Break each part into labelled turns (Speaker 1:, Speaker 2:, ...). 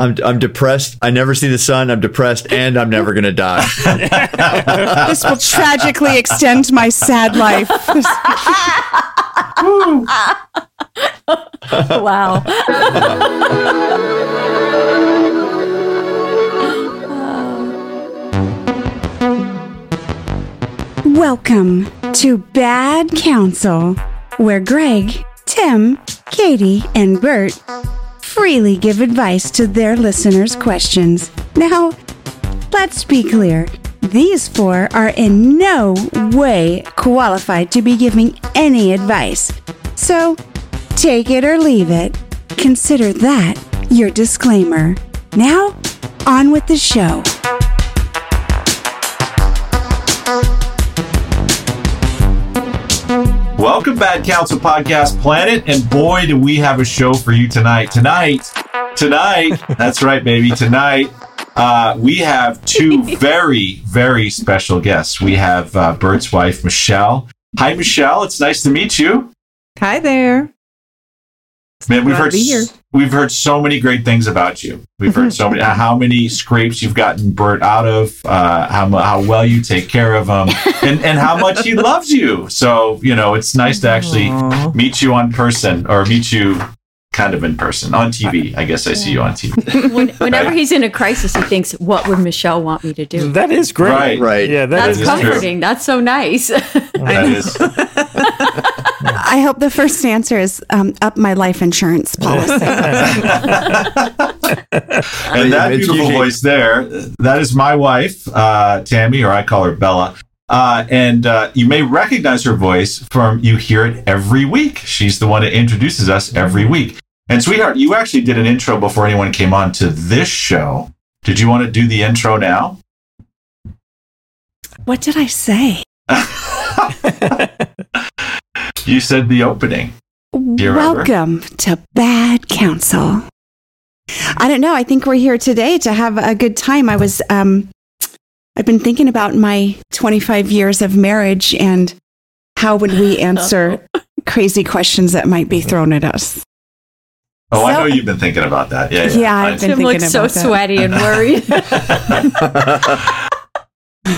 Speaker 1: I'm I'm depressed. I never see the sun. I'm depressed, and I'm never gonna die.
Speaker 2: This will tragically extend my sad life.
Speaker 3: wow.
Speaker 2: Welcome to Bad Counsel, where Greg, Tim, Katie, and Bert freely give advice to their listeners' questions. Now, let's be clear. These four are in no way qualified to be giving any advice. So, take it or leave it. Consider that your disclaimer. Now, on with the show.
Speaker 4: Welcome, Bad Counsel Podcast Planet, and boy, do we have a show for you tonight. Tonight, tonight, that's right, baby, tonight, uh, we have two very, very special guests. We have uh, Bert's wife, Michelle. Hi, Michelle. It's nice to meet you.
Speaker 5: Hi there.
Speaker 4: Man, we've
Speaker 5: Glad to
Speaker 4: heard
Speaker 5: be here.
Speaker 4: s- we've heard so many great things about you. We've heard so many how many scrapes you've gotten Bert out of, uh, how mu- how well you take care of him, and and how much he loves you. So you know it's nice to actually
Speaker 5: Aw.
Speaker 4: meet you on person or meet you kind of in person on TV. I guess I see you on TV.
Speaker 3: When, whenever he's in a crisis, he thinks, "What would Michelle want me to do?"
Speaker 6: That is
Speaker 4: Right.
Speaker 6: great.
Speaker 1: right?
Speaker 6: Yeah, that
Speaker 3: That's
Speaker 6: is.
Speaker 4: is true.
Speaker 3: comforting. That's so nice.
Speaker 4: That is
Speaker 2: I hope the first answer is um, up my life insurance policy.
Speaker 4: and that
Speaker 1: Oh, It's
Speaker 4: beautiful
Speaker 1: usually-
Speaker 4: voice there, that is my wife, uh, Tammy, or I call her Bella. Uh, and uh, you may recognize her voice from you hear it every week. She's the one that introduces us every week. And sweetheart, you actually did an intro before anyone came on to this show. Did you want to do the intro now?
Speaker 2: what did I say?
Speaker 4: You said the opening. you remember?
Speaker 2: Welcome to Bad Counsel. I don't know. I think we're here today to have a good time. I was, um, I've been thinking about my 25 years of marriage and how would we answer crazy questions that might be thrown at us.
Speaker 4: Oh, I
Speaker 2: So-
Speaker 4: know you've been thinking about that. Yeah, yeah.
Speaker 2: Yeah,
Speaker 4: I-
Speaker 2: I've been
Speaker 3: Tim
Speaker 2: thinking
Speaker 3: looks so
Speaker 2: about that.
Speaker 3: sweaty and worried.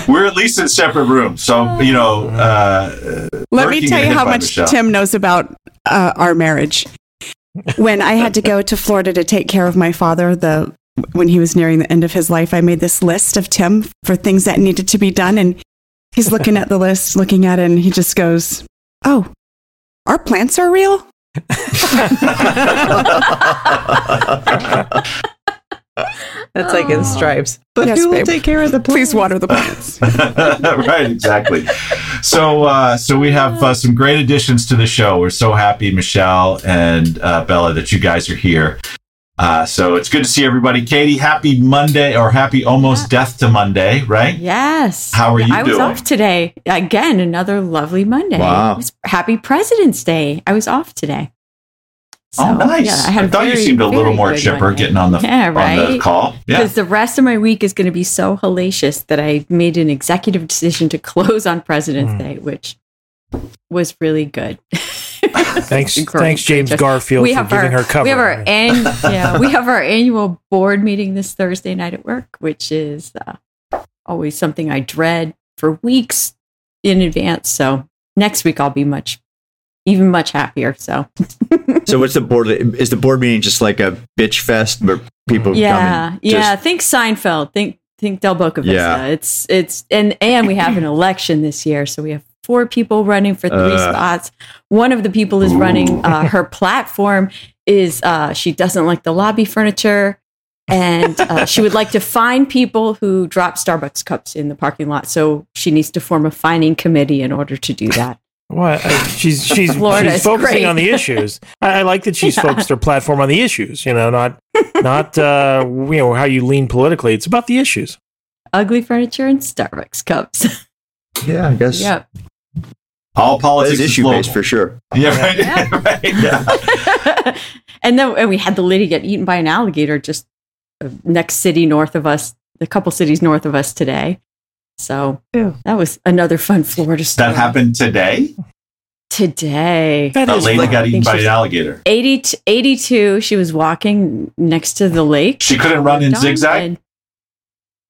Speaker 4: We're at least in separate rooms, so you know. Uh,
Speaker 2: Let
Speaker 4: Working
Speaker 2: me tell you
Speaker 4: in
Speaker 2: how
Speaker 4: by
Speaker 2: much
Speaker 4: Michelle.
Speaker 2: Tim knows about uh, our marriage. When I had to go to Florida to take care of my father, the when he was nearing the end of his life, I made this list of Tim for things that needed to be done, and he's looking at the list, looking at it, and he just goes, "Oh, our plants are real."
Speaker 5: That's like in stripes. But
Speaker 2: Yes,
Speaker 5: who will
Speaker 2: babe.
Speaker 5: take care of the
Speaker 2: Please
Speaker 5: plants?
Speaker 2: water the plants.
Speaker 4: right, exactly. So, uh, so we have uh, some great additions to the show. We're so happy, Michelle and uh, Bella, that you guys are here. Uh, so it's good to see everybody. Katie, happy Monday or happy almost death to Monday, right?
Speaker 3: yes.
Speaker 4: How are you
Speaker 3: I was
Speaker 4: doing?
Speaker 3: off today. Again, another lovely Monday.
Speaker 1: Wow.
Speaker 3: It was- Happy President's Day. I was off today.
Speaker 4: oh,
Speaker 3: So,
Speaker 4: nice.
Speaker 3: yeah,
Speaker 4: I,
Speaker 3: had a
Speaker 4: thought you
Speaker 3: very,
Speaker 4: seemed a little
Speaker 3: very
Speaker 4: more
Speaker 3: good
Speaker 4: chipper
Speaker 3: Monday.
Speaker 4: getting on the
Speaker 3: Yeah,
Speaker 4: on the
Speaker 3: right?
Speaker 4: call. Yeah,
Speaker 3: because the rest of my week is going to be so hellacious that I made an executive decision to close on
Speaker 4: Hmm.
Speaker 3: President's Day, which was really good.
Speaker 6: Thanks,
Speaker 3: Great.
Speaker 6: thanks, James Garfield,
Speaker 3: We
Speaker 6: for
Speaker 3: have
Speaker 6: giving
Speaker 3: our
Speaker 6: her cover.
Speaker 3: we have our an- yeah we have our annual board meeting this Thursday night at work, which is uh, always something I dread for weeks in advance. So next week I'll be much even much happier. So
Speaker 1: So what's the board? Is the board meeting just like a bitch fest where people
Speaker 3: yeah
Speaker 1: come and
Speaker 3: yeah
Speaker 1: just-
Speaker 3: think Seinfeld think think Del Boca Vista.
Speaker 1: Yeah.
Speaker 3: It's it's and and we have an election this year, so we have four people running for three
Speaker 1: Uh.
Speaker 3: spots. One of the people is running. Uh, her platform is uh, she doesn't like the lobby furniture. and uh, she would like to fine people who drop Starbucks cups in the parking lot. So she needs to form a fining committee in order to do that.
Speaker 6: What? I- She's she's,
Speaker 3: Florida
Speaker 6: she's
Speaker 3: is
Speaker 6: focusing
Speaker 3: great.
Speaker 6: on the issues. I, I like that she's focused her platform on the issues. You know, not not uh, you know how you lean politically. It's about the issues.
Speaker 3: Ugly furniture and Starbucks cups.
Speaker 1: yeah, I guess
Speaker 3: yep.
Speaker 4: all
Speaker 1: that
Speaker 4: politics
Speaker 1: is
Speaker 4: is
Speaker 1: issue
Speaker 4: global.
Speaker 1: based for sure.
Speaker 4: Yeah, right.
Speaker 3: Yeah.
Speaker 4: right. Yeah.
Speaker 3: and then and we had the lady get eaten by an alligator just uh, next city north of us, a couple cities north of us today. So
Speaker 5: Ew.
Speaker 3: that was another fun Florida story.
Speaker 4: That happened today.
Speaker 3: today.
Speaker 6: That
Speaker 4: A
Speaker 6: is
Speaker 4: lady
Speaker 3: I
Speaker 4: got eaten
Speaker 3: think
Speaker 4: by an
Speaker 3: she's-
Speaker 4: alligator.
Speaker 3: 80 t- 82, she was walking next to the lake.
Speaker 4: She couldn't run in
Speaker 3: Done,
Speaker 4: zigzag.
Speaker 3: and-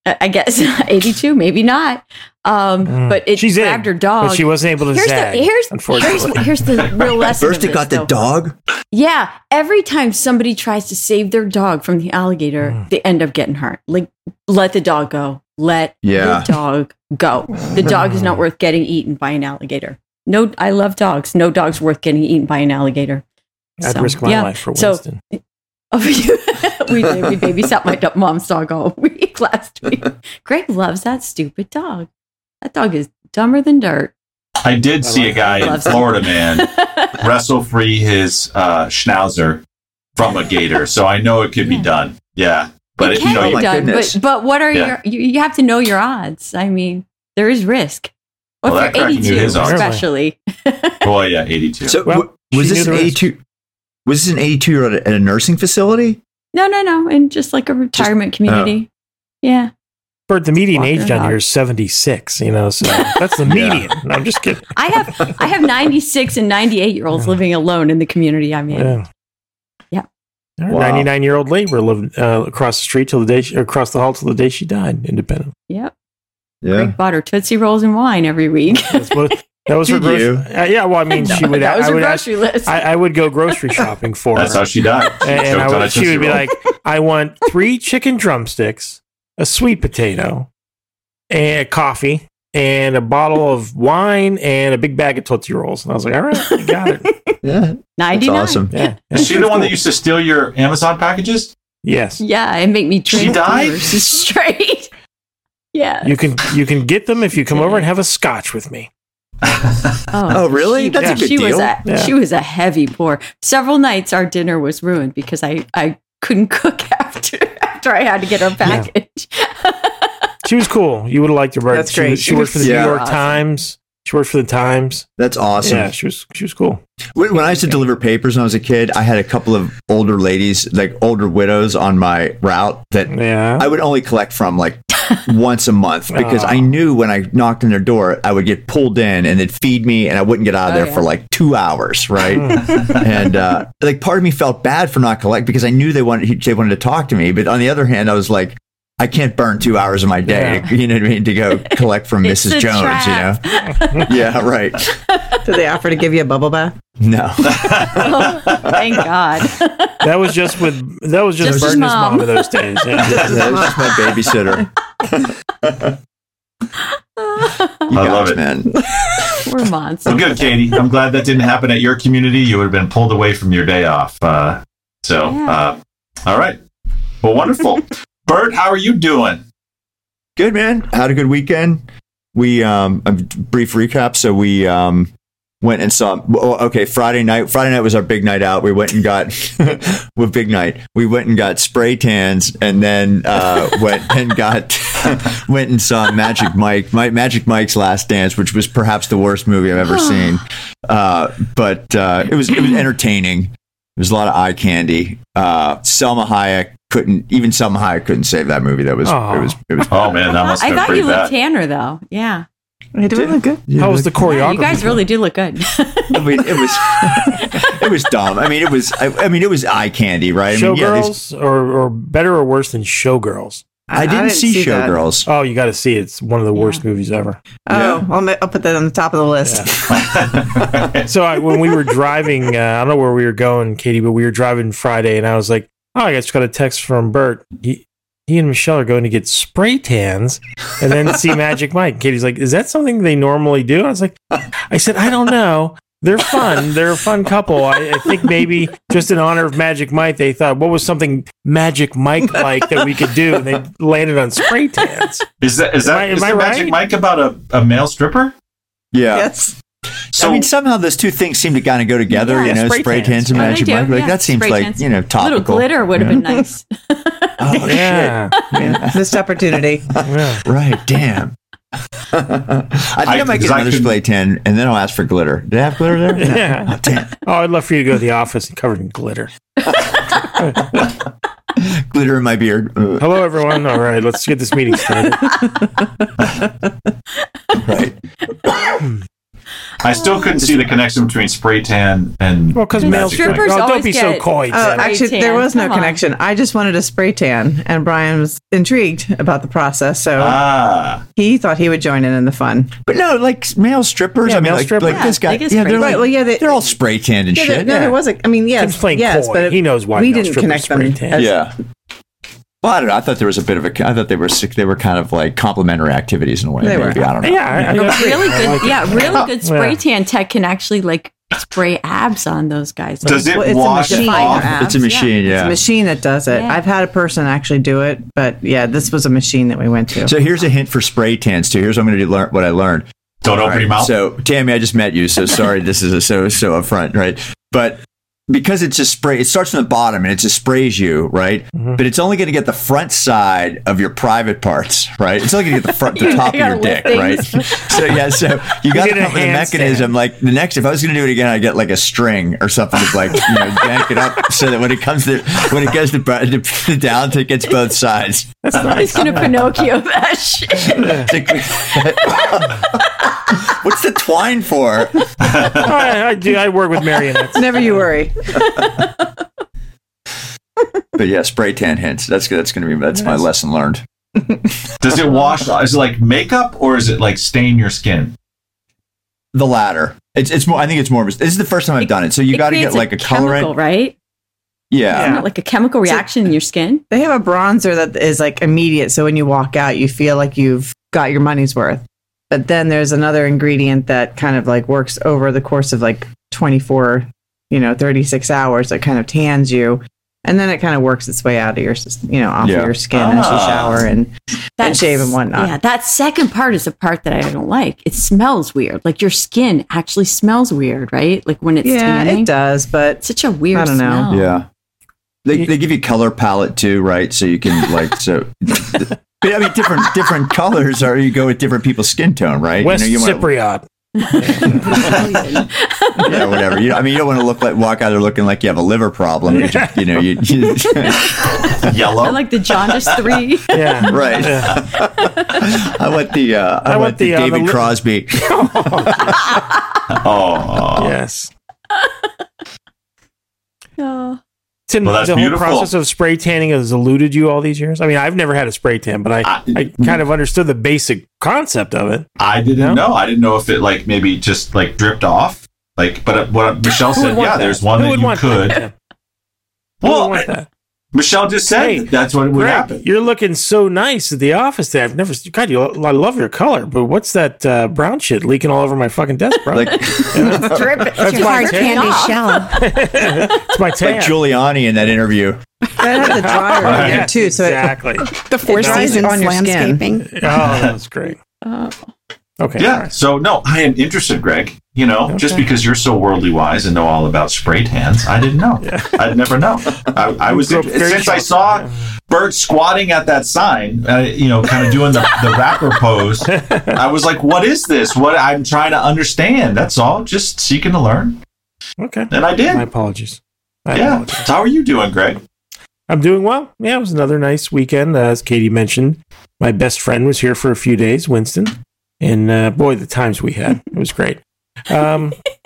Speaker 3: uh, I I guess 82, maybe not. Um,
Speaker 6: Mm.
Speaker 3: But it
Speaker 6: She's in,
Speaker 3: grabbed her dog.
Speaker 6: But she wasn't able to
Speaker 3: Oh, here's,
Speaker 6: zag.
Speaker 3: the, here's, here's,
Speaker 6: unfortunately.
Speaker 3: here's the real lesson.
Speaker 1: First,
Speaker 3: of
Speaker 1: it got
Speaker 3: this,
Speaker 1: the
Speaker 3: though.
Speaker 1: dog.
Speaker 3: Yeah. Every time somebody tries to save their dog from the alligator, they end up getting hurt. Like, let the dog go. Let
Speaker 1: Yeah.
Speaker 3: the dog go. The dog is not worth getting eaten by an alligator. No, I love dogs. No dog's worth getting eaten by an alligator.
Speaker 6: I'd
Speaker 3: So,
Speaker 6: risk my
Speaker 3: yeah.
Speaker 6: life for
Speaker 3: So-
Speaker 6: Winston.
Speaker 3: Oh, you- we did. We babysat my do- mom's dog all week last week. Greg loves that stupid dog. That dog is dumber than dirt.
Speaker 4: I did see a guy in
Speaker 3: Loves it.
Speaker 4: Florida, man, wrestle free his uh, schnauzer from a gator. So I know it could be done. Yeah. But,
Speaker 3: it
Speaker 4: it,
Speaker 3: can
Speaker 4: you know,
Speaker 1: Oh
Speaker 3: be
Speaker 1: my
Speaker 3: done,
Speaker 1: goodness.
Speaker 3: but, but what are your?
Speaker 4: Yeah.
Speaker 3: You, you have to know your odds. I mean, there is risk. Well,
Speaker 4: Well,
Speaker 3: if
Speaker 4: that
Speaker 3: you're
Speaker 4: crack knew
Speaker 3: 82,
Speaker 4: his odds.
Speaker 3: especially.
Speaker 4: boy, yeah, 82.
Speaker 1: So
Speaker 6: Well,
Speaker 1: w- was
Speaker 6: she knew
Speaker 1: this
Speaker 6: the
Speaker 1: an
Speaker 6: risk.
Speaker 1: eighty-two? Was this an eighty-two-year-old at a nursing facility?
Speaker 3: No, no, no, and just like a
Speaker 4: oh.
Speaker 3: retirement community. Yeah,
Speaker 6: Bert, the median
Speaker 3: Walking
Speaker 6: age down
Speaker 3: dog.
Speaker 6: here is 76, you know, so that's the
Speaker 1: Yeah.
Speaker 6: median. No, I'm just kidding.
Speaker 3: I have I have 96 and 98 year olds living alone in the community I'm in.
Speaker 6: Yeah.
Speaker 3: Yeah.
Speaker 4: Wow.
Speaker 6: 99 year old labor lived uh, across the street till the day, she, across the hall till the day she died, independent.
Speaker 3: Yep,
Speaker 1: Yeah.
Speaker 3: Greg bought her tootsie rolls and wine every week.
Speaker 6: That's what, that was her
Speaker 1: Did you?
Speaker 6: grocery. Uh, yeah, well, I mean, she would,
Speaker 3: that was
Speaker 6: I,
Speaker 3: her
Speaker 6: would ask,
Speaker 3: grocery list.
Speaker 6: I, I would go grocery shopping for
Speaker 4: That's
Speaker 6: her.
Speaker 4: how she died. She
Speaker 6: and
Speaker 4: choked
Speaker 6: I
Speaker 4: on a
Speaker 6: would, she
Speaker 4: Tootsie
Speaker 6: would be
Speaker 4: Roll.
Speaker 6: like, I want three chicken drumsticks, a sweet potato, and coffee, and a bottle of wine, and a big bag of Tootsie Rolls. And I was like, all right, I got it.
Speaker 1: Yeah. That's
Speaker 3: 99.
Speaker 1: awesome.
Speaker 6: Yeah.
Speaker 4: Is she the one that used to steal your Amazon packages?
Speaker 6: Yes.
Speaker 3: Yeah, and make me
Speaker 4: She
Speaker 3: drink
Speaker 4: died?
Speaker 3: beers straight. Yeah.
Speaker 6: You can you can get them if you come over and have a scotch with me.
Speaker 1: Oh, really?
Speaker 3: She,
Speaker 1: That's
Speaker 6: a
Speaker 1: good
Speaker 3: she Was
Speaker 1: deal.
Speaker 3: a,
Speaker 6: Yeah.
Speaker 3: She was a heavy pour. Several nights our dinner was ruined because I, I couldn't cook after after I had to get our package.
Speaker 6: She was cool. You would have liked her. Bert.
Speaker 5: That's
Speaker 6: She
Speaker 5: great.
Speaker 6: was- She,
Speaker 5: She
Speaker 6: worked for
Speaker 1: was
Speaker 6: the
Speaker 1: super
Speaker 6: New York
Speaker 3: awesome.
Speaker 6: Times. She worked for the Times.
Speaker 1: That's awesome.
Speaker 6: Yeah, she was she was cool.
Speaker 1: When, when I used to deliver papers when I was a kid, I had a couple of older ladies, like older widows, on my route that
Speaker 6: Yeah.
Speaker 1: I would only collect from like once a month because I
Speaker 6: Aw.
Speaker 1: knew when I knocked on their door, I would get pulled in and they'd feed me and I wouldn't get out of
Speaker 3: Oh,
Speaker 1: there
Speaker 3: yeah.
Speaker 1: for like two hours, right? and uh, like part of me felt bad for not collect because I knew they wanted they wanted to talk to me, but on the other hand, I was like. I can't burn two hours of my day, you know what I mean, to go collect from
Speaker 3: It's
Speaker 1: Mrs.
Speaker 3: a
Speaker 1: Jones,
Speaker 3: trap.
Speaker 1: you know? yeah, right.
Speaker 5: Did they offer to give you a bubble bath?
Speaker 1: No.
Speaker 3: Oh, Thank God.
Speaker 6: that was just with that was just,
Speaker 3: Just
Speaker 6: Bert
Speaker 3: his
Speaker 6: and his mom
Speaker 3: mom.
Speaker 6: in those days. Yeah.
Speaker 1: That was just my babysitter. You
Speaker 4: I
Speaker 1: guys,
Speaker 4: love it.
Speaker 1: man.
Speaker 3: We're monsters.
Speaker 4: Well, good, Katie. I'm glad that didn't happen at your community. You would have been pulled away from your day off. Uh, so, uh, all right. Well, wonderful. Bert, how are you doing?
Speaker 1: Good man. Had a good weekend. We um a brief recap. So we um went and saw. well, Okay, Friday night. Friday night was our big night out. We went and got with big night. We went and got spray tans, and then uh, went and got went and saw Magic Mike. My, Magic Mike's Last Dance, which was perhaps the worst movie I've ever seen. Uh, but uh, it was it was entertaining. There was a lot of eye candy. Uh, Selma Hayek couldn't even Selma Hayek couldn't save that movie. That was
Speaker 6: Aw.
Speaker 1: it was it was
Speaker 4: Oh, man, that must
Speaker 3: Uh-huh. I
Speaker 4: have been
Speaker 3: thought you
Speaker 4: pretty
Speaker 3: looked
Speaker 4: bad.
Speaker 3: tanner though. Yeah.
Speaker 5: I do look good.
Speaker 1: Yeah,
Speaker 6: How was the
Speaker 1: like-
Speaker 3: yeah.
Speaker 6: choreography?
Speaker 3: You guys really do look good.
Speaker 1: I mean, it was it was dumb. I mean, it was I, I mean, it was eye candy, right? I mean,
Speaker 6: Showgirls
Speaker 1: these-
Speaker 6: or or better or worse than Showgirls?
Speaker 1: I, didn't see,
Speaker 5: that.
Speaker 1: Showgirls.
Speaker 6: Oh, you got to see it. It's one of the worst movies ever.
Speaker 5: Oh, I'll, ma- I'll put that on the top of the list.
Speaker 6: So I, when we were driving, uh, I don't know where we were going, Katie, but we were driving Friday, and I was like, "Oh, I just got a text from Bert. He, he and Michelle are going to get spray tans, and then see Magic Mike." Katie's like, "Is that something they normally do?" I was like, "I said I don't know. They're fun. They're a fun couple. I, I think maybe just in honor of Magic Mike, they thought what was something Magic Mike like that we could do, and they landed on spray tans.
Speaker 4: Is that is
Speaker 6: Am I-
Speaker 4: that is
Speaker 6: am I
Speaker 4: the Magic
Speaker 6: right?
Speaker 4: Mike about a, a male stripper?
Speaker 1: Yeah.
Speaker 5: Yes.
Speaker 4: So,
Speaker 1: I mean, somehow those two things seem to kind of go together.
Speaker 6: Yeah,
Speaker 1: you know,
Speaker 6: spray
Speaker 1: spray,
Speaker 6: tans.
Speaker 1: tans and
Speaker 3: Yeah,
Speaker 1: magic
Speaker 3: they do,
Speaker 1: Mike. Like
Speaker 3: yeah.
Speaker 1: that seems
Speaker 3: Spray
Speaker 1: like
Speaker 3: tans.
Speaker 1: you know topical.
Speaker 3: Little glitter would have
Speaker 1: you
Speaker 3: been nice.
Speaker 1: know? Oh
Speaker 6: Yeah,
Speaker 5: Missed opportunity.
Speaker 6: yeah.
Speaker 1: shit! Right? Damn. I think I,
Speaker 4: I-
Speaker 1: might
Speaker 4: 'cause
Speaker 1: get
Speaker 4: I
Speaker 1: another
Speaker 4: couldn't-
Speaker 1: spray tan, and then I'll ask for glitter. Did I have glitter there? No.
Speaker 6: yeah.
Speaker 1: Oh, damn.
Speaker 6: Oh, I'd love for you to go to the office and covered in glitter.
Speaker 1: Glitter in my beard. Ugh,
Speaker 6: Hello, everyone. All right, let's get this meeting started.
Speaker 1: right.
Speaker 4: I still couldn't see the connection between spray tan and
Speaker 6: Well, because
Speaker 4: magic
Speaker 6: males.
Speaker 4: mic.
Speaker 3: Strippers
Speaker 6: oh, don't
Speaker 3: always
Speaker 6: be so
Speaker 3: get- uh,
Speaker 6: coy.
Speaker 5: Oh,
Speaker 6: Tim.
Speaker 5: actually,
Speaker 3: tan.
Speaker 5: there was no
Speaker 3: Come on.
Speaker 5: connection. I just wanted a spray tan, and Brian was intrigued about the process, so
Speaker 6: Uh.
Speaker 4: Ah,
Speaker 5: he thought he would join in in the fun.
Speaker 1: But no, like male strippers.
Speaker 6: Yeah,
Speaker 1: I mean,
Speaker 6: male
Speaker 1: like,
Speaker 6: strippers.
Speaker 1: like this
Speaker 3: Yeah,
Speaker 1: guy.
Speaker 3: they get
Speaker 1: Yeah,
Speaker 3: sprayed.
Speaker 1: they're like,
Speaker 5: Right, well, yeah, they-
Speaker 1: they're all spray tanned and
Speaker 5: Yeah, there,
Speaker 1: shit.
Speaker 5: no,
Speaker 1: yeah.
Speaker 5: there was a. I mean,
Speaker 6: Tim's
Speaker 5: yes,
Speaker 6: playing
Speaker 5: yes,
Speaker 6: coy.
Speaker 5: but it-
Speaker 6: he knows why
Speaker 5: we
Speaker 6: male
Speaker 5: didn't
Speaker 6: strippers
Speaker 5: connect them.
Speaker 6: spray tan.
Speaker 5: as-
Speaker 1: yeah. Well, I don't know. I thought there was a bit of a. I thought they were sick. They were kind of like complementary activities in a way.
Speaker 5: They were.
Speaker 1: maybe. I don't know.
Speaker 6: Yeah, I, I agree.
Speaker 3: really
Speaker 6: I
Speaker 3: good,
Speaker 6: like it.
Speaker 3: yeah,
Speaker 1: Oh,
Speaker 3: really good spray
Speaker 6: Yeah.
Speaker 3: tan tech can actually like spray abs on those guys.
Speaker 4: does it
Speaker 5: Well, it's a
Speaker 4: wash
Speaker 5: machine.
Speaker 4: off?
Speaker 5: Yeah.
Speaker 1: It's a machine.
Speaker 5: It's
Speaker 1: Yeah.
Speaker 5: a machine that does it.
Speaker 3: Yeah.
Speaker 5: I've had a person actually do it, but yeah, this was a machine that we went to.
Speaker 1: So here's a hint for spray tans too. Here's what I'm going to learn. What I learned.
Speaker 4: Don't open your mouth.
Speaker 1: So Tammy, I just met you, so sorry this is a, so so upfront, right? But because it's just spray, it starts from the bottom and it just sprays you, right?
Speaker 6: Mm-hmm.
Speaker 1: But it's only going to get the front side of your private parts, right? It's only going to get the front, the
Speaker 3: You
Speaker 1: top of your
Speaker 3: gotta
Speaker 1: dick,
Speaker 3: lift
Speaker 1: right? So yeah, so you got to
Speaker 6: did
Speaker 1: come
Speaker 6: a
Speaker 1: up with a
Speaker 6: handstand.
Speaker 1: mechanism. Like the next, if I was going to do it again, I'd get like a string or something to like you know yank it up so that when it comes to when it goes to, to, to down, it gets both sides.
Speaker 3: He's gonna Pinocchio that shit.
Speaker 1: What's the twine for?
Speaker 6: I, I do. I work with marionettes.
Speaker 5: Never you worry.
Speaker 1: But yeah, spray tan hints. That's good. That's going to be that's my lesson learned.
Speaker 4: Does it wash off? Is it like makeup or is it like stain your skin?
Speaker 1: The latter. It's it's more. I think it's more. of a- This is the first time I've done it. So you
Speaker 3: It
Speaker 1: got to get
Speaker 3: creates
Speaker 1: like a,
Speaker 3: chemical,
Speaker 1: colorant.
Speaker 3: right?
Speaker 1: Yeah.
Speaker 3: Isn't it like a chemical reaction in your skin?
Speaker 5: They have a bronzer that is like immediate, so when you walk out, you feel like you've got your money's worth. But then there's another ingredient that kind of like works over the course of like 24, you know, 36 hours that kind of tans you. And then it kind of works its way out of your, sys- you know, off
Speaker 1: Yeah.
Speaker 5: of your skin as you
Speaker 4: Ah.
Speaker 5: shower. And And shave and whatnot.
Speaker 3: Yeah, that second part is the part that I don't like. It smells weird. Like your skin actually smells weird, right? Like when it's
Speaker 5: yeah,
Speaker 3: tanning.
Speaker 5: it does. But
Speaker 3: It's such a weird
Speaker 5: I don't know.
Speaker 3: smell.
Speaker 1: Yeah. They, they give you color palette too, right? So you can like so. But I mean, different different colors are you go with different people's skin tone, right?
Speaker 6: West
Speaker 1: you wanna-
Speaker 6: Cypriot.
Speaker 1: yeah, whatever. You, I mean, you don't want to look like walk out there looking like you have a liver problem. You, just- you know, you, you
Speaker 4: Yellow.
Speaker 3: I like the jaundice three.
Speaker 6: Yeah.
Speaker 1: right.
Speaker 6: Yeah.
Speaker 1: I want the uh, I, want, the,
Speaker 6: uh, the
Speaker 1: David
Speaker 6: li-
Speaker 1: Crosby.
Speaker 4: oh,
Speaker 6: Yes.
Speaker 3: Oh.
Speaker 6: Tim,
Speaker 4: Well, that's
Speaker 6: the whole
Speaker 4: beautiful.
Speaker 6: process of spray tanning has eluded you all these years. I mean, I've never had a spray tan, but I,
Speaker 4: I-
Speaker 6: I, kind of understood the basic concept of it.
Speaker 4: I didn't
Speaker 6: No?
Speaker 4: know. I didn't know if it like maybe just like dripped off. Like, but uh, what Michelle
Speaker 6: Who would
Speaker 4: said,
Speaker 6: want
Speaker 4: yeah,
Speaker 6: that?
Speaker 4: there's one
Speaker 6: Who
Speaker 4: that
Speaker 6: would
Speaker 4: you
Speaker 6: want
Speaker 4: could.
Speaker 6: that? Who would
Speaker 4: Well,
Speaker 6: want that?
Speaker 4: Michelle just said
Speaker 6: Hey,
Speaker 4: that's what would
Speaker 6: Greg,
Speaker 4: happen.
Speaker 6: You're looking so nice at the office today. I've never. God, you, I love your color, but what's that uh, brown shit leaking all over my fucking desk, bro?
Speaker 1: Like,
Speaker 6: That's
Speaker 7: Your
Speaker 6: my
Speaker 7: hard
Speaker 6: tan.
Speaker 7: candy shell.
Speaker 6: it's my tan.
Speaker 1: like Giuliani in that interview.
Speaker 5: that had the dryer
Speaker 4: Oh,
Speaker 5: on there
Speaker 6: Yes,
Speaker 5: too, so it,
Speaker 6: exactly.
Speaker 5: the four
Speaker 7: Seasons landscaping.
Speaker 6: oh, that's great. okay. all
Speaker 4: Yeah.
Speaker 6: right.
Speaker 4: So no, I am interested, Greg. You know, just because you're so worldly wise and know all about spray tans, I didn't know. I'd never know. I, I was
Speaker 6: grew up
Speaker 4: inter-
Speaker 6: very
Speaker 4: since I
Speaker 6: sheltered,
Speaker 4: saw
Speaker 6: yeah.
Speaker 4: Bert squatting at that sign, uh, you know, kind of doing the, the rapper pose. I was like, "What is this? What I'm trying to understand? That's all. Just seeking to learn."
Speaker 6: Okay.
Speaker 4: And I
Speaker 6: My
Speaker 4: did.
Speaker 6: apologies. I
Speaker 4: Yeah.
Speaker 6: apologize.
Speaker 4: How are you doing, Greg?
Speaker 6: I'm doing well. Yeah, it was another nice weekend. Uh, as Katie mentioned, my best friend was here for a few days, Winston, and uh, boy, the times we had it was great. Um,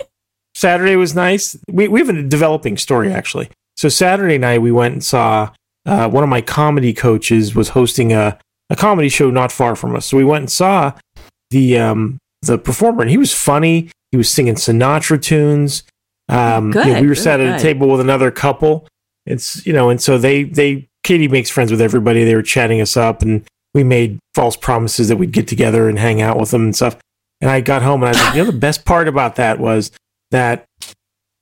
Speaker 6: Saturday was nice. We we have a developing story actually. So Saturday night we went and saw uh, one of my comedy coaches was hosting a a comedy show not far from us. So we went and saw the um, the performer, and he was funny. He was singing Sinatra tunes. Um, you know,
Speaker 3: Good,
Speaker 6: we were
Speaker 3: really
Speaker 6: sat at a
Speaker 3: good.
Speaker 6: table with another couple. It's you know, and so they they Katie makes friends with everybody. They were chatting us up, and we made false promises that we'd get together and hang out with them and stuff. And I got home and I was like, you know, the best part about that was that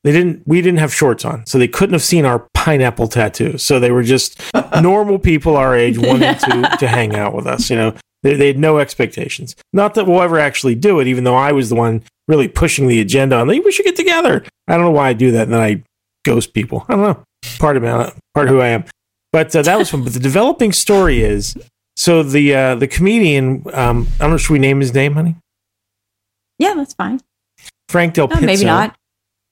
Speaker 6: they didn't we didn't have shorts on, so they couldn't have seen our pineapple tattoo. So they were just normal people our age wanting to to hang out with us. You know, they, they had no expectations. Not that we'll ever actually do it, even though I was the one really pushing the agenda on. Like, we should get together. I don't know why I do that, and then I ghost people. I don't know. Part of me, part of who I am. But uh, that was fun. But the developing story is so the uh, the comedian. Um, I don't know. Should we name his name, honey?
Speaker 3: Yeah, that's fine.
Speaker 6: Frank Del
Speaker 3: No,
Speaker 6: Pizzo.
Speaker 3: Uh, maybe not.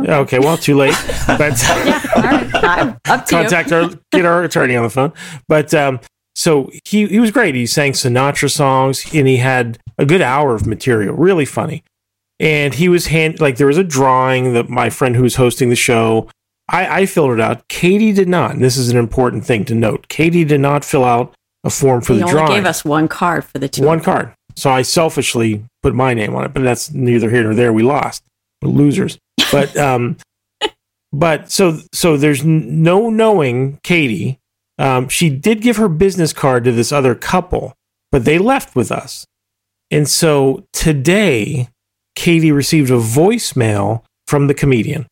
Speaker 6: Okay. Well, too late. But
Speaker 3: Yeah, all right. I'm up to
Speaker 6: contact our get our attorney on the phone. But um, so he he was great. He sang Sinatra songs and he had a good hour of material, really funny. and he was hand like there was a drawing that my friend who was hosting the show I, I filled it out katie did not and this is an important thing to note katie did not fill out a form for
Speaker 3: They
Speaker 6: the
Speaker 3: only
Speaker 6: drawing
Speaker 3: gave us one card for the two.
Speaker 6: one card so i selfishly put my name on it but that's neither here nor there we lost we're losers but um but so so there's n- no knowing katie um, she did give her business card to this other couple but they left with us and so today Katie received a voicemail from the comedian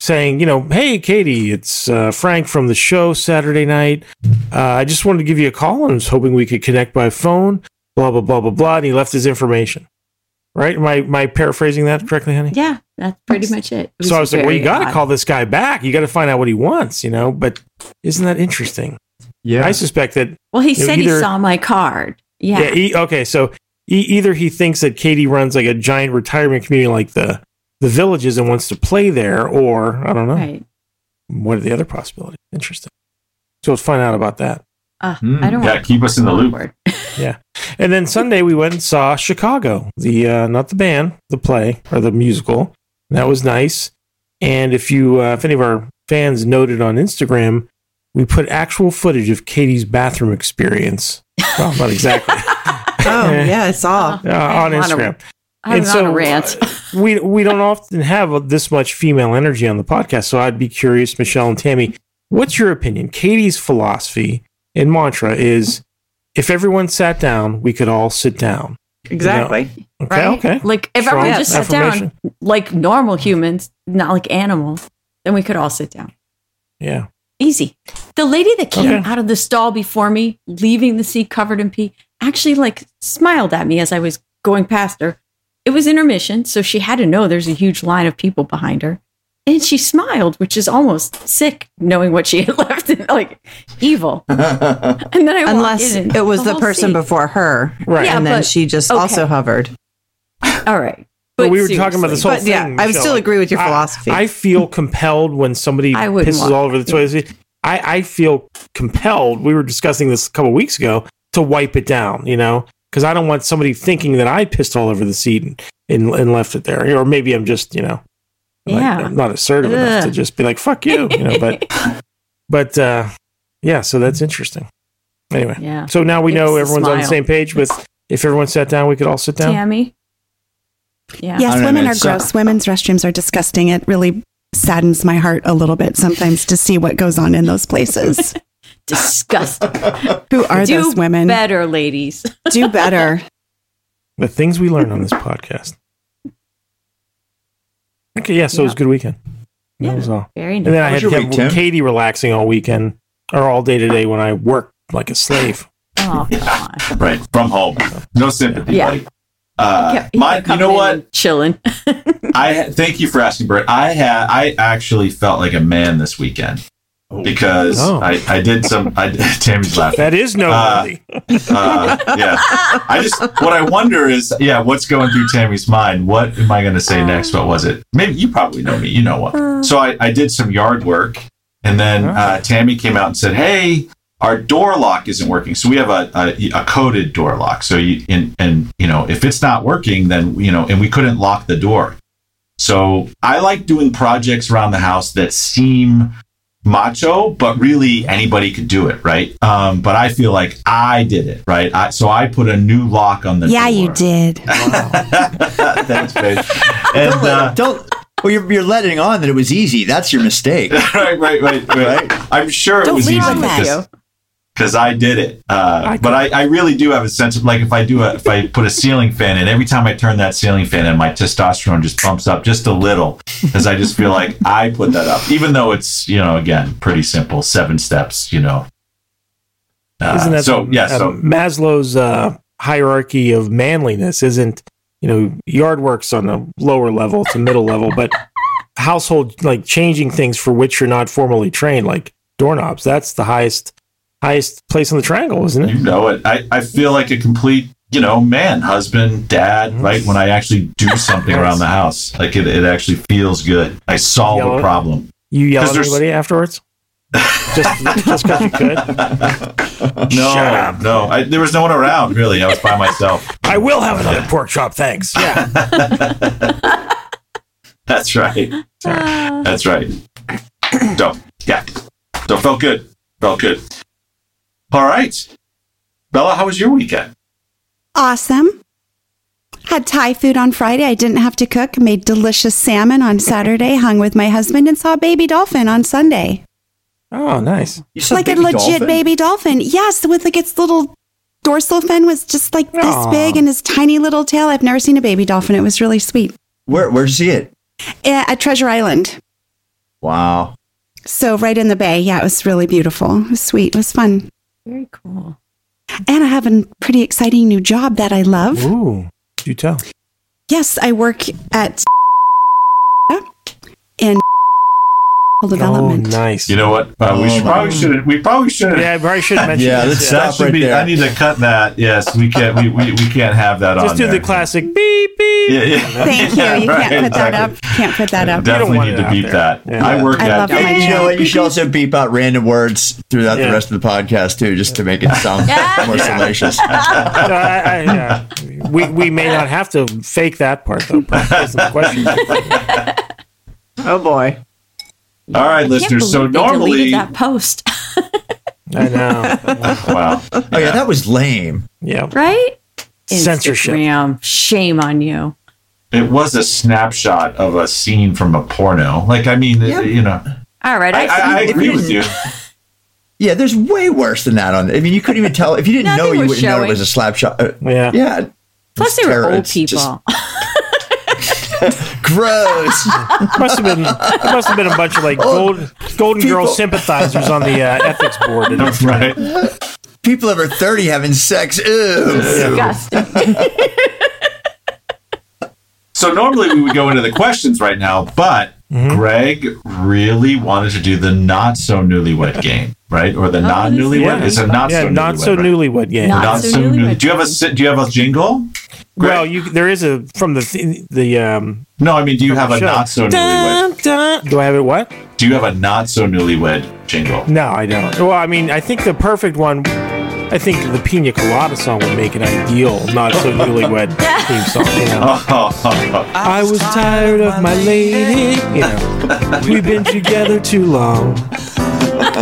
Speaker 6: saying, you know, hey, Katie, it's uh, Frank from the show Saturday night. Uh, I just wanted to give you a call and was hoping we could connect by phone, blah, blah, blah, blah, blah. And he left his information. Right? Am I, am I paraphrasing that correctly, honey?
Speaker 3: Yeah, that's pretty much it. It
Speaker 6: so I was like, well, you
Speaker 3: very
Speaker 6: got to
Speaker 3: odd.
Speaker 6: call this guy back. You got to find out what he wants, you know? But isn't that interesting?
Speaker 1: Yeah.
Speaker 6: I suspect that
Speaker 3: Well, he
Speaker 6: you know,
Speaker 3: said
Speaker 6: either-
Speaker 3: he saw my card. Yeah.
Speaker 6: Yeah. he, okay. So e either he thinks that Katie runs like a giant retirement community like the the villages and wants to play there, or I don't know.
Speaker 3: right.
Speaker 6: What are the other possibilities? Interesting. So let's find out about that.
Speaker 3: Uh,
Speaker 1: Hmm.
Speaker 3: I don't
Speaker 4: Yeah,
Speaker 3: want
Speaker 4: keep us in the loop.
Speaker 3: Word.
Speaker 6: And then Sunday we went and saw Chicago, the uh, not the band, the play or the musical. And that was nice. And if you, uh, if any of our fans noted on Instagram, we put actual footage of Katie's bathroom experience. Well, not exactly
Speaker 5: Oh yeah, I saw.
Speaker 6: uh, on
Speaker 3: I'm on a-
Speaker 6: Instagram.
Speaker 3: I
Speaker 6: And
Speaker 3: was on
Speaker 6: so, uh,
Speaker 3: a rant.
Speaker 6: we we don't often have uh, this much female energy on the podcast, so I'd be curious, Michelle and Tammy, what's your opinion? Katie's philosophy and mantra is if everyone sat down, we could all sit down.
Speaker 5: Exactly.
Speaker 6: Okay,
Speaker 3: Right?
Speaker 6: okay.
Speaker 3: Like if
Speaker 6: Strong
Speaker 3: everyone just sat down,
Speaker 6: affirmation.
Speaker 3: like normal humans, not like animals, then we could all sit down.
Speaker 6: Yeah.
Speaker 3: Easy. The lady that came
Speaker 6: Okay.
Speaker 3: out of the stall before me, leaving the seat covered in pee, actually like smiled at me as I was going past her. It was intermission, so she had to know there's a huge line of people behind her. And she smiled, which is almost sick, knowing what she had left, in, like evil. and then I walked
Speaker 5: Unless
Speaker 3: in and
Speaker 5: it was the,
Speaker 3: whole
Speaker 5: person
Speaker 3: seat-
Speaker 5: before her,
Speaker 6: Right.
Speaker 3: Yeah,
Speaker 5: and then
Speaker 3: but-
Speaker 5: she just
Speaker 3: okay.
Speaker 5: also hovered.
Speaker 3: All right,
Speaker 6: But we were talking
Speaker 3: seriously.
Speaker 6: about this whole
Speaker 5: But
Speaker 6: thing.
Speaker 5: yeah, I would
Speaker 6: Michelle.
Speaker 5: still agree with your
Speaker 6: I-
Speaker 5: philosophy.
Speaker 6: I, feel compelled when somebody
Speaker 3: I wouldn't
Speaker 6: pisses
Speaker 3: want-
Speaker 6: all over the toilet seat. I, I feel compelled. We were discussing this a couple weeks ago to wipe it down, you know, because I don't want somebody thinking that I pissed all over the seat and, and, and left it there. Or maybe I'm just, you know, like,
Speaker 3: Yeah.
Speaker 6: I'm not assertive enough to
Speaker 3: Ugh.
Speaker 6: just be like, fuck you, you know, but, but, uh, yeah, so that's interesting. Anyway,
Speaker 3: Yeah.
Speaker 6: so now we
Speaker 3: It's
Speaker 6: know
Speaker 3: the
Speaker 6: everyone's on the
Speaker 3: smile.
Speaker 6: same page with if everyone sat down, we could all sit down.
Speaker 3: Tammy. Yeah.
Speaker 1: I
Speaker 2: Yes,
Speaker 1: don't know,
Speaker 2: women
Speaker 1: man.
Speaker 2: are
Speaker 1: So-
Speaker 2: gross. Women's restrooms are disgusting. It really saddens my heart a little bit sometimes to see what goes on in those places.
Speaker 3: Disgusting.
Speaker 2: Who are
Speaker 3: Do
Speaker 2: those women?
Speaker 3: better, ladies.
Speaker 2: Do better.
Speaker 6: The things we learn on this podcast. Okay, yeah, so it was a good weekend. That
Speaker 3: Yeah.
Speaker 6: was all.
Speaker 3: Very
Speaker 6: And then
Speaker 3: nice.
Speaker 6: I
Speaker 1: How
Speaker 6: had
Speaker 1: was your
Speaker 6: kept
Speaker 1: week, Tim?
Speaker 6: Katie relaxing all weekend or all day today when I worked like a slave.
Speaker 3: Oh, come on.
Speaker 4: Right. From home. No sympathy.
Speaker 3: Yeah.
Speaker 4: buddy. Uh,
Speaker 3: Yeah,
Speaker 4: mine, you
Speaker 3: coming
Speaker 4: know
Speaker 3: in
Speaker 4: what?
Speaker 3: and Chilling.
Speaker 4: I thank you for asking, Bert. I had I actually felt like a man this weekend because
Speaker 6: Oh.
Speaker 4: I, I did some. I Tammy's laughing.
Speaker 6: That is noteworthy.
Speaker 4: Uh, yeah, I just what I wonder is yeah, what's going through Tammy's mind? What am I going to say next? What was it? Maybe you probably know me. You know what? So I, I did some yard work, and then uh, Tammy came out and said, "Hey." Our door lock isn't working, so we have a, a, a coded door lock. So you and, and you know if it's not working, then you know, and we couldn't lock the door. So I like doing projects around the house that seem macho, but really anybody could do it, right? Um, but I feel like I did it, right? I, so I put a new lock on the
Speaker 2: Yeah, you
Speaker 4: door.
Speaker 2: did.
Speaker 4: Thanks, babe. And uh,
Speaker 1: Don't. Well, you're, you're letting on that it was easy. That's your mistake.
Speaker 4: right, right, right, right. I'm sure it
Speaker 3: Don't
Speaker 4: was
Speaker 3: lean
Speaker 4: easy
Speaker 3: on that.
Speaker 4: because because I did it. Uh,
Speaker 6: I
Speaker 4: but I, I really do have a sense of like if I do a, if I put a ceiling fan in, every time I turn that ceiling fan in, my testosterone just bumps up just a little because I just feel like I put that up, even though it's you know again pretty simple, seven steps, you know. Uh,
Speaker 6: Isn't that
Speaker 4: so?
Speaker 6: the-
Speaker 4: Yeah.
Speaker 6: uh,
Speaker 4: So
Speaker 6: Maslow's uh, hierarchy of manliness isn't you know yard work's on a lower level, it's a middle level, but household like changing things for which you're not formally trained, like doorknobs. That's the highest highest place on the triangle, isn't it?
Speaker 4: You know it. I, I feel like a complete, you know, man, husband, dad, right? When I actually do something around the house, like it, it actually feels good. I solve
Speaker 6: Yellow.
Speaker 4: a problem.
Speaker 6: You yell
Speaker 4: 'Cause
Speaker 6: at
Speaker 4: there's-
Speaker 6: anybody afterwards. Just just because you could.
Speaker 1: Oh,
Speaker 4: No, no. I, there was no one around, really. I was by myself.
Speaker 6: I will have another pork chop, thanks. Yeah.
Speaker 4: That's right.
Speaker 1: Ah.
Speaker 4: That's right. So, yeah. So, felt good. Felt good. All right. Bella, how was your weekend?
Speaker 2: Awesome. Had Thai food on Friday. I didn't have to cook. Made delicious salmon on Saturday. Hung with my husband and saw a baby dolphin on Sunday.
Speaker 6: Oh, nice.
Speaker 1: You said
Speaker 2: like a
Speaker 1: baby
Speaker 2: legit
Speaker 1: dolphin?
Speaker 2: baby dolphin. Yes, with like its little dorsal fin was just like this
Speaker 6: Aw.
Speaker 2: big and his tiny little tail. I've never seen a baby dolphin. It was really sweet.
Speaker 1: Where where'd you see it?
Speaker 2: Eh, At Treasure Island.
Speaker 1: Wow.
Speaker 2: So right in the bay. Yeah, it was really beautiful. It was sweet. It was fun.
Speaker 3: Very cool.
Speaker 2: And I have a pretty exciting new job that I love.
Speaker 6: Ooh. You tell.
Speaker 2: Yes, I work at in development.
Speaker 6: Oh, nice.
Speaker 4: You know what? Uh, we
Speaker 1: Oh,
Speaker 4: should,
Speaker 1: my-
Speaker 4: probably shouldn't. We probably shouldn't.
Speaker 6: yeah, I probably should mention
Speaker 1: Yeah,
Speaker 6: this.
Speaker 1: let's
Speaker 6: yeah.
Speaker 1: stop
Speaker 4: That should
Speaker 1: right
Speaker 4: be.
Speaker 1: there.
Speaker 4: I need to cut that. Yes, we can't. We, we, we can't have that on.
Speaker 6: Just do
Speaker 4: there.
Speaker 6: the classic beep beep.
Speaker 4: Yeah, yeah.
Speaker 2: Thank you. You
Speaker 4: right,
Speaker 2: can't put that
Speaker 4: exactly.
Speaker 2: up. Can't put that up.
Speaker 4: Definitely
Speaker 6: want
Speaker 4: need
Speaker 6: it
Speaker 4: to
Speaker 6: out
Speaker 4: beat
Speaker 6: there.
Speaker 4: that.
Speaker 6: Yeah.
Speaker 4: I work
Speaker 2: I
Speaker 4: at.
Speaker 2: love it.
Speaker 1: And you know what? You should also beep out random words throughout
Speaker 6: Yeah.
Speaker 1: the rest of the podcast too, just to make it sound
Speaker 3: Yeah.
Speaker 1: more salacious.
Speaker 6: No, I, I, yeah. We we may not have to fake that part though. but that's the question.
Speaker 5: Oh boy.
Speaker 4: All
Speaker 3: I
Speaker 4: right,
Speaker 3: can't
Speaker 4: listeners. So
Speaker 3: believe they deleted
Speaker 4: normally,
Speaker 3: that post,
Speaker 6: I know.
Speaker 4: wow.
Speaker 1: Oh yeah, that was lame.
Speaker 6: Yeah.
Speaker 3: right?
Speaker 6: Censorship.
Speaker 3: Instagram, shame on you.
Speaker 4: It was a snapshot of a scene from a porno. Like, I mean, you know,
Speaker 3: All right,
Speaker 4: I, I, I
Speaker 3: see.
Speaker 4: agree with you.
Speaker 1: Yeah, there's way worse than that on. I mean, you couldn't even tell if you didn't
Speaker 3: Nothing
Speaker 1: know, you
Speaker 3: was
Speaker 1: wouldn't know it
Speaker 3: showing.
Speaker 1: was a slap shot. Uh,
Speaker 6: Yeah.
Speaker 1: yeah,
Speaker 3: Plus, they were
Speaker 1: terror,
Speaker 3: old
Speaker 1: it's just-
Speaker 3: people.
Speaker 1: gross.
Speaker 6: Must have been there must have been a bunch of like gold, golden girl
Speaker 1: people-
Speaker 6: sympathizers on the uh, ethics board. And
Speaker 4: right.
Speaker 1: People over thirty having sex. Ew.
Speaker 3: Disgusting.
Speaker 4: So normally we would go into the questions right now, but Greg really wanted to do the not so newlywed game, right? Or the
Speaker 3: Oh,
Speaker 4: non newlywed.
Speaker 6: yeah.
Speaker 4: It's a not
Speaker 6: yeah,
Speaker 4: so
Speaker 6: not
Speaker 4: newlywed,
Speaker 6: so
Speaker 4: right?
Speaker 6: newlywed game.
Speaker 3: Not
Speaker 4: Not
Speaker 3: so
Speaker 4: so new.
Speaker 3: newlywed.
Speaker 4: Do you have a si- do you have a jingle?
Speaker 6: well, you there is a from the th- the um.
Speaker 4: No, I mean, do you have a
Speaker 6: Sure.
Speaker 4: not so newlywed?
Speaker 6: Dun, dun. Do I have it? What?
Speaker 4: Do you have a not so newlywed jingle?
Speaker 6: No, I don't. Well, I mean, I think the perfect one. I think the Pina Colada song would make an ideal not so newlywed theme song. You know? I was tired of my lady. You know, we've been together too long.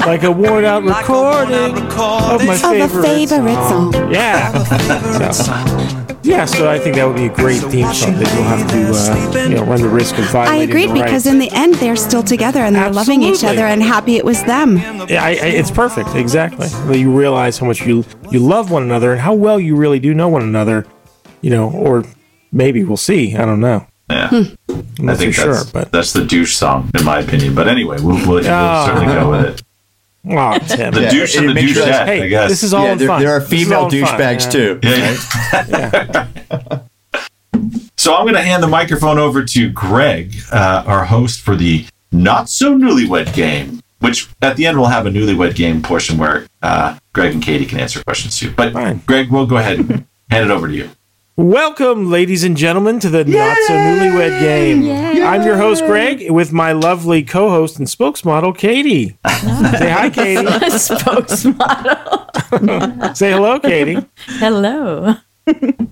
Speaker 6: Like a worn out recording of my
Speaker 2: Of a
Speaker 6: favorite,
Speaker 2: favorite song.
Speaker 6: Yeah. So, yeah, so I think that would be a great theme song that you'll have to, uh, you know, run the risk of
Speaker 2: I
Speaker 6: violating.
Speaker 2: agreed
Speaker 6: the
Speaker 2: because
Speaker 6: rights.
Speaker 2: in the end they're still together and they're loving each
Speaker 6: Absolutely.
Speaker 2: other and happy it was them.
Speaker 6: Yeah, I, I, it's perfect. Exactly. That You realize how much you you love one another and how well you really do know one another. You know, or maybe we'll see. I don't know.
Speaker 4: Yeah.
Speaker 1: Hmm.
Speaker 6: I'm
Speaker 4: I
Speaker 6: not too
Speaker 4: think
Speaker 6: sure,
Speaker 4: that's,
Speaker 6: but
Speaker 4: that's the douche song, in my opinion. But anyway, we'll, we'll, we'll
Speaker 6: Oh.
Speaker 4: certainly go with it.
Speaker 6: oh, Tim.
Speaker 4: The
Speaker 1: Yeah,
Speaker 4: douche and
Speaker 1: it
Speaker 4: the
Speaker 1: makes you
Speaker 4: douchette,
Speaker 1: realize,
Speaker 4: I
Speaker 6: Hey,
Speaker 4: guess.
Speaker 6: this is all
Speaker 1: Yeah,
Speaker 6: in
Speaker 1: there,
Speaker 6: fun.
Speaker 1: there are
Speaker 6: This is
Speaker 1: female
Speaker 6: all in fun,
Speaker 1: douchebags
Speaker 6: yeah.
Speaker 1: too.
Speaker 4: Yeah. so I'm going to hand the microphone over to Greg, uh, our host for the not so newlywed game, which at the end we'll have a newlywed game portion where uh, Greg and Katie can answer questions too. But
Speaker 6: Fine.
Speaker 4: Greg, we'll go ahead and hand it over to you.
Speaker 6: Welcome, ladies and gentlemen, to the Not So Newlywed Game. I'm your host, Greg, with my lovely co host and spokesmodel, Katie. Say hi, Katie.
Speaker 3: Spokesmodel.
Speaker 6: Say hello, Katie.
Speaker 3: Hello.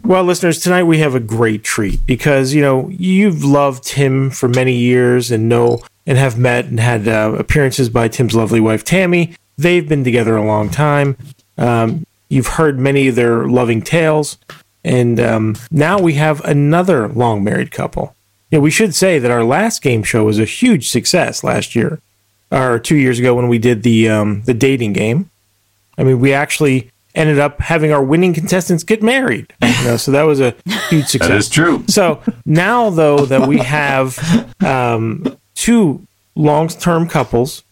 Speaker 6: Well, listeners, tonight we have a great treat because you know you've loved Tim for many years and know and have met and had uh, appearances by Tim's lovely wife Tammy. They've been together a long time. Um, you've heard many of their loving tales, and um, now we have another long married couple. You know, we should say that our last game show was a huge success last year, or two years ago when we did the um, the dating game. I mean, we actually ended up having our winning contestants get married. You know, so that was a huge success.
Speaker 4: That is true.
Speaker 6: So now, though, that we have um, two long-term couples,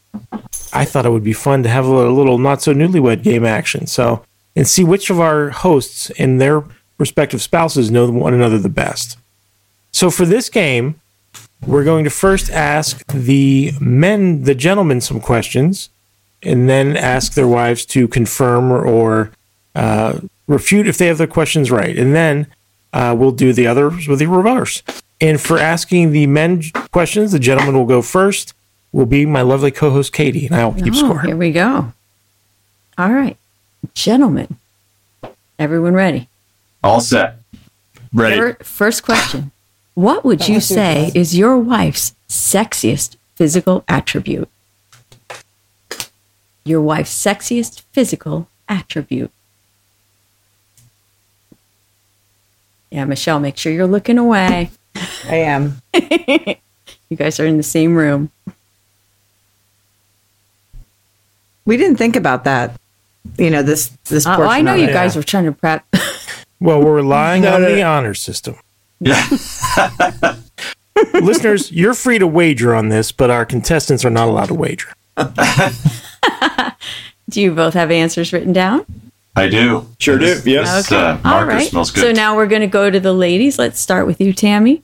Speaker 6: I thought it would be fun to have a little, little not so newlywed game action. So and see which of our hosts and their respective spouses know one another the best. So for this game, we're going to first ask the men, the gentlemen, some questions, and then ask their wives to confirm or uh, refute if they have their questions right, and then uh, we'll do the others with the reverse. And for asking the men questions, the gentleman will go first. will be my lovely co-host Katie, and I will keep
Speaker 3: Oh,
Speaker 6: score.
Speaker 3: Here we go. All right, gentlemen, everyone ready?
Speaker 4: All set.
Speaker 1: Ready?
Speaker 3: Fir- First question: What would you say is your wife's sexiest physical attribute? Your wife's sexiest physical attribute. Yeah, Michelle, make sure you're looking away.
Speaker 5: I am.
Speaker 3: You guys are in the same room.
Speaker 5: We didn't think about that. You know this this.
Speaker 3: Uh,
Speaker 5: portion
Speaker 3: I know
Speaker 5: of
Speaker 3: you
Speaker 5: it.
Speaker 3: guys were trying to prep.
Speaker 6: Well, we're relying
Speaker 1: No,
Speaker 6: on
Speaker 1: no,
Speaker 6: the
Speaker 1: no.
Speaker 6: honor system.
Speaker 4: Yeah.
Speaker 6: Listeners, you're free to wager on this, but our contestants are not allowed to wager.
Speaker 3: Do you both have answers written down?
Speaker 4: I do.
Speaker 1: Sure do,
Speaker 4: This-
Speaker 1: yeah.
Speaker 4: This uh, marker smells good.
Speaker 3: So now we're going to go to the ladies. Let's start with you, Tammy.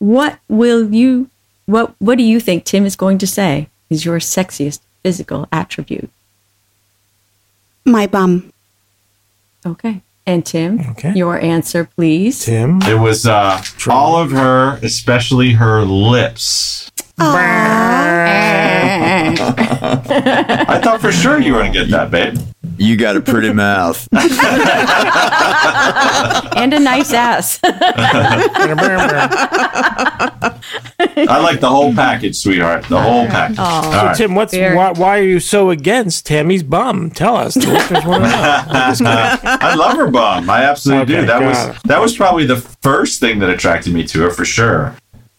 Speaker 3: What will you what what do you think Tim is going to say is your sexiest physical attribute?
Speaker 2: My bum.
Speaker 3: Okay. And Tim,
Speaker 6: Okay.
Speaker 3: your answer, please.
Speaker 6: Tim,
Speaker 4: it was uh, all of her, especially her lips. I thought for sure you were going to get that, babe.
Speaker 1: You got a pretty mouth.
Speaker 3: and a nice ass.
Speaker 6: so
Speaker 4: I like the whole package, sweetheart. The whole package. All right.
Speaker 6: Tim, what's
Speaker 3: Fair.
Speaker 6: why, why are you so against Tammy's bum? Tell us. The listeners want to know.
Speaker 4: I love her bum. I absolutely do.
Speaker 6: Okay,
Speaker 4: That
Speaker 6: got
Speaker 4: was that was probably the first thing that attracted me to her for sure.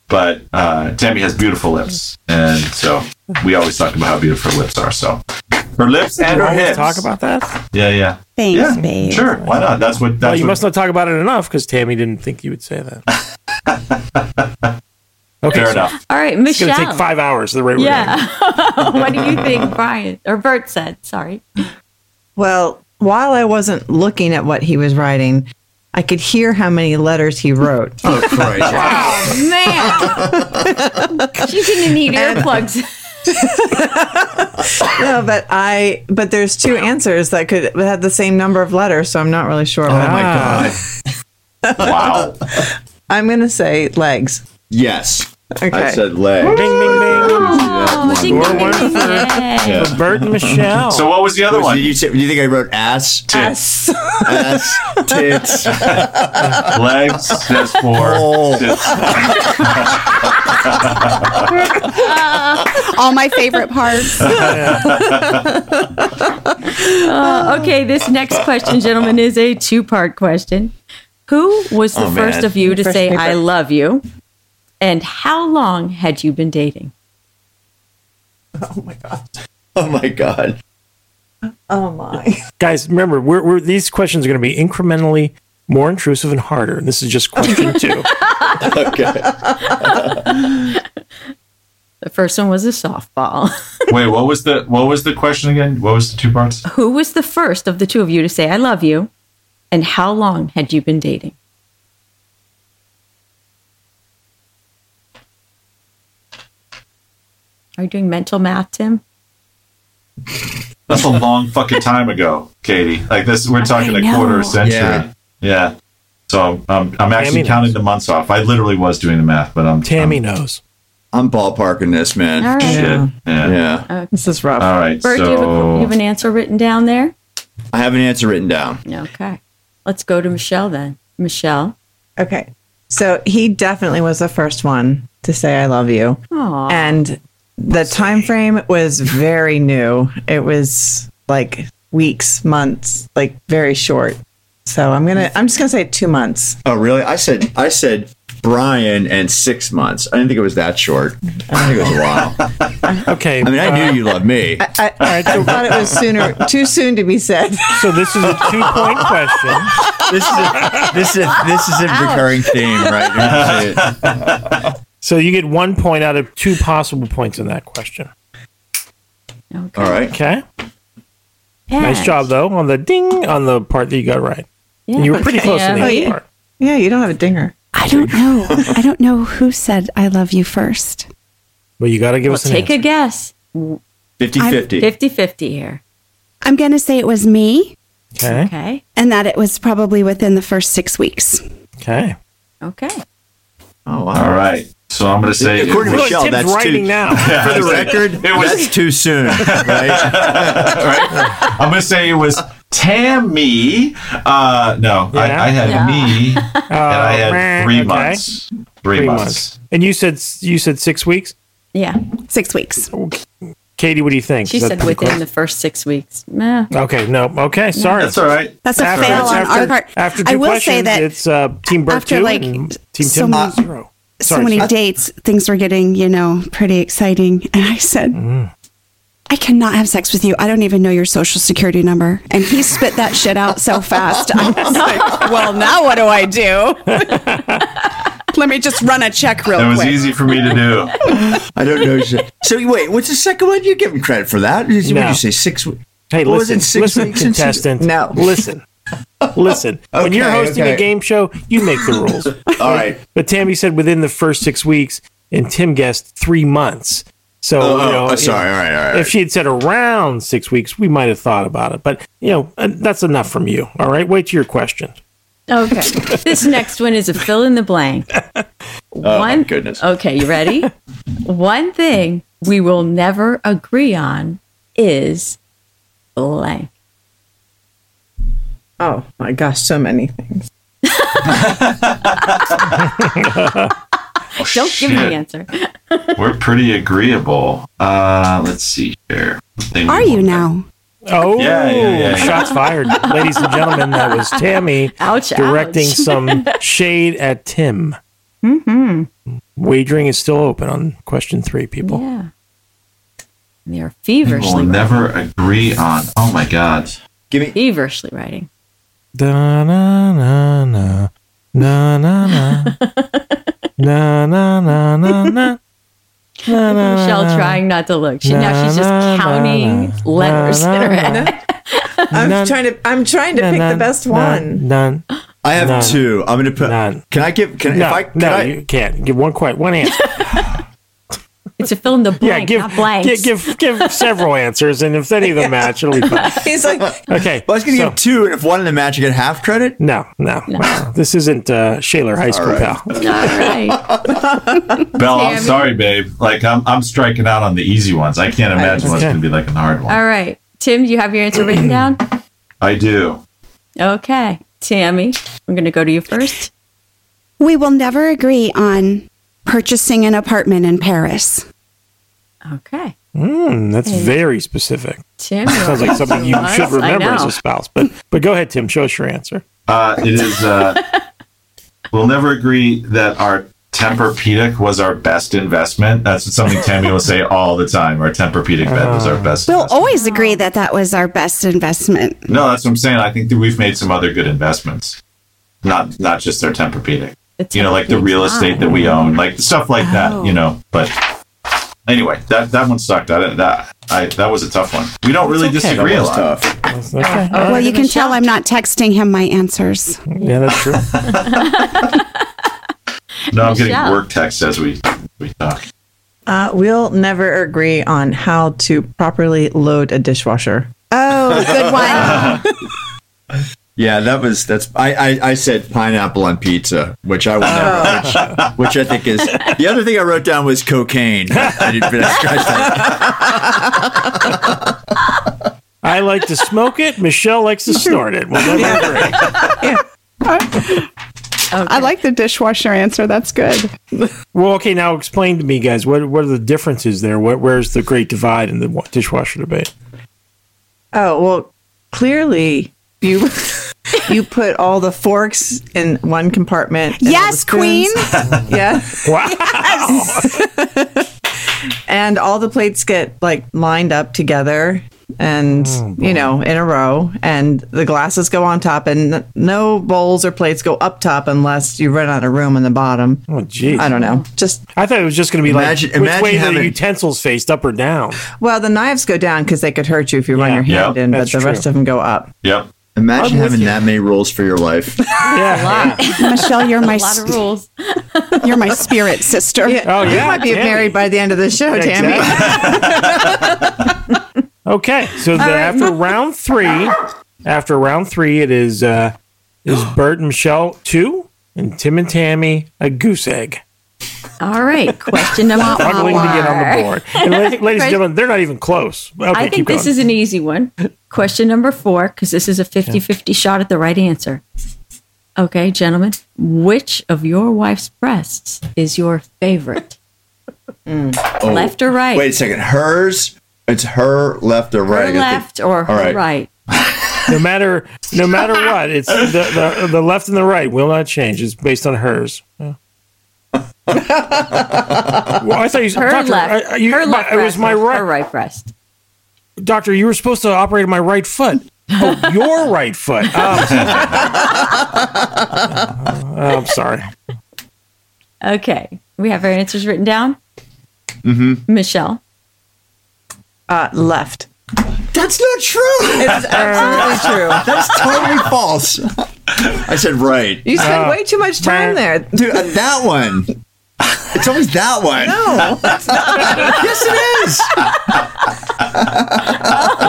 Speaker 4: But uh, Tammy has beautiful lips, and so we always talk about how beautiful her lips are. So her lips and her
Speaker 6: Always
Speaker 4: hips.
Speaker 6: talk about that.
Speaker 4: yeah, yeah,
Speaker 2: Thanks,
Speaker 4: yeah.
Speaker 2: babe.
Speaker 4: Sure, why not? That's what. That's
Speaker 6: Well, you
Speaker 4: what,
Speaker 6: must not talk about it enough because Tammy didn't think you would say that. Okay,
Speaker 4: Fair
Speaker 6: so
Speaker 4: enough.
Speaker 3: All right,
Speaker 6: it's going
Speaker 3: Michelle.
Speaker 6: to take five hours. The rate we're going.
Speaker 3: yeah. what do you think Brian or Bert said? Sorry.
Speaker 5: Well, while I wasn't looking at what he was writing, I could hear how many letters he wrote.
Speaker 1: oh, Christ.
Speaker 3: Oh man. She's going to need earplugs.
Speaker 5: no, but I but there's two answers that could have the same number of letters, so I'm not really sure.
Speaker 1: Oh, my
Speaker 6: Ah.
Speaker 1: God.
Speaker 4: Wow.
Speaker 5: I'm gonna say legs.
Speaker 1: Yes. I
Speaker 5: Okay.
Speaker 1: said leg.
Speaker 6: Bing, bing, bing.
Speaker 3: Oh, ding, ding,
Speaker 6: Score
Speaker 3: ding, ding. Yay.
Speaker 6: For Bert and Michelle.
Speaker 4: So what was the other
Speaker 1: Was-
Speaker 4: one?
Speaker 1: did you, say, do you think I wrote ass?
Speaker 5: Yes.
Speaker 1: ass, tits.
Speaker 4: Legs, that's four.
Speaker 1: Oh.
Speaker 4: Just-
Speaker 2: All my favorite parts.
Speaker 3: Uh, okay, this next question, gentlemen, is a two part question. Who was the
Speaker 1: Oh, man.
Speaker 3: first of you to say,
Speaker 5: paper.
Speaker 3: I love you? And how long had you been dating?
Speaker 1: Oh my God.
Speaker 5: Oh my.
Speaker 6: guys, remember, we're, we're these questions are going to be incrementally more intrusive and harder. This is just question two.
Speaker 1: Okay.
Speaker 3: The first one was a softball.
Speaker 4: Wait, what was the what was the question again? What was the two parts?
Speaker 3: Who was the first of the two of you to say, I love you? And how long had you been dating? Are you doing mental math, Tim?
Speaker 4: That's a long fucking time ago, Katie. Like this, we're talking a quarter century.
Speaker 1: Yeah.
Speaker 4: Yeah. So um, I'm actually
Speaker 6: Tammy
Speaker 4: counting
Speaker 6: knows.
Speaker 4: the months off. I literally was doing the math, but I'm
Speaker 6: Tammy
Speaker 4: I'm-
Speaker 6: knows.
Speaker 1: I'm ballparking this, man.
Speaker 3: All right.
Speaker 4: shit. Yeah.
Speaker 1: Yeah.
Speaker 5: This is rough.
Speaker 4: All right.
Speaker 3: Bert, do you have, a, you
Speaker 4: so
Speaker 3: have an answer written down there?
Speaker 1: I have an answer written down.
Speaker 3: Okay. Let's go to Michelle then. Michelle.
Speaker 5: Okay. So he definitely was the first one to say I love you.
Speaker 3: Aw.
Speaker 5: And the time frame was very new. It was like weeks, months, like very short. So I'm gonna I'm just gonna say two months.
Speaker 1: Oh, really? I said I said Brian and six months. I didn't think it was that short. I think it was a while.
Speaker 6: Okay. uh,
Speaker 1: I mean, I knew you loved me.
Speaker 5: I, I, thought it was sooner too soon to be said.
Speaker 6: so this is a two point question.
Speaker 1: This is a, this is a, this is a recurring theme, right?
Speaker 6: So you get one point out of two possible points in that question.
Speaker 3: okay.
Speaker 1: All right.
Speaker 6: Okay. Nice job, though, on the ding on the part that you got right.
Speaker 3: Yeah.
Speaker 6: And you were pretty close to
Speaker 3: Yeah.
Speaker 6: the
Speaker 5: Oh,
Speaker 6: eight
Speaker 5: yeah.
Speaker 6: part.
Speaker 5: Yeah, you don't have a dinger.
Speaker 2: I don't know. I don't know who said I love you first.
Speaker 6: Well, you got to give
Speaker 3: Well,
Speaker 6: us an
Speaker 3: take a
Speaker 6: answer.
Speaker 3: guess.
Speaker 1: 50 50.
Speaker 3: 50 50 here.
Speaker 2: I'm going to say it was me
Speaker 6: Okay.
Speaker 3: Okay.
Speaker 2: and that it was probably within the first six weeks.
Speaker 6: Okay.
Speaker 3: Okay.
Speaker 1: Oh,
Speaker 4: all
Speaker 1: wow.
Speaker 4: right. So I'm going to say.
Speaker 1: According to
Speaker 6: Really,
Speaker 1: Michelle,
Speaker 6: Tim's
Speaker 1: that's
Speaker 6: writing
Speaker 1: too,
Speaker 6: now.
Speaker 1: For the record,
Speaker 4: It was-
Speaker 1: that's too soon, right?
Speaker 4: right? I'm going to say it was Tammy. Uh, no, I,
Speaker 6: Yeah.
Speaker 4: I had
Speaker 3: Yeah.
Speaker 4: me, and I
Speaker 6: meh,
Speaker 4: had three
Speaker 6: Oh, okay.
Speaker 4: months. Three,
Speaker 6: Three
Speaker 4: months.
Speaker 6: months. And you said s- you said six weeks.
Speaker 3: Yeah.
Speaker 2: Six weeks.
Speaker 6: Katie, what do you think?
Speaker 3: She
Speaker 6: Is that
Speaker 3: said
Speaker 6: pretty
Speaker 3: within
Speaker 6: close?
Speaker 3: the first six weeks. Meh.
Speaker 6: Okay, no. Okay, sorry.
Speaker 4: That's all right.
Speaker 2: That's a
Speaker 6: After-
Speaker 2: fail on
Speaker 6: after-
Speaker 2: our part.
Speaker 6: After two
Speaker 2: I will
Speaker 6: questions,
Speaker 2: say that
Speaker 6: it's uh, Team Bert
Speaker 2: after,
Speaker 6: two
Speaker 2: like,
Speaker 6: and Team
Speaker 2: so
Speaker 6: Tim
Speaker 2: many-
Speaker 6: zero.
Speaker 2: so
Speaker 6: Sorry,
Speaker 2: many
Speaker 6: sorry.
Speaker 2: dates, things were getting, you know, pretty exciting. And I said, I cannot have sex with you. I don't even know your social security number. And he spit that shit out so fast. I was like, well, now what do I do? Let me just run a check real
Speaker 4: That was
Speaker 2: quick.
Speaker 4: easy for me to do.
Speaker 1: I don't know. shit. So wait, what's the second one? You give him credit for that? What did
Speaker 6: No.
Speaker 1: you say? Six weeks?
Speaker 6: Hey,
Speaker 1: What was
Speaker 6: listen,
Speaker 1: it, six
Speaker 6: listen,
Speaker 1: weeks and six-
Speaker 6: contestant.
Speaker 5: No.
Speaker 6: listen, listen. when you're
Speaker 1: Okay,
Speaker 6: hosting
Speaker 1: okay.
Speaker 6: a game show, you make the rules.
Speaker 1: All right.
Speaker 6: But Tammy said within the first six weeks, and Tim guessed three months. So
Speaker 1: Oh,
Speaker 6: you know,
Speaker 1: oh, oh, sorry. All right. All right.
Speaker 6: If she had said around six weeks, we might have thought about it. But you know, uh, that's enough from you. All right, wait to your question.
Speaker 3: Okay. this next one is a fill in the blank.
Speaker 1: Oh,
Speaker 3: One.
Speaker 1: my goodness.
Speaker 3: Okay, you ready? One thing we will never agree on is blank.
Speaker 5: Oh my gosh, so many things.
Speaker 1: Oh,
Speaker 3: Don't give me
Speaker 4: Shit.
Speaker 3: the answer.
Speaker 4: We're pretty agreeable. Uh, let's see here. Thing we
Speaker 2: Are you
Speaker 4: want-
Speaker 2: now?
Speaker 6: Oh,
Speaker 4: Yeah, yeah, yeah, yeah.
Speaker 6: shots fired, ladies and gentlemen. That was Tammy
Speaker 3: Ouch.
Speaker 6: directing
Speaker 3: ouch.
Speaker 6: some shade at Tim.
Speaker 3: Hmm.
Speaker 6: Mm-hmm. Wagering is still open on question three, people.
Speaker 3: Yeah. They are
Speaker 4: We will
Speaker 3: feverishly,
Speaker 4: never agree on. Oh my god.
Speaker 1: Give me.
Speaker 3: feverishly writing.
Speaker 6: Da na na na na na na na na na na na. Na, na,
Speaker 3: Michelle trying not to look. She now she's just
Speaker 6: Na, na,
Speaker 3: counting
Speaker 6: na, na.
Speaker 3: letters
Speaker 6: Na,
Speaker 3: in her
Speaker 6: na,
Speaker 3: head.
Speaker 5: I'm
Speaker 6: None.
Speaker 5: trying to. I'm trying to pick the best one.
Speaker 6: None.
Speaker 1: I have
Speaker 6: None.
Speaker 1: two. I'm gonna put.
Speaker 6: None.
Speaker 1: Can I give? Can
Speaker 6: No,
Speaker 1: if I? Can
Speaker 6: no,
Speaker 1: I,
Speaker 6: you can't. Give one quite one answer.
Speaker 3: It's a fill in the
Speaker 6: yeah,
Speaker 3: blank,
Speaker 6: give,
Speaker 3: not blanks.
Speaker 6: give give give several answers, and if any of them match, it'll be fine.
Speaker 5: He's like,
Speaker 6: Okay.
Speaker 1: well, I was gonna
Speaker 6: so-
Speaker 1: give two, and if one of them match, you get half credit.
Speaker 6: No, no, wow. This isn't uh, Shaler High School, pal.
Speaker 3: All right.
Speaker 4: Belle, I'm
Speaker 3: Tammy.
Speaker 4: sorry, babe. Like I'm, I'm striking out on the easy ones. I can't imagine what's
Speaker 6: okay.
Speaker 4: going to be like on the hard one.
Speaker 3: All right. Tim, do you have your answer written down?
Speaker 4: I do.
Speaker 3: Okay. Tammy, I'm going to go to you first.
Speaker 2: We will never agree on purchasing an apartment in Paris.
Speaker 3: Okay.
Speaker 6: Mm, that's very specific.
Speaker 3: Tim, you
Speaker 6: Sounds like something you should
Speaker 3: Nice, I
Speaker 6: remember as
Speaker 3: know.
Speaker 6: a spouse. But but go ahead, Tim. Show us your answer.
Speaker 4: Uh, it is. Uh, we'll never agree that our Tempur-Pedic was our best investment. That's something Tammy will say all the time. Our Tempur-Pedic bed was our best.
Speaker 2: We'll
Speaker 4: investment.
Speaker 2: always agree that that was our best investment.
Speaker 4: No, that's what I'm saying. I think that we've made some other good investments. Not not just our Tempur-Pedic.
Speaker 3: The
Speaker 4: you know, like the
Speaker 3: Tempur-Pedic's
Speaker 4: real estate that we own, like stuff like
Speaker 3: Oh.
Speaker 4: that, you know. But anyway, that that one sucked. I didn't, that I that was a tough one. We don't really disagree a lot.
Speaker 1: Tough.
Speaker 6: Okay.
Speaker 2: Well, you can
Speaker 3: Michelle.
Speaker 2: tell I'm not texting him my answers.
Speaker 6: Yeah, that's true.
Speaker 4: No, I'm getting
Speaker 3: Michelle.
Speaker 4: work texts as we we talk.
Speaker 5: uh, we'll never agree on how to properly load a dishwasher.
Speaker 2: Oh, good one.
Speaker 1: Yeah, that was that's. I, I I said pineapple on pizza, which I will
Speaker 6: Oh.
Speaker 1: never. Which, which I think is the other thing I wrote down was cocaine. I didn't but I scratched that.
Speaker 6: I like to smoke it. Michelle likes to snort it. Well, never agree.
Speaker 8: I like the dishwasher answer. That's good.
Speaker 6: well, okay. Now explain to me, guys. What what are the differences there? What where's the great divide in the wa- dishwasher debate?
Speaker 5: Oh well, clearly you you put all the forks in one compartment. and all
Speaker 2: Yes,
Speaker 5: the spoons.
Speaker 2: queen.
Speaker 5: Yeah.
Speaker 6: Wow.
Speaker 5: and all the plates get like lined up together and
Speaker 6: Oh,
Speaker 5: you know in a row and the glasses go on top and n- no bowls or plates go up top unless you run out of room in the bottom
Speaker 6: Oh, geez.
Speaker 5: i don't know just
Speaker 6: I thought it was just going to be
Speaker 1: Imagine-
Speaker 6: like which
Speaker 1: imagine
Speaker 6: way the
Speaker 1: having-
Speaker 6: utensils faced, up or down.
Speaker 5: well the knives go down because they could hurt you if you run
Speaker 6: Yeah.
Speaker 5: your
Speaker 4: Yeah,
Speaker 5: hand in but
Speaker 6: that's
Speaker 5: the rest
Speaker 6: true.
Speaker 5: of them go up
Speaker 4: Yep.
Speaker 1: Imagine
Speaker 6: I'm with
Speaker 1: having
Speaker 6: you.
Speaker 1: that many rules for your life.
Speaker 6: Yeah.
Speaker 2: Michelle, you're my
Speaker 3: A lot of rules.
Speaker 2: you're my spirit sister.
Speaker 6: Oh, yeah,
Speaker 5: you might be
Speaker 6: Tammy.
Speaker 5: married by the end of the show tammy
Speaker 6: Exactly. okay, so the, after round three, after round three, it is uh, is Bert and Michelle two, and Tim and Tammy a goose egg.
Speaker 3: All right. Question number four.
Speaker 6: Struggling to get on the board. And la- ladies and gentlemen, they're not even close. Okay,
Speaker 3: I
Speaker 6: keep
Speaker 3: think this
Speaker 6: going.
Speaker 3: is an easy one. Question number four, because this is a 50 50 shot at the right answer. Okay, gentlemen, which of your wife's breasts is your favorite?
Speaker 1: Oh,
Speaker 3: Left or right?
Speaker 1: Wait a second. Hers. It's her left or right.
Speaker 3: her
Speaker 1: I gotta
Speaker 3: left
Speaker 1: think.
Speaker 3: or her
Speaker 1: All
Speaker 3: right.
Speaker 6: no matter no matter what. It's the, the the left and the right will not change. It's based on hers. Yeah. well, I thought you
Speaker 3: Her
Speaker 6: doctor,
Speaker 3: left.
Speaker 6: I- I- you-
Speaker 3: her
Speaker 6: my-
Speaker 3: left.
Speaker 6: It was
Speaker 3: breast
Speaker 6: my
Speaker 3: or
Speaker 6: right.
Speaker 3: Her right breast.
Speaker 6: Doctor, you were supposed to operate on my right foot. Oh, your right foot. Oh, I'm sorry. Oh, I'm sorry.
Speaker 3: Okay. We have our answers written down. Mm-hmm. Michelle.
Speaker 5: Uh, left.
Speaker 1: That's not true.
Speaker 5: It's absolutely true.
Speaker 1: That's totally false. I said right.
Speaker 6: Oh.
Speaker 5: You spend way too much time there.
Speaker 1: Dude, uh, that one. It's always that one.
Speaker 5: No,
Speaker 1: Yes, it is.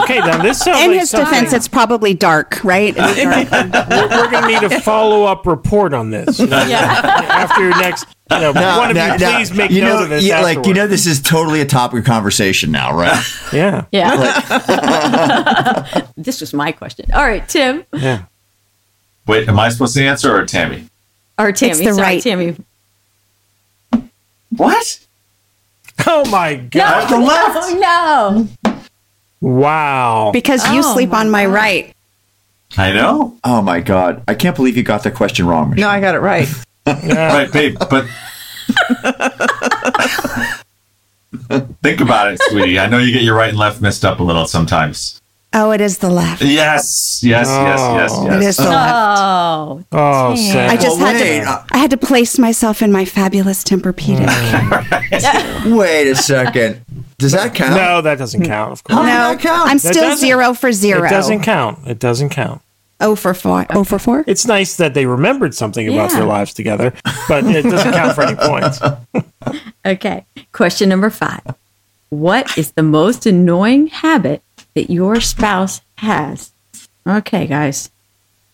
Speaker 6: Okay, now this sounds
Speaker 2: In
Speaker 6: like
Speaker 2: his
Speaker 6: something-
Speaker 2: defense, it's probably dark, right? It's dark.
Speaker 6: we're, we're going to need a follow up report on this. you know, After your next, you know, one of
Speaker 1: No,
Speaker 6: you
Speaker 1: no,
Speaker 6: please make
Speaker 1: you
Speaker 6: note
Speaker 1: know,
Speaker 6: of this.
Speaker 1: yeah, like you know,
Speaker 6: afterward.
Speaker 1: this is totally a topic of conversation now, right?
Speaker 6: yeah.
Speaker 3: Yeah. this was my question. All right, Tim.
Speaker 6: Yeah.
Speaker 4: Wait, am I supposed to answer or Tammy?
Speaker 3: Or Tammy.
Speaker 2: the
Speaker 3: Sorry,
Speaker 2: right.
Speaker 3: Tammy.
Speaker 4: What?
Speaker 6: Oh my god!
Speaker 4: That's the left.
Speaker 3: No.
Speaker 6: Wow.
Speaker 2: because you
Speaker 3: Oh,
Speaker 2: sleep
Speaker 3: my
Speaker 2: on my
Speaker 3: God.
Speaker 2: right.
Speaker 4: I know.
Speaker 1: Oh my god, I can't believe you got that question wrong.
Speaker 5: no, I got it right.
Speaker 4: Right, babe, but think about it, sweetie. I know you get your right and left mixed up a little sometimes.
Speaker 2: Oh, it is the left.
Speaker 4: Yes, yes, yes, yes, Uh, yes.
Speaker 2: It is the left.
Speaker 3: Oh.
Speaker 6: Oh, Sam.
Speaker 2: I just had
Speaker 1: wait.
Speaker 2: to. I had to place myself in my fabulous Tempur-Pedic.
Speaker 1: Wait a second. Does that count?
Speaker 6: no, that doesn't
Speaker 5: Mm.
Speaker 6: count. Of
Speaker 1: How
Speaker 6: course,
Speaker 1: did
Speaker 2: No,
Speaker 1: that count?
Speaker 2: I'm still
Speaker 6: doesn't-
Speaker 2: zero for zero.
Speaker 6: it doesn't count. It doesn't count.
Speaker 2: Oh for four. Oh for four.
Speaker 6: It's nice that they remembered something about
Speaker 3: Yeah.
Speaker 6: their lives together, but it doesn't count for any points.
Speaker 3: Okay. Question number five. What is the most annoying habit that your spouse has? Okay, guys.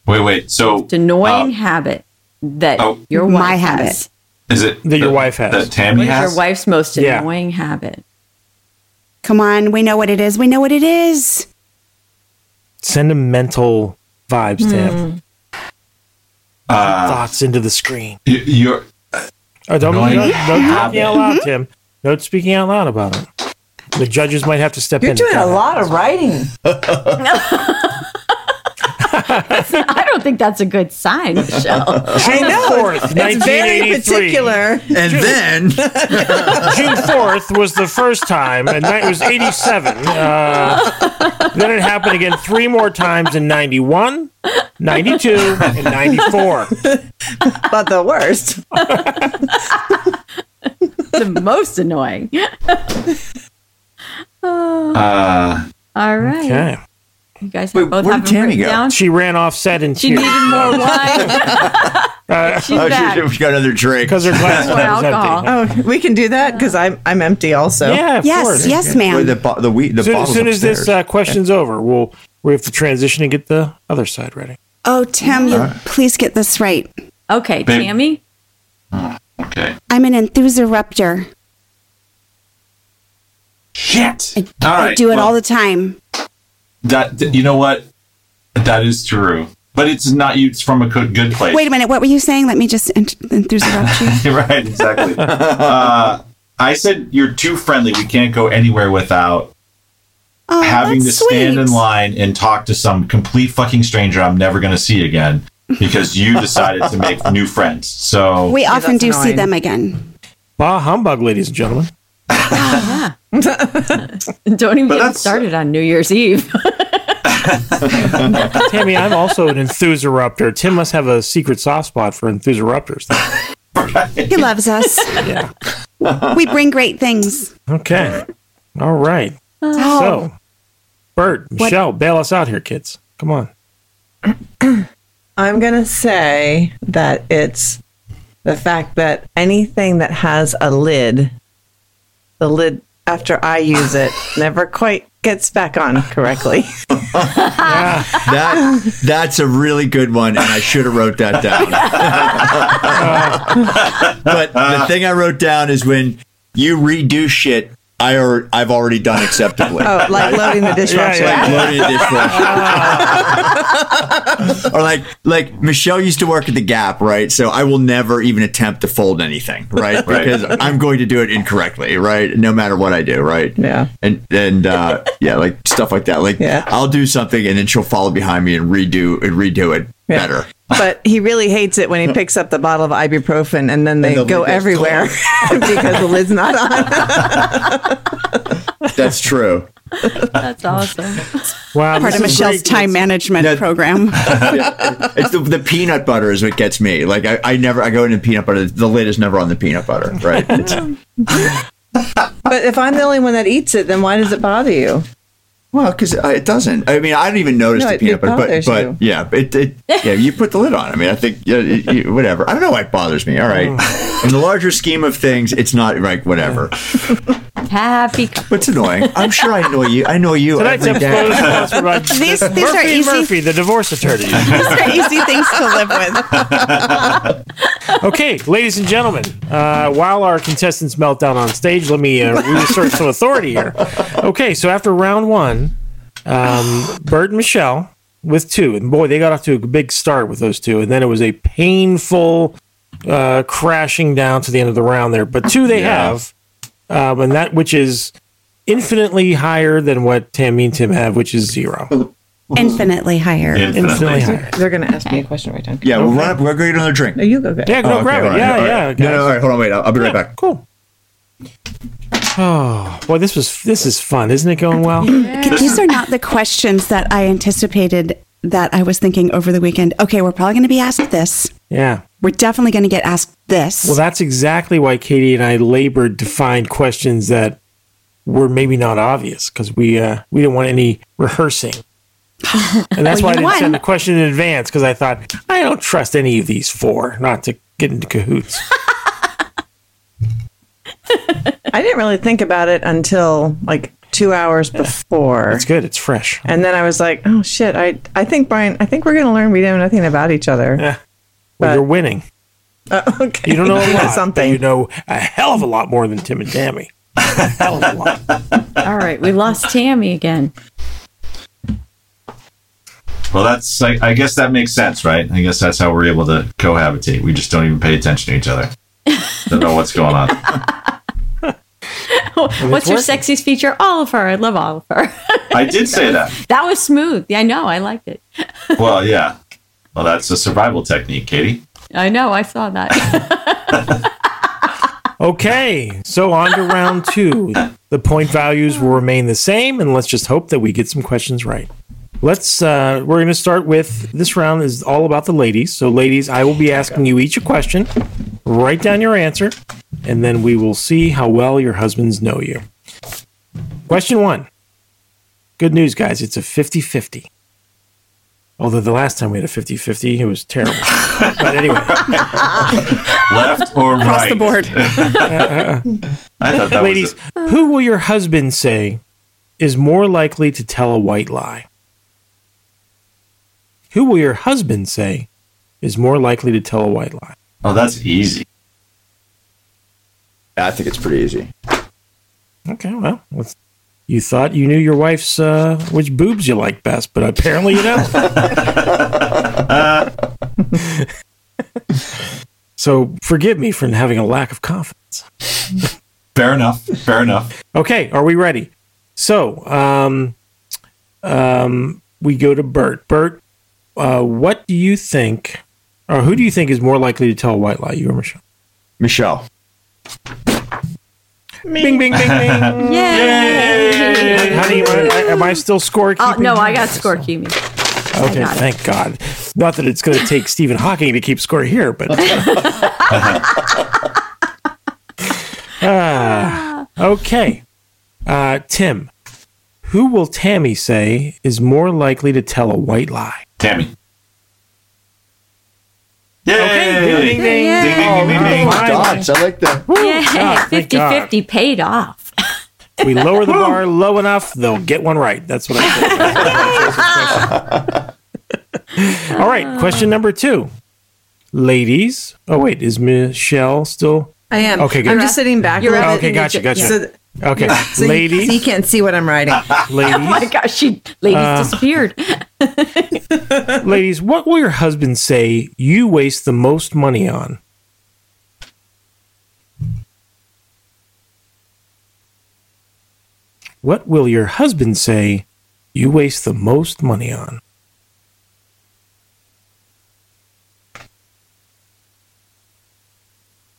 Speaker 4: Wait, wait. So
Speaker 3: It's annoying
Speaker 4: uh,
Speaker 3: habit that
Speaker 4: Oh.
Speaker 3: your wife
Speaker 2: My habit.
Speaker 3: has.
Speaker 4: is it
Speaker 6: That your wife has.
Speaker 4: That Tammy
Speaker 3: What is
Speaker 4: has.
Speaker 3: your wife's most
Speaker 6: Yeah.
Speaker 3: annoying habit?
Speaker 2: Come on, we know what it is. We know what it is.
Speaker 6: Sentimental vibes,
Speaker 5: Hmm.
Speaker 6: Tim.
Speaker 4: Uh,
Speaker 6: Thoughts into the screen.
Speaker 4: y- your
Speaker 6: Oh, don't,
Speaker 4: Annoying
Speaker 6: don't, don't
Speaker 4: habit.
Speaker 6: talking out loud, Tim. Don't speaking out loud about it. The judges might have to step
Speaker 5: You're
Speaker 6: in.
Speaker 5: doing a lot of writing.
Speaker 3: I don't think that's a good sign, Michelle.
Speaker 6: June fourth,
Speaker 5: It's very
Speaker 6: nineteen eighty-three.
Speaker 5: particular.
Speaker 1: and then
Speaker 6: June fourth was the first time, and that was eighty-seven. Uh, then it happened again three more times in 91, 92, and ninety-four.
Speaker 5: but the worst.
Speaker 3: the most annoying.
Speaker 4: uh,
Speaker 3: Oh, All right.
Speaker 6: Okay,
Speaker 3: You guys
Speaker 1: Wait,
Speaker 3: both
Speaker 1: where
Speaker 3: have
Speaker 1: did Tammy
Speaker 3: them written
Speaker 1: go?
Speaker 3: down.
Speaker 6: she ran off set in
Speaker 3: She needed
Speaker 6: tears Uh,
Speaker 3: more wine. She's
Speaker 1: oh,
Speaker 3: back.
Speaker 1: shit, we got another drink.
Speaker 6: because her glass
Speaker 3: More
Speaker 6: was
Speaker 3: alcohol.
Speaker 6: empty.
Speaker 5: Oh, we can do that because I'm I'm empty also.
Speaker 6: Yeah, of
Speaker 2: Yes,
Speaker 6: course.
Speaker 2: yes,
Speaker 1: Wait,
Speaker 2: ma'am.
Speaker 1: the bo- the wheat the
Speaker 6: As soon, as
Speaker 1: bottle's
Speaker 6: soon as this
Speaker 1: upstairs.
Speaker 6: uh, question's over, we'll we have to transition and get the other side ready.
Speaker 2: oh, Tim, you please get this right.
Speaker 3: Okay,
Speaker 4: Babe.
Speaker 3: Tammy.
Speaker 4: okay.
Speaker 2: I'm an enthusiaruptor.
Speaker 4: Shit.
Speaker 2: I,
Speaker 4: All
Speaker 2: I
Speaker 4: right,
Speaker 2: do it
Speaker 4: well-
Speaker 2: all the time.
Speaker 4: That th- you know what? That is true, but it's not you. It's from a good, good place.
Speaker 2: Wait a minute. What were you saying? Let me just ent- enthusiarupt you.
Speaker 4: right, exactly. uh, I said you're too friendly. We can't go anywhere without
Speaker 2: Oh,
Speaker 4: having to
Speaker 2: that's
Speaker 4: stand
Speaker 2: sweet.
Speaker 4: in line and talk to some complete fucking stranger I'm never going to see again because you decided to make new friends. So
Speaker 2: We often
Speaker 5: that's
Speaker 2: do see
Speaker 5: annoying.
Speaker 2: them again.
Speaker 6: Bah humbug, ladies and gentlemen.
Speaker 3: Don't even
Speaker 4: But
Speaker 3: get
Speaker 4: that's-
Speaker 3: started on New Year's Eve.
Speaker 6: Tammy, I'm also an enthusiaruptor. Tim must have a secret soft spot for enthusiaruptors.
Speaker 2: He loves us.
Speaker 6: Yeah.
Speaker 2: we bring great things.
Speaker 6: Okay. All right.
Speaker 2: Oh,
Speaker 6: So, Bert, Michelle, bail us out here, kids. Come on.
Speaker 5: I'm gonna say that it's the fact that anything that has a lid, the lid after I use it never quite gets back on correctly.
Speaker 1: That that's a really good one, and I should have wrote that down. but the thing I wrote down is when you redo shit. I alre- I've already done acceptably.
Speaker 5: Oh, like loading the dishwasher.
Speaker 1: Like loading the dishwasher. or like like Michelle used to work at the Gap, right? So I will never even attempt to fold anything, right?
Speaker 4: Right.
Speaker 1: Because I'm going to do it incorrectly, right? No matter what I do, right?
Speaker 5: Yeah.
Speaker 1: And and uh, yeah, like stuff like that. Like
Speaker 5: Yeah.
Speaker 1: I'll do something and then she'll follow behind me and redo and redo it
Speaker 5: Yeah.
Speaker 1: better.
Speaker 5: But he really hates it when he picks up the bottle of ibuprofen and then they
Speaker 1: the lid
Speaker 5: go
Speaker 1: goes,
Speaker 5: everywhere because the lid's not on.
Speaker 1: That's true.
Speaker 3: That's awesome.
Speaker 6: Wow,
Speaker 8: Part
Speaker 6: this
Speaker 8: of
Speaker 6: is
Speaker 8: Michelle's
Speaker 6: great.
Speaker 8: time management
Speaker 1: That-
Speaker 8: program.
Speaker 1: It's the, the peanut butter is what gets me. Like I, I never I go into peanut butter. The lid is never on the peanut butter, right? It's-
Speaker 5: But if I'm the only one that eats it, then why does it bother you?
Speaker 1: Well, because it doesn't. I mean, I don't even notice
Speaker 5: No,
Speaker 1: the
Speaker 5: it-
Speaker 1: peanut
Speaker 5: it
Speaker 1: butter, but
Speaker 5: bothers
Speaker 1: but
Speaker 5: you.
Speaker 1: yeah, it, it yeah, you put the lid on. I mean, I think yeah, it, it- whatever. I don't know why it bothers me. All right, in the larger scheme of things, it's not like whatever.
Speaker 3: Happy.
Speaker 1: But it's annoying. I'm sure I know you. I know you
Speaker 6: Tonight's
Speaker 1: every
Speaker 6: episode is
Speaker 1: day.
Speaker 6: sponsored by
Speaker 8: These-
Speaker 6: Murphy
Speaker 8: these are easy-
Speaker 6: Murphy, the divorce attorney.
Speaker 8: These are easy things to live with.
Speaker 6: okay, ladies and gentlemen, uh, while our contestants melt down on stage, let me uh, reassert some authority here. Okay, so after round one, um, Bert and Michelle with two, and boy, they got off to a big start with those two, and then it was a painful uh, crashing down to the end of the round there. But two they have, um, and that which is infinitely higher than what Tammy and Tim have, which is zero.
Speaker 7: Infinitely higher.
Speaker 6: Infinitely higher.
Speaker 5: They're going to ask me a question right now.
Speaker 1: Yeah, we'll run up. We're going to another drink.
Speaker 5: No, you go get
Speaker 6: Yeah, go
Speaker 1: Oh, okay,
Speaker 6: grab
Speaker 1: all
Speaker 6: it.
Speaker 1: right,
Speaker 6: Yeah,
Speaker 1: all right.
Speaker 6: yeah.
Speaker 1: No,
Speaker 6: guys.
Speaker 1: no, all right. Hold on, wait. I'll, I'll be right back.
Speaker 6: Cool. Oh boy, this was this is fun, isn't it? Going well.
Speaker 7: These are not the questions that I anticipated that I was thinking over the weekend. Okay, we're probably going to be asked this.
Speaker 6: Yeah.
Speaker 7: We're definitely going to get asked this.
Speaker 6: Well, that's exactly why Katie and I labored to find questions that were maybe not obvious because we uh, we didn't want any rehearsing, and that's
Speaker 7: Well,
Speaker 6: why I
Speaker 7: you
Speaker 6: didn't
Speaker 7: won.
Speaker 6: send the question in advance because I thought I don't trust any of these four not to get into cahoots.
Speaker 5: I didn't really think about it until like two hours before.
Speaker 6: It's good. It's fresh.
Speaker 5: And then I was like, oh shit, I, I think, Brian, I think we're going to learn we know nothing about each other.
Speaker 6: Well,
Speaker 5: But-
Speaker 6: you're winning.
Speaker 5: Uh, okay.
Speaker 6: You don't know a
Speaker 5: You
Speaker 6: lot. but
Speaker 5: something.
Speaker 6: You know a hell of a lot more than Tim and Tammy. A hell of a lot.
Speaker 3: All right, we lost Tammy again.
Speaker 4: Well, that's I, I guess that makes sense, right? I guess that's how we're able to cohabitate. We just don't even pay attention to each other. Don't know what's going on.
Speaker 3: What's your
Speaker 6: working.
Speaker 3: sexiest feature? Oliver. I love Oliver.
Speaker 4: I did say that.
Speaker 3: that was smooth. Yeah, I know. I liked it.
Speaker 4: Well, yeah. Well, that's a survival technique, Katie.
Speaker 3: I know. I saw that.
Speaker 6: Okay, so on to round two. The point values will remain the same, and let's just hope that we get some questions right. Let's. Uh, we're going to start with this round is all about the ladies. So, ladies, I will be asking you each a question. Write down your answer, and then we will see how well your husbands know you. Question one. Good news, guys. It's a 50 50. Although the last time we had a 50 50, it was terrible. but anyway, uh,
Speaker 4: Left or right?
Speaker 8: Across the board.
Speaker 6: uh,
Speaker 4: I thought that
Speaker 6: Ladies,
Speaker 4: was
Speaker 6: who will your husband say is more likely to tell a white lie? Who will your husband say is more likely to tell a white lie?
Speaker 4: a- oh, that's easy.
Speaker 1: I think it's pretty easy.
Speaker 6: Okay, well, let's, you thought you knew your wife's uh, which boobs you like best, but apparently you don't. so forgive me for having a lack of confidence.
Speaker 4: Fair enough. Fair enough.
Speaker 6: Okay, are we ready? So, um, um, we go to Bert. Bert, uh, what do you think, or who do you think is more likely to tell a white lie, you or Michelle?
Speaker 1: Michelle.
Speaker 6: Bing, bing, bing, bing.
Speaker 3: Yay!
Speaker 6: Honey, am I, am I still scorekeeping?
Speaker 3: Oh no, I got score Kimi.
Speaker 6: Okay,
Speaker 3: got it.
Speaker 6: thank God. Not that it's going to take Stephen Hawking to keep score here, but. Ah, okay. Uh, Tim, who will Tammy say is more likely to tell a white lie?
Speaker 4: Tammy. Yay!
Speaker 6: ding, Oh, ding,
Speaker 4: Ding,
Speaker 6: ding.
Speaker 4: ding, ding, ding, ding.
Speaker 6: Finally.
Speaker 3: Oh,
Speaker 1: Dots. I like that.
Speaker 3: Yay!
Speaker 6: God, thank
Speaker 3: 50 50 paid off.
Speaker 6: We lower the bar low enough, they'll get one right. That's what I said. All right, question number two. Ladies. Oh, wait, is Michelle still?
Speaker 5: I am.
Speaker 6: Okay, good.
Speaker 5: I'm just sitting back.
Speaker 6: You're
Speaker 5: a little
Speaker 6: up.
Speaker 5: bit.
Speaker 6: Okay, gotcha, gotcha.
Speaker 5: So-
Speaker 6: Okay,
Speaker 5: so you-
Speaker 6: ladies.
Speaker 5: so you can't see what I'm writing.
Speaker 6: Ladies. Oh my
Speaker 3: gosh, she ladies
Speaker 6: Uh,
Speaker 3: disappeared.
Speaker 6: Ladies, what will your husband say you waste the most money on? What will your husband say you waste the most money on?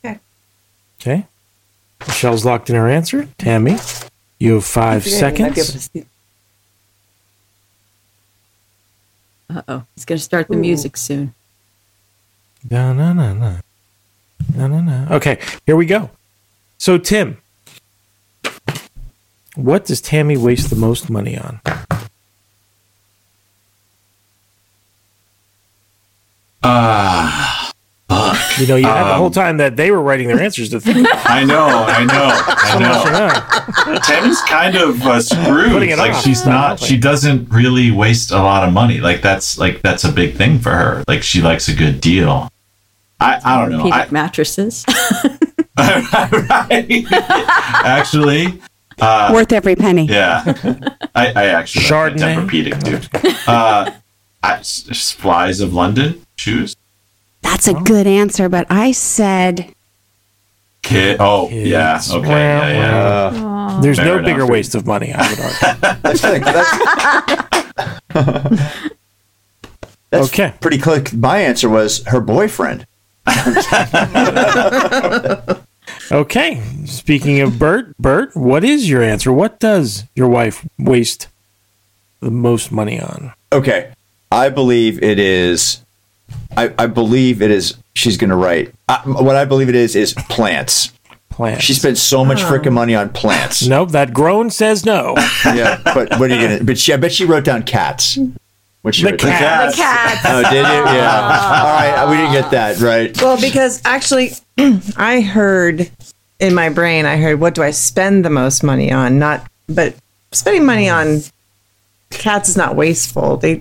Speaker 5: Okay.
Speaker 6: Okay. Michelle's locked in her answer. Tammy, you have five seconds.
Speaker 3: Uh oh, he's gonna start the music soon.
Speaker 6: No, no, no, no. No, no, no. Okay, here we go. So, Tim, what does Tammy waste the most money on?
Speaker 4: Ah,
Speaker 6: You know, you had the
Speaker 4: Um,
Speaker 6: whole time that they were writing their answers to think. about.
Speaker 4: I know, I know, I
Speaker 6: So
Speaker 4: know.
Speaker 6: much enough.
Speaker 4: Tammy's kind of uh, screwed.
Speaker 6: Putting it
Speaker 4: like
Speaker 6: off.
Speaker 4: she's not. She
Speaker 6: Exactly.
Speaker 4: doesn't really waste a lot of money. Like that's like that's a big thing for her. Like she likes a good deal. I, I don't know. I,
Speaker 3: Orthopedic mattresses.
Speaker 4: actually,
Speaker 7: Worth every penny.
Speaker 4: yeah. I, I actually
Speaker 6: Chardonnay.
Speaker 4: Tempur-Pedic too. Uh, I, s- s- flies of London shoes.
Speaker 7: That's a good answer, but I said
Speaker 4: Kid. Oh yeah.
Speaker 6: Kids.
Speaker 4: Okay. Yeah, yeah.
Speaker 6: There's
Speaker 4: Fair
Speaker 6: no
Speaker 4: enough.
Speaker 6: bigger waste of money, I would argue.
Speaker 1: That's, like, that's, that's
Speaker 6: Okay.
Speaker 1: pretty close. My answer was her boyfriend.
Speaker 6: Okay. Speaking of Bert, Bert, what is your answer? What does your wife waste the most money on?
Speaker 1: Okay, I believe it is. I, I believe it is. She's going to write. I, what I believe it is is plants.
Speaker 6: Plants.
Speaker 1: She spends so much frickin' money on plants.
Speaker 6: Nope, that groan says no.
Speaker 1: Yeah, but what are you gonna? But she, I bet she wrote down cats. What she
Speaker 6: The
Speaker 1: wrote down-
Speaker 6: cat.
Speaker 4: Cats.
Speaker 1: Oh, did you? Yeah. All right, we didn't get that right.
Speaker 5: Well, because actually, I heard in my brain, I heard, what do I spend the most money on? Not, but spending money on cats is not wasteful. They,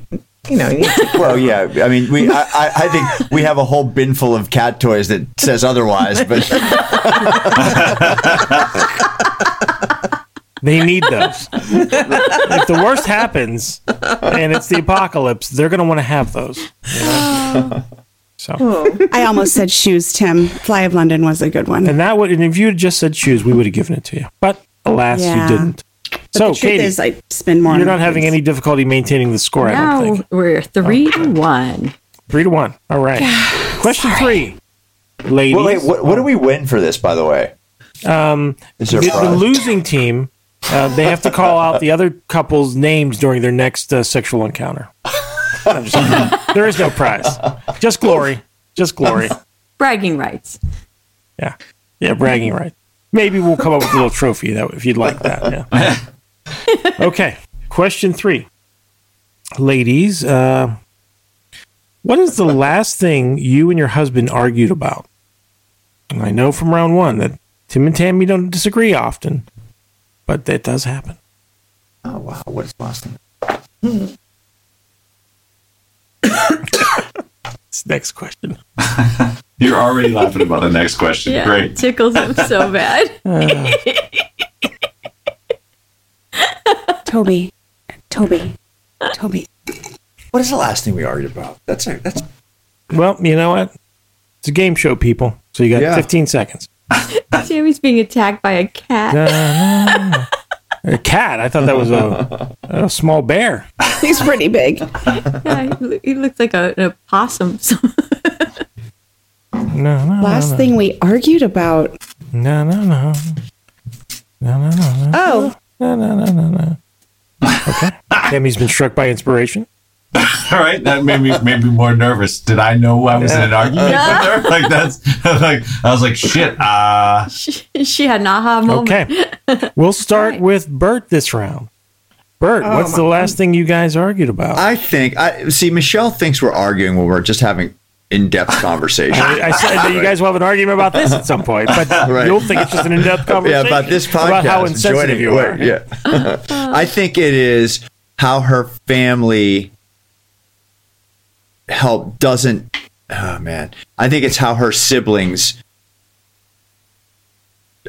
Speaker 5: you know, you need to-
Speaker 1: Well, yeah. I mean, we. I, I, I think we have a whole bin full of cat toys that says otherwise. But
Speaker 6: They need those. if the worst happens and it's the apocalypse, they're going to want to have those. you know? So,
Speaker 2: I almost said shoes, Tim. Fly of London was a good one.
Speaker 6: and that would, and if you had just said shoes, we would have given it to you. But alas,
Speaker 2: Yeah.
Speaker 6: you didn't. so,
Speaker 2: the truth
Speaker 6: Katie,
Speaker 2: is, I spend more.
Speaker 6: you're
Speaker 2: on
Speaker 6: not having
Speaker 2: things.
Speaker 6: any difficulty maintaining the score, I don't
Speaker 3: now
Speaker 6: think.
Speaker 3: we're three to one.
Speaker 6: Three to one. All right. Question three. Ladies.
Speaker 1: Well, wait, what, what do we win for this? By the way,
Speaker 6: um,
Speaker 1: is there a
Speaker 6: the, the
Speaker 1: prize?
Speaker 6: losing team, uh, they have to call out the other couple's names during their next uh, sexual encounter. I'm just kidding. there is no prize, just glory, just glory.
Speaker 3: Bragging rights.
Speaker 6: Yeah, yeah, bragging right. Maybe we'll come up with a little trophy that if you'd like that. Yeah. Okay. Question three, ladies, uh, what is the last thing you and your husband argued about? And I know from round one that Tim and Tammy don't disagree often, but that does happen.
Speaker 1: Oh wow, what is Boston?
Speaker 6: It's next question.
Speaker 4: You're already laughing about the next question.
Speaker 3: Yeah,
Speaker 4: Great.
Speaker 3: tickles him so bad.
Speaker 7: Toby. Toby. Toby.
Speaker 1: What is the last thing we argued about? That's a, that's
Speaker 6: Well, you know what? It's a game show, people. So you got
Speaker 1: Yeah.
Speaker 6: 15 seconds.
Speaker 3: Tammy's being attacked by a cat.
Speaker 6: A cat. I thought that was a, a small bear.
Speaker 2: He's pretty big.
Speaker 3: Yeah, he, loo- he looks like a, an opossum.
Speaker 6: No, no, no,
Speaker 2: Last
Speaker 6: no.
Speaker 2: thing we argued about.
Speaker 6: No, no, no. No, no, no, no.
Speaker 2: Oh,
Speaker 6: No, no, no, no, no. Okay. Tammy's been struck by inspiration.
Speaker 4: All right, that made me made me more nervous. Did I know I was in an argument with her? Like that's like I was like shit. Uh,
Speaker 3: she, she had an aha
Speaker 1: Oh
Speaker 3: moment.
Speaker 6: Okay. We'll start with Bert this round. Bert,
Speaker 1: Oh,
Speaker 6: what's the last thing you guys argued about?
Speaker 1: I think I see Michelle thinks we're arguing when we're just having in-depth conversation.
Speaker 6: I said that you guys will have an argument about this at some point, but
Speaker 1: Right.
Speaker 6: you'll think it's just an in-depth conversation
Speaker 1: Yeah, about this podcast.
Speaker 6: about how
Speaker 1: and
Speaker 6: insensitive
Speaker 1: joining-
Speaker 6: you are.
Speaker 1: wait, Yeah. I think it is how her family help doesn't. Oh man, I think it's how her siblings.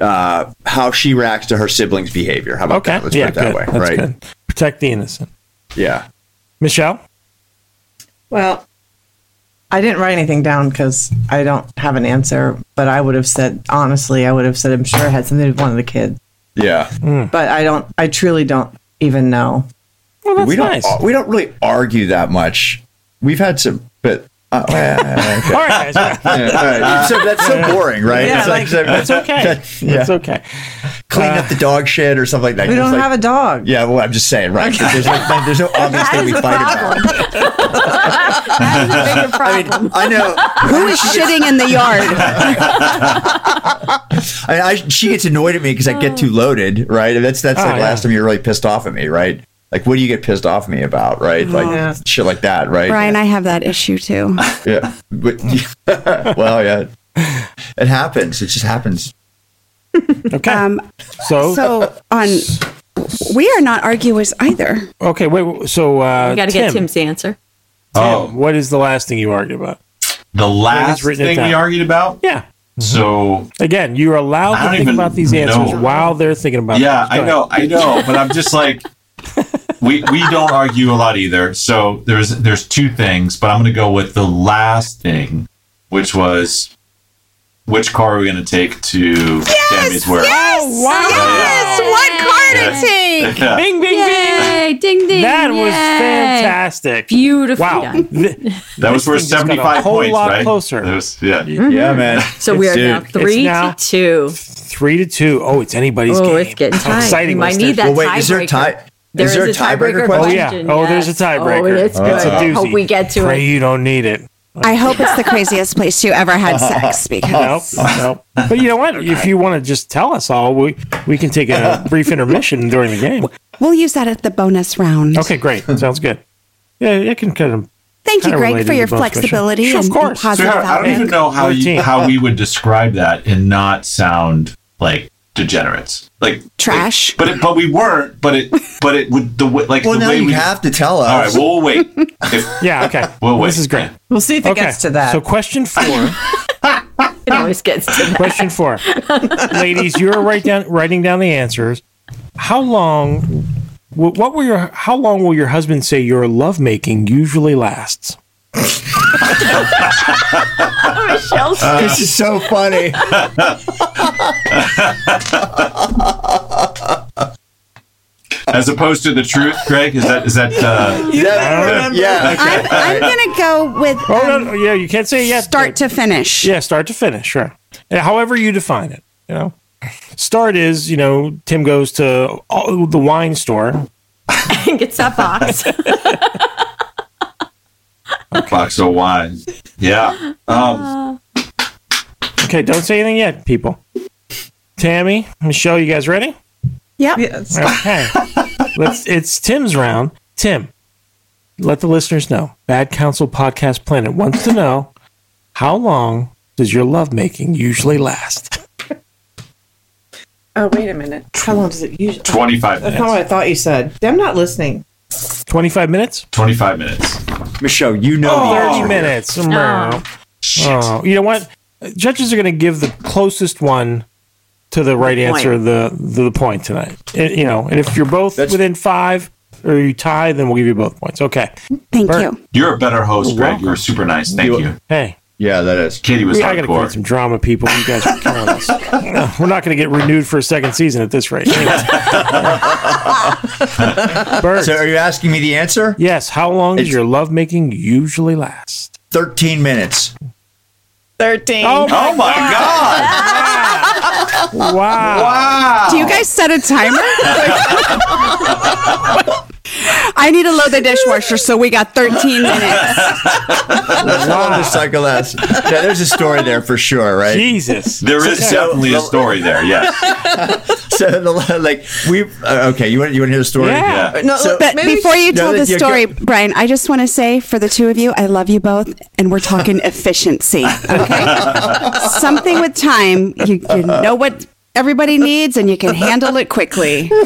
Speaker 1: Uh, how she reacts to her siblings' behavior. How about
Speaker 6: Okay.
Speaker 1: that? Let's
Speaker 6: yeah,
Speaker 1: put it that
Speaker 6: good.
Speaker 1: way,
Speaker 6: That's
Speaker 1: right?
Speaker 6: good. Protect the innocent.
Speaker 1: Yeah.
Speaker 6: Michelle?
Speaker 5: Well, I didn't write anything down because I don't have an answer, but I would have said, honestly, I would have said, I'm sure it had something to do with one of the kids.
Speaker 1: Yeah.
Speaker 5: But I don't, I truly don't even know.
Speaker 6: Well, that's
Speaker 1: we don't.
Speaker 6: nice.
Speaker 1: ar- we don't really argue that much. We've had some, but. Uh, yeah, okay.
Speaker 6: All right, guys.
Speaker 1: Yeah, all right. So that's so boring, right?
Speaker 5: Yeah,
Speaker 1: It's like-
Speaker 5: like,
Speaker 1: so-
Speaker 6: That's okay. It's
Speaker 1: Yeah.
Speaker 6: okay.
Speaker 1: clean up the dog shit or something like that.
Speaker 5: We
Speaker 1: It's
Speaker 5: don't
Speaker 1: like-
Speaker 5: have a dog.
Speaker 1: Yeah, well, I'm just saying, right? There's no, there's no obvious thing we fight about.
Speaker 3: Bigger
Speaker 1: I
Speaker 3: problem.
Speaker 1: mean, I know.
Speaker 2: Who is shitting in the yard?
Speaker 1: I, I, she gets annoyed at me because I get too loaded, right? And that's that's
Speaker 6: Oh,
Speaker 1: like
Speaker 6: yeah.
Speaker 1: last time you were really pissed off at me, right? Like, what do you get pissed off at me about, right? Like
Speaker 5: Yeah.
Speaker 1: shit like that, right?
Speaker 2: Brian, I have that issue too.
Speaker 1: Yeah. But, well, yeah. It happens. It just happens.
Speaker 6: Okay.
Speaker 2: Um,
Speaker 6: so,
Speaker 2: so on, we are not arguers either.
Speaker 6: okay, wait. wait, So, uh,
Speaker 3: We got to
Speaker 6: Tim,
Speaker 3: get Tim's answer.
Speaker 4: Oh.
Speaker 6: Tim, what is the last thing you argued about?
Speaker 4: The last
Speaker 6: written it
Speaker 4: thing we
Speaker 6: down. Mm-hmm.
Speaker 4: argued about.
Speaker 6: Yeah.
Speaker 4: So
Speaker 6: Again, you're allowed
Speaker 4: I
Speaker 6: to
Speaker 4: don't
Speaker 6: think
Speaker 4: even
Speaker 6: about these answers
Speaker 4: know.
Speaker 6: while they're thinking about.
Speaker 4: yeah,
Speaker 6: them. Go
Speaker 4: I
Speaker 6: ahead.
Speaker 4: know, I know, but I'm just like we we don't argue a lot either. So there's there's two things, but I'm gonna go with the last thing, which was which car are we gonna take to Sammy's work?
Speaker 6: Oh, wow.
Speaker 2: Yes, what
Speaker 4: Yeah.
Speaker 2: card to take?
Speaker 4: Yeah.
Speaker 6: Bing, bing, bing.
Speaker 3: Yay! Ding ding.
Speaker 6: That
Speaker 3: Yay.
Speaker 6: was fantastic.
Speaker 3: Beautiful.
Speaker 6: Wow.
Speaker 3: done.
Speaker 6: Th-
Speaker 4: That was
Speaker 6: This
Speaker 4: worth
Speaker 6: thing just got a
Speaker 4: 75
Speaker 6: whole
Speaker 4: points,
Speaker 6: lot
Speaker 4: right?
Speaker 6: closer. Mm-hmm.
Speaker 4: That was- yeah.
Speaker 1: Yeah, man.
Speaker 3: So we are
Speaker 1: Dude.
Speaker 3: now three
Speaker 6: now-
Speaker 3: to two.
Speaker 6: Three to two. Oh, it's anybody's game.
Speaker 3: Oh, it's getting
Speaker 6: How
Speaker 3: tight.
Speaker 6: Exciting.
Speaker 3: We might
Speaker 6: listeners.
Speaker 3: need
Speaker 1: Well,
Speaker 3: that
Speaker 1: wait, is there a
Speaker 3: tiebreaker.
Speaker 1: tie? Is there a tiebreaker
Speaker 6: Oh,
Speaker 1: question?
Speaker 6: yeah. Oh, there's a
Speaker 3: yes.
Speaker 6: tiebreaker.
Speaker 3: Oh, it's
Speaker 6: That's
Speaker 3: good.
Speaker 6: a doozy.
Speaker 3: Hope we get to
Speaker 6: Pray
Speaker 3: it.
Speaker 6: you don't need it.
Speaker 2: I hope it's the craziest place you ever had sex
Speaker 6: Nope,
Speaker 2: because
Speaker 6: nope. But you know what? If you want to just tell us all, we we can take a brief intermission during the game.
Speaker 2: we'll use that at the bonus round.
Speaker 6: Okay, great. Sounds good. Yeah, it can kind of
Speaker 2: Thank you,
Speaker 6: Kinda
Speaker 2: Greg,
Speaker 6: related
Speaker 2: for
Speaker 6: to
Speaker 2: your
Speaker 6: both questions.
Speaker 2: flexibility
Speaker 6: Sure, of
Speaker 2: and, and
Speaker 6: course.
Speaker 2: positive
Speaker 4: Sweetheart, I don't even
Speaker 2: outlook.
Speaker 4: know how you,
Speaker 6: 14.
Speaker 4: how we would describe that and not sound like degenerates, like
Speaker 2: Trash.
Speaker 4: But it, but we weren't. But it but it would the way like
Speaker 1: Well,
Speaker 4: the
Speaker 1: now
Speaker 4: way
Speaker 1: you
Speaker 4: we
Speaker 1: have to tell us.
Speaker 4: All right, well, we'll wait. If-
Speaker 6: yeah. Okay.
Speaker 4: Well, wait.
Speaker 6: this is great.
Speaker 5: We'll see if it
Speaker 6: okay.
Speaker 5: gets to that.
Speaker 6: So question four.
Speaker 3: It always gets to that.
Speaker 6: question four, ladies, you're write down writing down the answers. How long? wh- What will your? How long will your husband say your lovemaking usually lasts?
Speaker 3: Oh, Michelle's
Speaker 1: this is so funny.
Speaker 4: as opposed to the truth, Greg, is that is that uh,
Speaker 1: Yeah, yeah.
Speaker 2: I'm, I'm gonna go with
Speaker 6: Oh no,
Speaker 2: um,
Speaker 6: no, yeah, you can't say yes.
Speaker 2: start to finish.
Speaker 6: Yeah, start to finish, sure. And however you define it, you know. Start is, you know, Tim goes to all, the wine store.
Speaker 3: thing gets that box.
Speaker 4: box of wine? Yeah. Um,
Speaker 6: Okay, don't say anything yet, people. Tammy, Michelle, you guys ready?
Speaker 5: Yes.
Speaker 6: Okay. Let's, it's Tim's round. Tim, let the listeners know. Bad Counsel Podcast Planet wants to know how long does your lovemaking usually last?
Speaker 5: Oh, wait a minute. How long does it usually?
Speaker 4: twenty-five
Speaker 5: That's not
Speaker 4: minutes.
Speaker 5: what I thought you said. I'm not listening.
Speaker 6: 25 minutes?
Speaker 4: Twenty-five minutes.
Speaker 1: Michelle, you know the
Speaker 6: 30
Speaker 1: answer.
Speaker 6: minutes.
Speaker 3: No.
Speaker 6: Oh, you know what? Judges are going to give the closest one to the right answer the the point tonight. And, you know, and if you're both
Speaker 1: That's-
Speaker 6: within five or you tie, then we'll give you both points. Okay.
Speaker 2: Thank
Speaker 6: Bert.
Speaker 2: you.
Speaker 4: You're a better host, Greg. You're super nice. Thank
Speaker 1: You-
Speaker 4: you.
Speaker 6: Hey,
Speaker 1: Yeah, that is.
Speaker 4: Katie was
Speaker 6: we, I got to create some
Speaker 4: hardcore.
Speaker 6: drama, people. You guys are killing us. We're not going to get renewed for a second season at this rate. Anyway. Bert,
Speaker 1: So, are you asking me the answer?
Speaker 6: yes. How long does
Speaker 1: It's-
Speaker 6: your lovemaking usually last?
Speaker 1: 13 minutes.
Speaker 5: 13.
Speaker 4: Oh my god!
Speaker 6: wow!
Speaker 4: Wow!
Speaker 2: Do you guys set a timer? I need to load the dishwasher, so we got 13 minutes.
Speaker 1: That's how long the cycle lasts. Yeah, there's a story there for sure, right?
Speaker 6: Jesus.
Speaker 4: There is definitely a story there. Yes.
Speaker 1: so the like we uh, okay. You want you want to hear the story?
Speaker 4: Yeah. Yeah.
Speaker 5: No,
Speaker 1: So-
Speaker 5: but
Speaker 2: But before you
Speaker 1: No,
Speaker 2: tell
Speaker 1: that-
Speaker 2: the
Speaker 1: yeah, go-
Speaker 2: story, Brian, I just want to say for the two of you, I love you both, and we're talking efficiency. Okay, something with time. You, you know what everybody needs, and you can handle it quickly.
Speaker 1: no,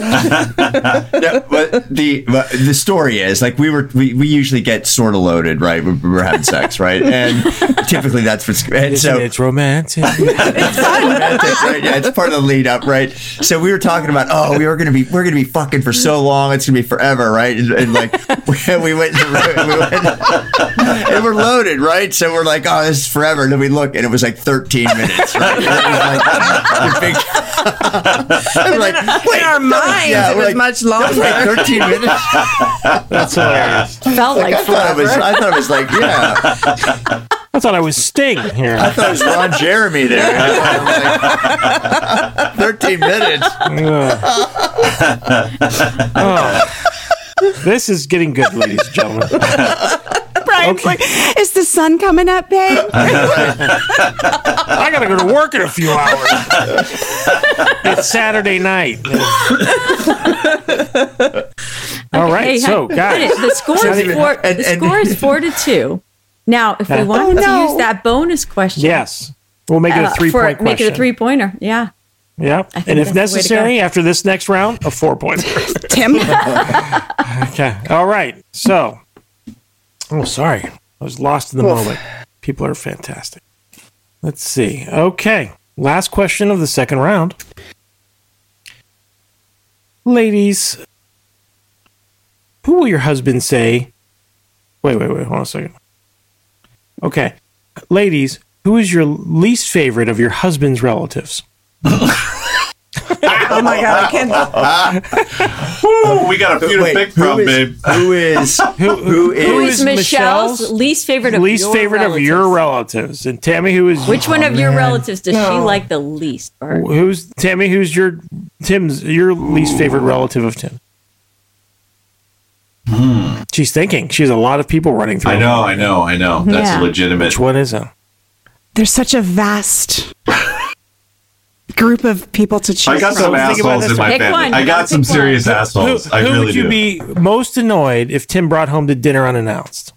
Speaker 1: but the but the story is like we were we, we usually get sort of loaded right when we're having sex right and typically that's what's and
Speaker 6: Isn't
Speaker 1: so
Speaker 6: it's romantic.
Speaker 1: That's right, yeah it's part of the lead up right so we were talking about oh we were gonna be we're gonna be fucking for so long it's gonna be forever right and, and like we, we went, to, we went and we're loaded right so we're like oh this is forever and then we look and it was like 13 minutes right and it was like, the big- we're like wait
Speaker 5: in our minds,
Speaker 1: yeah,
Speaker 5: it
Speaker 1: we're
Speaker 5: was
Speaker 1: like-
Speaker 5: much
Speaker 1: that was
Speaker 5: longer.
Speaker 1: like 13 minutes
Speaker 6: That's hilarious.
Speaker 3: Felt like,
Speaker 1: I thought it was.
Speaker 3: forever.
Speaker 1: I thought it was like, yeah.
Speaker 6: I thought I was Sting
Speaker 1: I
Speaker 6: here.
Speaker 1: thought it was Ron Jeremy there. I was like, Thirteen minutes.
Speaker 6: Ugh. oh. This is getting good, ladies and gentlemen.
Speaker 2: Brian's like, "Is the sun coming up, babe?"
Speaker 6: I gotta go to work in a few hours. it's Saturday night. All right,
Speaker 3: Hey,
Speaker 6: so
Speaker 3: hey,
Speaker 6: guys,
Speaker 3: The score is four.
Speaker 1: And-
Speaker 3: the
Speaker 1: and-
Speaker 3: score is four to two. Now, if we wanted to use that bonus question,
Speaker 6: yes, we'll make it
Speaker 3: uh,
Speaker 6: a three
Speaker 3: for,
Speaker 6: point question.
Speaker 3: make it a three pointer. Yeah.
Speaker 6: Yep.
Speaker 3: think
Speaker 6: And if
Speaker 3: that's the way to go.
Speaker 6: necessary, after this next round, a four pointer.
Speaker 2: Tim,
Speaker 6: okay. All right. So, oh, sorry, I was lost in the moment. People are fantastic. Let's see. Okay, last question of the second round, ladies. Who will your husband say? Wait, wait, wait. Hold on a second. Okay, ladies, who is your least favorite of your husband's relatives?
Speaker 5: Oh my god, I can't.
Speaker 4: Woo, we got a few to pick
Speaker 1: who
Speaker 4: from,
Speaker 1: is,
Speaker 4: babe.
Speaker 1: who is who, who
Speaker 3: Who
Speaker 1: is
Speaker 3: is Michelle's, least favorite of
Speaker 6: least
Speaker 3: your
Speaker 6: favorite of your relatives? And Tammy, who is
Speaker 3: Which
Speaker 1: Oh,
Speaker 3: one of your relatives does she like the least? Bert?
Speaker 6: Who's Tammy? Who's your Tim's your least favorite relative of Tim? She's thinking. She has a lot of people running through.
Speaker 4: Hmm. I
Speaker 6: her.
Speaker 4: know, I know, I know. That's
Speaker 3: Yeah.
Speaker 4: legitimate.
Speaker 6: Which one is it?
Speaker 2: there's such a vast group of people to choose
Speaker 4: I got some
Speaker 2: from.
Speaker 6: think about
Speaker 4: assholes
Speaker 6: this
Speaker 4: in my
Speaker 3: one. Pick
Speaker 4: family.
Speaker 3: one,
Speaker 4: I
Speaker 3: you gotta
Speaker 4: got some
Speaker 3: pick one.
Speaker 4: serious
Speaker 6: Who,
Speaker 4: assholes. I
Speaker 6: who
Speaker 4: really
Speaker 6: would you
Speaker 4: do.
Speaker 6: be most annoyed if Tim brought home to dinner unannounced?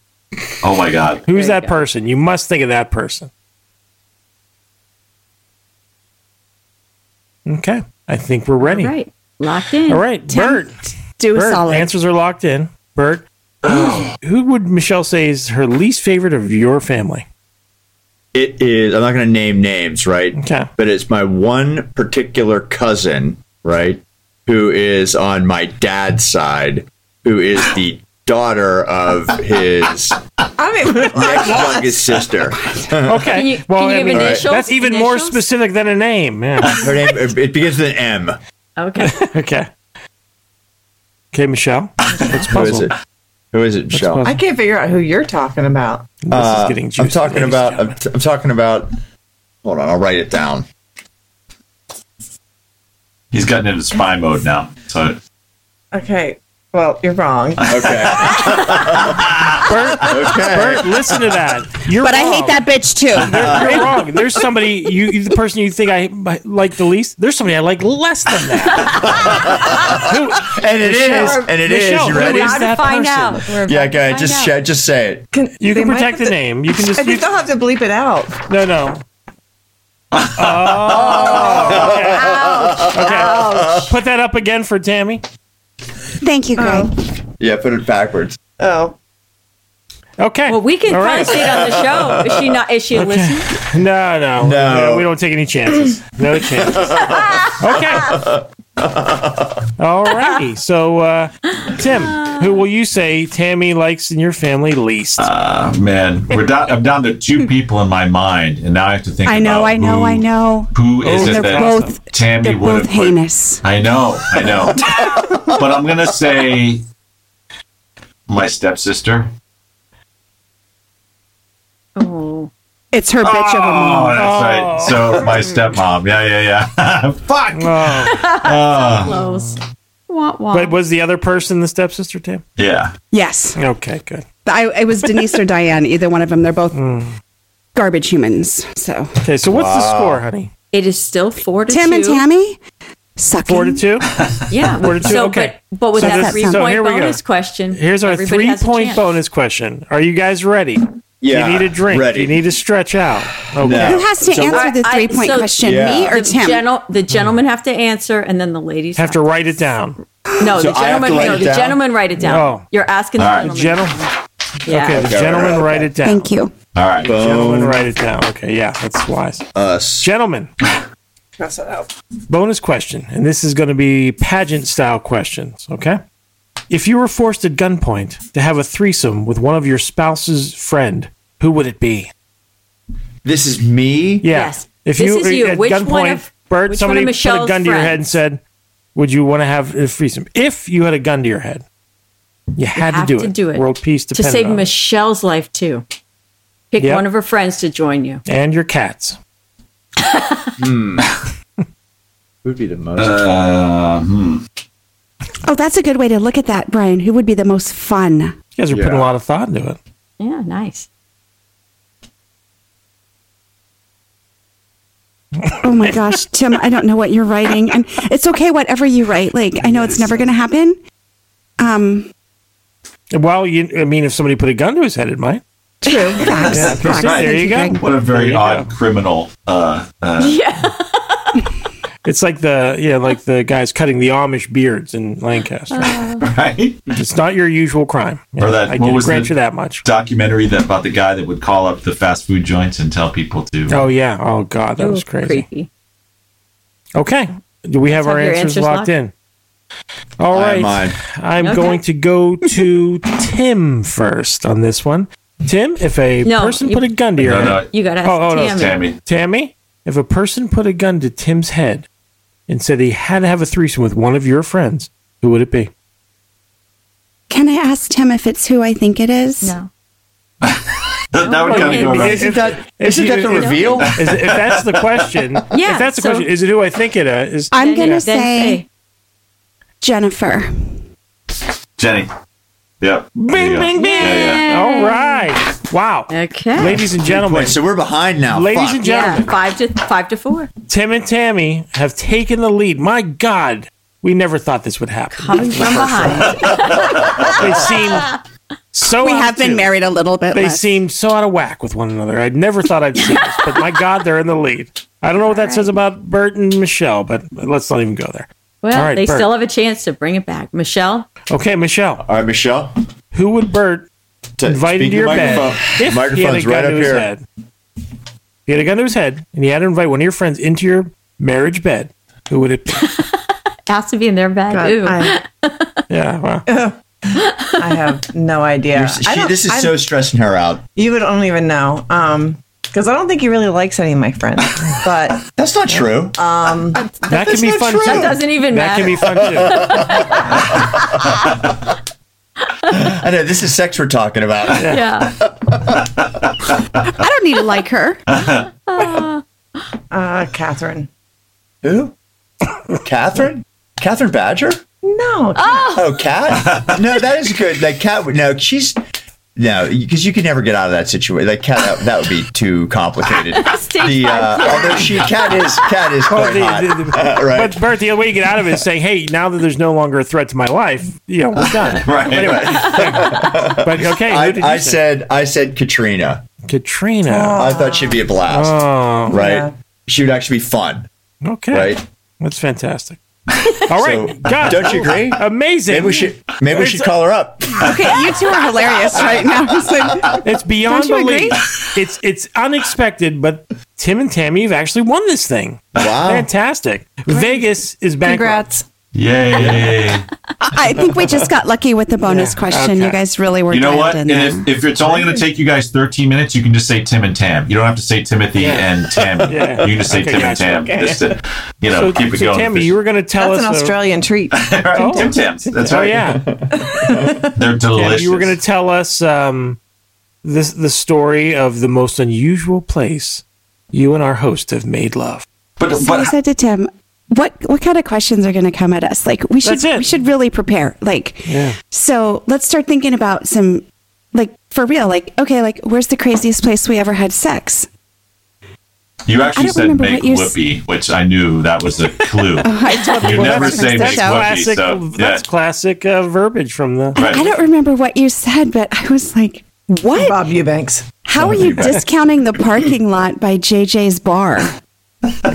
Speaker 4: oh my god.
Speaker 6: Who's that person? You must think of that person. Okay, I think we're ready. All right,
Speaker 3: Right. Locked in.
Speaker 6: Bert.
Speaker 2: Do a
Speaker 6: Bert,
Speaker 2: solid.
Speaker 6: answers are locked in. Bert, who would Michelle say is her least favorite of your family?
Speaker 1: It is. I'm not going to name names, right?
Speaker 6: Okay.
Speaker 1: But it's my one particular cousin, right, who is on my dad's side, who is the daughter of his
Speaker 5: I mean,
Speaker 1: next youngest sister.
Speaker 6: Okay.
Speaker 3: Can you- can you give
Speaker 6: all
Speaker 3: initials?
Speaker 6: That's even more
Speaker 3: Initials?
Speaker 6: specific than a name. Yeah.
Speaker 1: Her name it begins with an M.
Speaker 3: Okay.
Speaker 6: okay. Okay, Michelle. It's
Speaker 1: Who is
Speaker 6: puzzle.
Speaker 1: it? Who is it, Michelle?
Speaker 5: I can't figure out who you're talking about.
Speaker 6: This
Speaker 1: Uh,
Speaker 6: is getting juicy.
Speaker 1: I'm talking
Speaker 6: ladies
Speaker 1: about.
Speaker 6: and
Speaker 1: I'm, I'm talking about. Hold on, I'll write it down.
Speaker 4: He's gotten into spy mode now. So
Speaker 5: Okay, well, you're wrong.
Speaker 1: Okay.
Speaker 6: gentlemen. Bert,
Speaker 1: Okay.
Speaker 6: Bert, listen to that. You're
Speaker 2: But I
Speaker 6: wrong.
Speaker 2: hate that bitch too.
Speaker 6: You're, you're wrong. There's somebody you, you- the person you think I I like the least. There's somebody I like less than that. Who-
Speaker 1: And it is.
Speaker 6: Michelle-
Speaker 1: And it is.
Speaker 6: Michelle,
Speaker 1: You
Speaker 6: who
Speaker 1: ready?
Speaker 6: is that
Speaker 3: find
Speaker 6: person?
Speaker 3: out. We're
Speaker 1: Yeah,
Speaker 3: about to
Speaker 1: okay.
Speaker 3: find
Speaker 1: Just
Speaker 3: out.
Speaker 1: sh- just say it.
Speaker 5: Can,
Speaker 6: You
Speaker 5: they
Speaker 6: can
Speaker 5: might
Speaker 6: protect
Speaker 5: have
Speaker 6: the
Speaker 5: to-
Speaker 6: name. You can just
Speaker 5: I think they'll have to bleep it out.
Speaker 6: no no.
Speaker 3: Oh. Ouch.
Speaker 6: Oh, Okay.
Speaker 3: Ouch.
Speaker 6: Put that up again for Tammy.
Speaker 7: Thank you, Greg.
Speaker 1: Yeah, put it backwards.
Speaker 5: Oh,
Speaker 6: Okay.
Speaker 3: Well, we can
Speaker 6: All
Speaker 3: kind
Speaker 6: right.
Speaker 3: of see it on the show. Is she not? Is she a listener?
Speaker 6: No, no,
Speaker 1: No.
Speaker 6: We don't take any chances. No chances. okay. Alrighty. So, uh, Tim, who will you say Tammy likes in your family least?
Speaker 4: uh, man, we're down. I'm down to two people in my mind, and now I have to think.
Speaker 2: I know,
Speaker 4: about
Speaker 2: I know,
Speaker 4: who-
Speaker 2: I know.
Speaker 4: Who is
Speaker 6: Oh, they're
Speaker 4: it that
Speaker 2: both-
Speaker 4: Tammy
Speaker 2: They're
Speaker 4: would
Speaker 2: both
Speaker 4: have put?
Speaker 2: heinous.
Speaker 4: I know, I know. but I'm gonna say my stepsister.
Speaker 3: Oh.
Speaker 2: It's her bitch of a
Speaker 6: Ah!
Speaker 4: Oh,
Speaker 2: mom.
Speaker 4: that's right. So my stepmom. Yeah, yeah, yeah. Fuck.
Speaker 6: Oh,
Speaker 4: Uh,
Speaker 3: Close. Wah, wah.
Speaker 6: But was the other person the stepsister, Tim?
Speaker 4: Yeah.
Speaker 2: Yes.
Speaker 6: Okay, good.
Speaker 2: I, it was Denise or Diane, either one of them. They're both
Speaker 6: Hmm.
Speaker 2: garbage humans. So
Speaker 6: Okay, so what's the
Speaker 1: Wow.
Speaker 6: score, honey?
Speaker 3: It is still four to
Speaker 2: Tim
Speaker 3: two.
Speaker 2: and Tammy, sucking.
Speaker 6: Four to two?
Speaker 3: Yeah.
Speaker 6: Four to two,
Speaker 3: So,
Speaker 6: okay.
Speaker 3: but, but with
Speaker 6: So
Speaker 3: that
Speaker 6: this-
Speaker 3: three
Speaker 6: so here
Speaker 3: point
Speaker 6: we go.
Speaker 3: bonus question,
Speaker 6: Here's our
Speaker 3: everybody
Speaker 6: three
Speaker 3: has a
Speaker 6: point
Speaker 3: chance.
Speaker 6: bonus question. Are you guys ready?
Speaker 1: Yeah,
Speaker 6: You need a drink.
Speaker 1: ready.
Speaker 6: You need to stretch out. Okay.
Speaker 1: No.
Speaker 2: Who has to
Speaker 1: So
Speaker 2: answer the
Speaker 3: I-
Speaker 2: three point
Speaker 3: so-
Speaker 2: question?
Speaker 1: Yeah.
Speaker 2: Me or
Speaker 3: the
Speaker 2: Tim?
Speaker 3: gentle- the gentlemen have to answer, and then the ladies
Speaker 6: Hmm. Have to write it down.
Speaker 3: No,
Speaker 1: So
Speaker 3: the
Speaker 1: I have to
Speaker 3: gentleman.
Speaker 1: write
Speaker 3: No,
Speaker 1: it
Speaker 3: the
Speaker 1: down?
Speaker 3: gentleman. Write it down.
Speaker 6: Oh.
Speaker 3: You're asking the
Speaker 4: All right.
Speaker 3: gentleman.
Speaker 6: Gentle-
Speaker 3: Yeah.
Speaker 6: Okay, the
Speaker 1: Okay,
Speaker 6: gentlemen
Speaker 1: okay.
Speaker 6: write it down.
Speaker 2: Thank you.
Speaker 4: All right.
Speaker 6: Gentlemen,
Speaker 1: Bone
Speaker 6: write it down. Okay, yeah, that's wise.
Speaker 1: us.
Speaker 6: Gentlemen, bonus question, and this is going to be pageant style questions, okay? If you were forced at gunpoint to have a threesome with one of your spouse's friend, who would it be?
Speaker 1: This is me.
Speaker 6: Yeah.
Speaker 3: Yes. This is you.
Speaker 6: at
Speaker 3: Which one
Speaker 6: gunpoint,
Speaker 3: of-
Speaker 6: Bert,
Speaker 3: which
Speaker 6: somebody
Speaker 3: one of
Speaker 6: put a gun
Speaker 3: Michelle's
Speaker 6: to your head and
Speaker 3: friends?
Speaker 6: said, "Would you want to have a threesome if you had a gun to your head? You had
Speaker 3: have
Speaker 6: to do
Speaker 3: to
Speaker 6: it.
Speaker 3: do it.
Speaker 6: World peace
Speaker 3: to
Speaker 6: depended
Speaker 3: save
Speaker 6: on it.
Speaker 3: Michelle's life too. Pick
Speaker 6: Yep.
Speaker 3: one of her friends to join you.
Speaker 6: and your cats.
Speaker 1: Who would be the most?
Speaker 4: Uh, hmm.
Speaker 7: Oh, that's a good way to look at that, Brian. Who would be the most fun?
Speaker 6: You guys are putting
Speaker 1: Yeah.
Speaker 6: a lot of thought into it.
Speaker 3: Yeah, nice.
Speaker 7: Oh my gosh, Tim, I don't know what you're writing. And it's okay whatever you write. Like, I know it's never going to happen. Um,
Speaker 6: Well, you, I mean, if somebody put a gun to his head, it might.
Speaker 7: true. Facts. facts.
Speaker 6: Right, there
Speaker 7: Thank
Speaker 6: you go.
Speaker 7: Greg.
Speaker 4: What a very
Speaker 6: you
Speaker 4: odd criminal. Uh, uh,
Speaker 6: It's like the yeah, like the guys cutting the Amish beards in Lancaster.
Speaker 3: Uh.
Speaker 4: right?
Speaker 6: it's not your usual crime.
Speaker 4: Or that-
Speaker 6: I
Speaker 4: what
Speaker 6: can
Speaker 4: was
Speaker 6: grant
Speaker 4: the-
Speaker 6: you that much.
Speaker 4: Documentary that about the guy that would call up the fast food joints and tell people to.
Speaker 6: Oh yeah. Oh god, that was crazy.
Speaker 3: Creepy.
Speaker 6: Okay. Do we have
Speaker 3: have
Speaker 6: our
Speaker 3: your
Speaker 6: answers,
Speaker 3: answers
Speaker 6: locked,
Speaker 3: locked?
Speaker 6: in? All
Speaker 1: I
Speaker 6: right.
Speaker 1: have mine.
Speaker 6: I'm
Speaker 3: Okay.
Speaker 6: going to go to Tim first on this one. Tim, if a
Speaker 3: No,
Speaker 6: person
Speaker 3: you-
Speaker 6: put a gun to your
Speaker 4: No,
Speaker 6: head,
Speaker 4: no,
Speaker 3: You got to ask
Speaker 6: Oh, oh, no,
Speaker 3: Tammy.
Speaker 4: Tammy.
Speaker 6: Tammy, if a person put a gun to Tim's head and said he had to have a threesome with one of your friends, who would it be?
Speaker 7: Can I ask Tim if it's who I think it is?
Speaker 3: No.
Speaker 4: That, that would
Speaker 3: Oh,
Speaker 4: kind of
Speaker 3: yeah.
Speaker 4: go around.
Speaker 6: If-
Speaker 1: Isn't that
Speaker 6: if
Speaker 1: isn't
Speaker 6: you-
Speaker 1: that the
Speaker 6: if-
Speaker 1: reveal?
Speaker 6: Is, if that's the question,
Speaker 3: Yeah,
Speaker 6: if that's the
Speaker 3: so-
Speaker 6: question, is it who I think it is?
Speaker 7: I'm
Speaker 3: Then-
Speaker 7: going to
Speaker 3: then
Speaker 7: say Jennifer.
Speaker 4: Jenny. Yep.
Speaker 6: Bing,
Speaker 4: Yeah.
Speaker 6: bing, bing.
Speaker 4: Yeah, yeah.
Speaker 6: All right. Wow.
Speaker 3: Okay.
Speaker 6: Ladies and gentlemen,
Speaker 1: Wait, so we're behind now.
Speaker 6: Ladies
Speaker 1: Fuck.
Speaker 6: and
Speaker 3: Yeah,
Speaker 6: gentlemen,
Speaker 3: five to five to four.
Speaker 6: Tim and Tammy have taken the lead. My God, we never thought this would happen.
Speaker 3: Coming from behind.
Speaker 6: They seem so.
Speaker 2: We
Speaker 6: out
Speaker 2: have
Speaker 6: of
Speaker 2: been
Speaker 6: tune.
Speaker 2: married a little bit.
Speaker 6: They
Speaker 2: less.
Speaker 6: seem so out of whack with one another. I never thought I'd see this, but my God, they're in the lead. I don't know what that says about Bert and Michelle, but let's not even go there.
Speaker 3: Well,
Speaker 6: All right,
Speaker 3: they
Speaker 6: Bert.
Speaker 3: still have a chance to bring it back. Michelle,
Speaker 6: Okay, Michelle,
Speaker 1: All right, Michelle.
Speaker 6: who would Bert
Speaker 1: T-
Speaker 6: invite
Speaker 1: speak
Speaker 6: into your bed
Speaker 1: microphone.
Speaker 6: if he had a
Speaker 1: Microphone's
Speaker 6: gun
Speaker 1: right up
Speaker 6: to his
Speaker 1: here.
Speaker 6: head? If he had a gun to his head, and he had to invite one of your friends into your marriage bed. Who would it be?
Speaker 3: has to be in their bed.
Speaker 5: God,
Speaker 3: Ooh.
Speaker 5: I,
Speaker 6: Yeah, wow.
Speaker 5: I have no idea. I
Speaker 1: She,
Speaker 5: don't-
Speaker 1: this is
Speaker 5: I-
Speaker 1: so stressing her out.
Speaker 5: you would don't even know. Um, because I don't think he really likes any of my friends. But
Speaker 1: That's not true.
Speaker 5: Uh,
Speaker 6: that can be
Speaker 1: not
Speaker 6: fun
Speaker 1: true.
Speaker 3: that
Speaker 6: too.
Speaker 3: doesn't even
Speaker 6: That
Speaker 3: matter.
Speaker 6: can be fun too.
Speaker 5: uh,
Speaker 1: I know this is sex we're talking about.
Speaker 3: yeah.
Speaker 2: I don't need to like her.
Speaker 5: uh, Catherine,
Speaker 1: Who? Catherine? Catherine Badger?
Speaker 5: no,
Speaker 1: Oh, Cat? No, that is good. Like Cat. would- No, she's no, because you can never get out of that situation. Like Cat, that, that would be too complicated. the uh, although she Cat is Cat is quite
Speaker 6: the-
Speaker 1: hot,
Speaker 6: the- the-
Speaker 1: Uh, right?
Speaker 6: But Bert, the only way you get out of it is saying, "Hey, now that there's no longer a threat to my life, you know, we're done."
Speaker 4: Right.
Speaker 6: But okay, who
Speaker 1: I,
Speaker 6: did you
Speaker 1: I
Speaker 6: say?
Speaker 1: said I said Katrina.
Speaker 6: Katrina.
Speaker 1: I thought she'd be a blast,
Speaker 6: Oh,
Speaker 1: right?
Speaker 5: yeah.
Speaker 1: She would actually be fun,
Speaker 6: okay.
Speaker 1: right?
Speaker 6: That's fantastic. All right,
Speaker 1: So,
Speaker 6: God,
Speaker 1: don't you agree?
Speaker 6: Amazing.
Speaker 1: Maybe we should maybe we
Speaker 6: Oh, It's-
Speaker 1: should call her up.
Speaker 2: Okay, you two are hilarious right now. It's like-
Speaker 6: It's beyond
Speaker 2: Don't you agree?
Speaker 6: belief. It's it's unexpected, but Tim and Tammy have actually won this thing.
Speaker 1: Wow.
Speaker 6: Fantastic. Vegas is bankrupt.
Speaker 2: Congrats.
Speaker 4: Yay.
Speaker 2: I think we just got lucky with the bonus
Speaker 6: Yeah,
Speaker 2: question.
Speaker 6: okay.
Speaker 2: You guys really were
Speaker 4: You know
Speaker 2: dialed
Speaker 4: what?
Speaker 2: in there.
Speaker 4: And if, if it's only going to take you guys 13 minutes, you can just say Tim and Tam. You don't have to say Timothy and Tammy.
Speaker 6: Yeah.
Speaker 4: You can just say
Speaker 6: Okay,
Speaker 4: Tim
Speaker 6: gotcha.
Speaker 4: and Tam.
Speaker 6: Okay.
Speaker 4: Just to, you know,
Speaker 6: So,
Speaker 4: keep it
Speaker 6: so
Speaker 4: going.
Speaker 6: Tammy, you were going to tell
Speaker 5: that's an
Speaker 6: us. a-
Speaker 5: Australian treat.
Speaker 4: right.
Speaker 6: Oh.
Speaker 4: Tim Tams. That's
Speaker 6: oh
Speaker 4: right.
Speaker 6: yeah.
Speaker 4: They're
Speaker 6: Yeah,
Speaker 4: delicious.
Speaker 6: you were going to tell us um, this the story of the most unusual place you and our host have made love.
Speaker 4: But,
Speaker 7: So I
Speaker 4: but
Speaker 7: said to Tim,
Speaker 2: what what kind of questions are going to come at us? Like we should
Speaker 6: That's it.
Speaker 2: we should really prepare. Like
Speaker 6: Yeah.
Speaker 2: so let's start thinking about some like for real. Like okay, like where's the craziest place we ever had sex?
Speaker 4: You
Speaker 2: I
Speaker 4: actually
Speaker 2: don't
Speaker 4: said
Speaker 2: remember
Speaker 4: make
Speaker 2: what you s- Oh,
Speaker 4: whoopee, which I knew that was a clue.
Speaker 2: I totally
Speaker 4: you
Speaker 6: Well,
Speaker 4: never
Speaker 6: that's-
Speaker 4: say
Speaker 6: that's
Speaker 4: make whoopee,
Speaker 6: classic.
Speaker 4: so yeah.
Speaker 6: That's classic uh, verbiage from the.
Speaker 4: Right.
Speaker 2: I don't remember what you said, but I was like, what?
Speaker 5: Bob Eubanks.
Speaker 2: How are you discounting the parking lot by JJ's bar?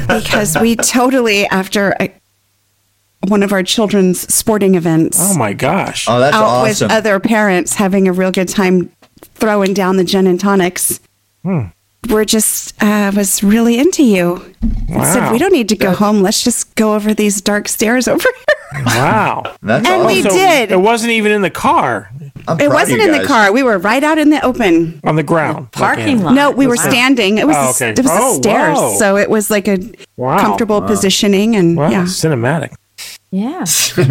Speaker 2: Because we totally after a, one of our children's sporting events.
Speaker 6: Oh my gosh!
Speaker 1: Oh, that's
Speaker 2: out
Speaker 1: awesome.
Speaker 2: with other parents having a real good time throwing down the gin and tonics.
Speaker 1: Hmm.
Speaker 2: We're just uh, was really into you. I said
Speaker 6: Wow.
Speaker 2: we don't need to go home. Let's just go over these dark stairs over here.
Speaker 6: wow.
Speaker 1: that's
Speaker 2: and we
Speaker 1: awesome.
Speaker 6: So
Speaker 2: did.
Speaker 6: It wasn't even in the car
Speaker 1: I'm
Speaker 2: It
Speaker 1: proud of you
Speaker 2: wasn't in the
Speaker 1: guys.
Speaker 2: car. We were right out in the open.
Speaker 6: on the ground.
Speaker 3: Parking lot.
Speaker 2: No, we were
Speaker 3: Wow.
Speaker 2: standing. It was
Speaker 6: Oh,
Speaker 2: a-
Speaker 6: okay.
Speaker 2: it was a
Speaker 6: Oh,
Speaker 2: stairs,
Speaker 6: wow.
Speaker 2: so it was like a
Speaker 6: Wow.
Speaker 2: comfortable positioning and
Speaker 6: Wow.
Speaker 2: yeah.
Speaker 6: Cinematic.
Speaker 3: Yeah.
Speaker 4: There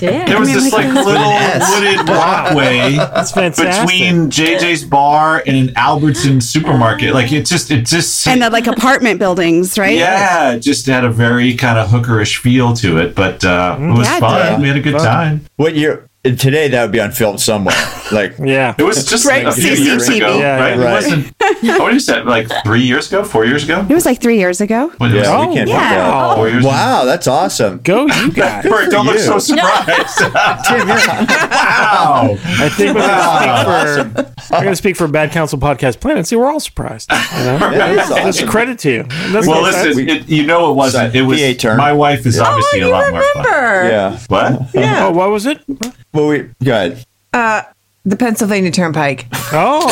Speaker 3: yeah.
Speaker 4: was
Speaker 2: mean,
Speaker 4: this
Speaker 2: like
Speaker 4: like
Speaker 2: a-
Speaker 4: little
Speaker 1: Yes.
Speaker 4: wooded walkway
Speaker 6: That's fantastic.
Speaker 4: between JJ's bar and an Albertson supermarket. Like it just, it just,
Speaker 2: And the like apartment buildings, right?
Speaker 4: yeah, it just had a very kind of hookerish feel to it. But uh, it was
Speaker 2: Yeah, it
Speaker 4: fun.
Speaker 2: did.
Speaker 4: We had a good time.
Speaker 1: What year? Today that would be on film somewhere. Like
Speaker 6: yeah.
Speaker 4: It was just
Speaker 2: Right,
Speaker 4: a few years
Speaker 2: CCTV.
Speaker 4: ago,
Speaker 6: Yeah,
Speaker 4: right?
Speaker 1: yeah.
Speaker 4: It wasn't. oh, What did you say? Like three years ago, four years ago?
Speaker 2: It was like three years ago.
Speaker 4: What, it was
Speaker 1: Yeah.
Speaker 4: like
Speaker 1: we can't
Speaker 6: wow.
Speaker 5: Oh,
Speaker 1: have
Speaker 4: four years ago.
Speaker 1: wow, that's awesome.
Speaker 6: Go you guys.
Speaker 4: Bert, don't look
Speaker 1: you.
Speaker 4: so surprised. wow.
Speaker 6: I think we're gonna speak for we're gonna speak for Bad Counsel Podcast Planet. See, we're all surprised. You know?
Speaker 1: That is
Speaker 6: That's
Speaker 1: awesome.
Speaker 6: credit to you. That's
Speaker 4: Well,
Speaker 6: not bad.
Speaker 4: listen,
Speaker 1: We-
Speaker 4: it, you know it wasn't.
Speaker 1: Sorry,
Speaker 4: It was
Speaker 1: PA term.
Speaker 4: my wife is obviously
Speaker 5: Oh,
Speaker 4: a lot more fun.
Speaker 1: Yeah.
Speaker 4: What?
Speaker 6: Oh, what was it?
Speaker 1: Well, we go ahead.
Speaker 5: Uh, The Pennsylvania Turnpike.
Speaker 6: Oh,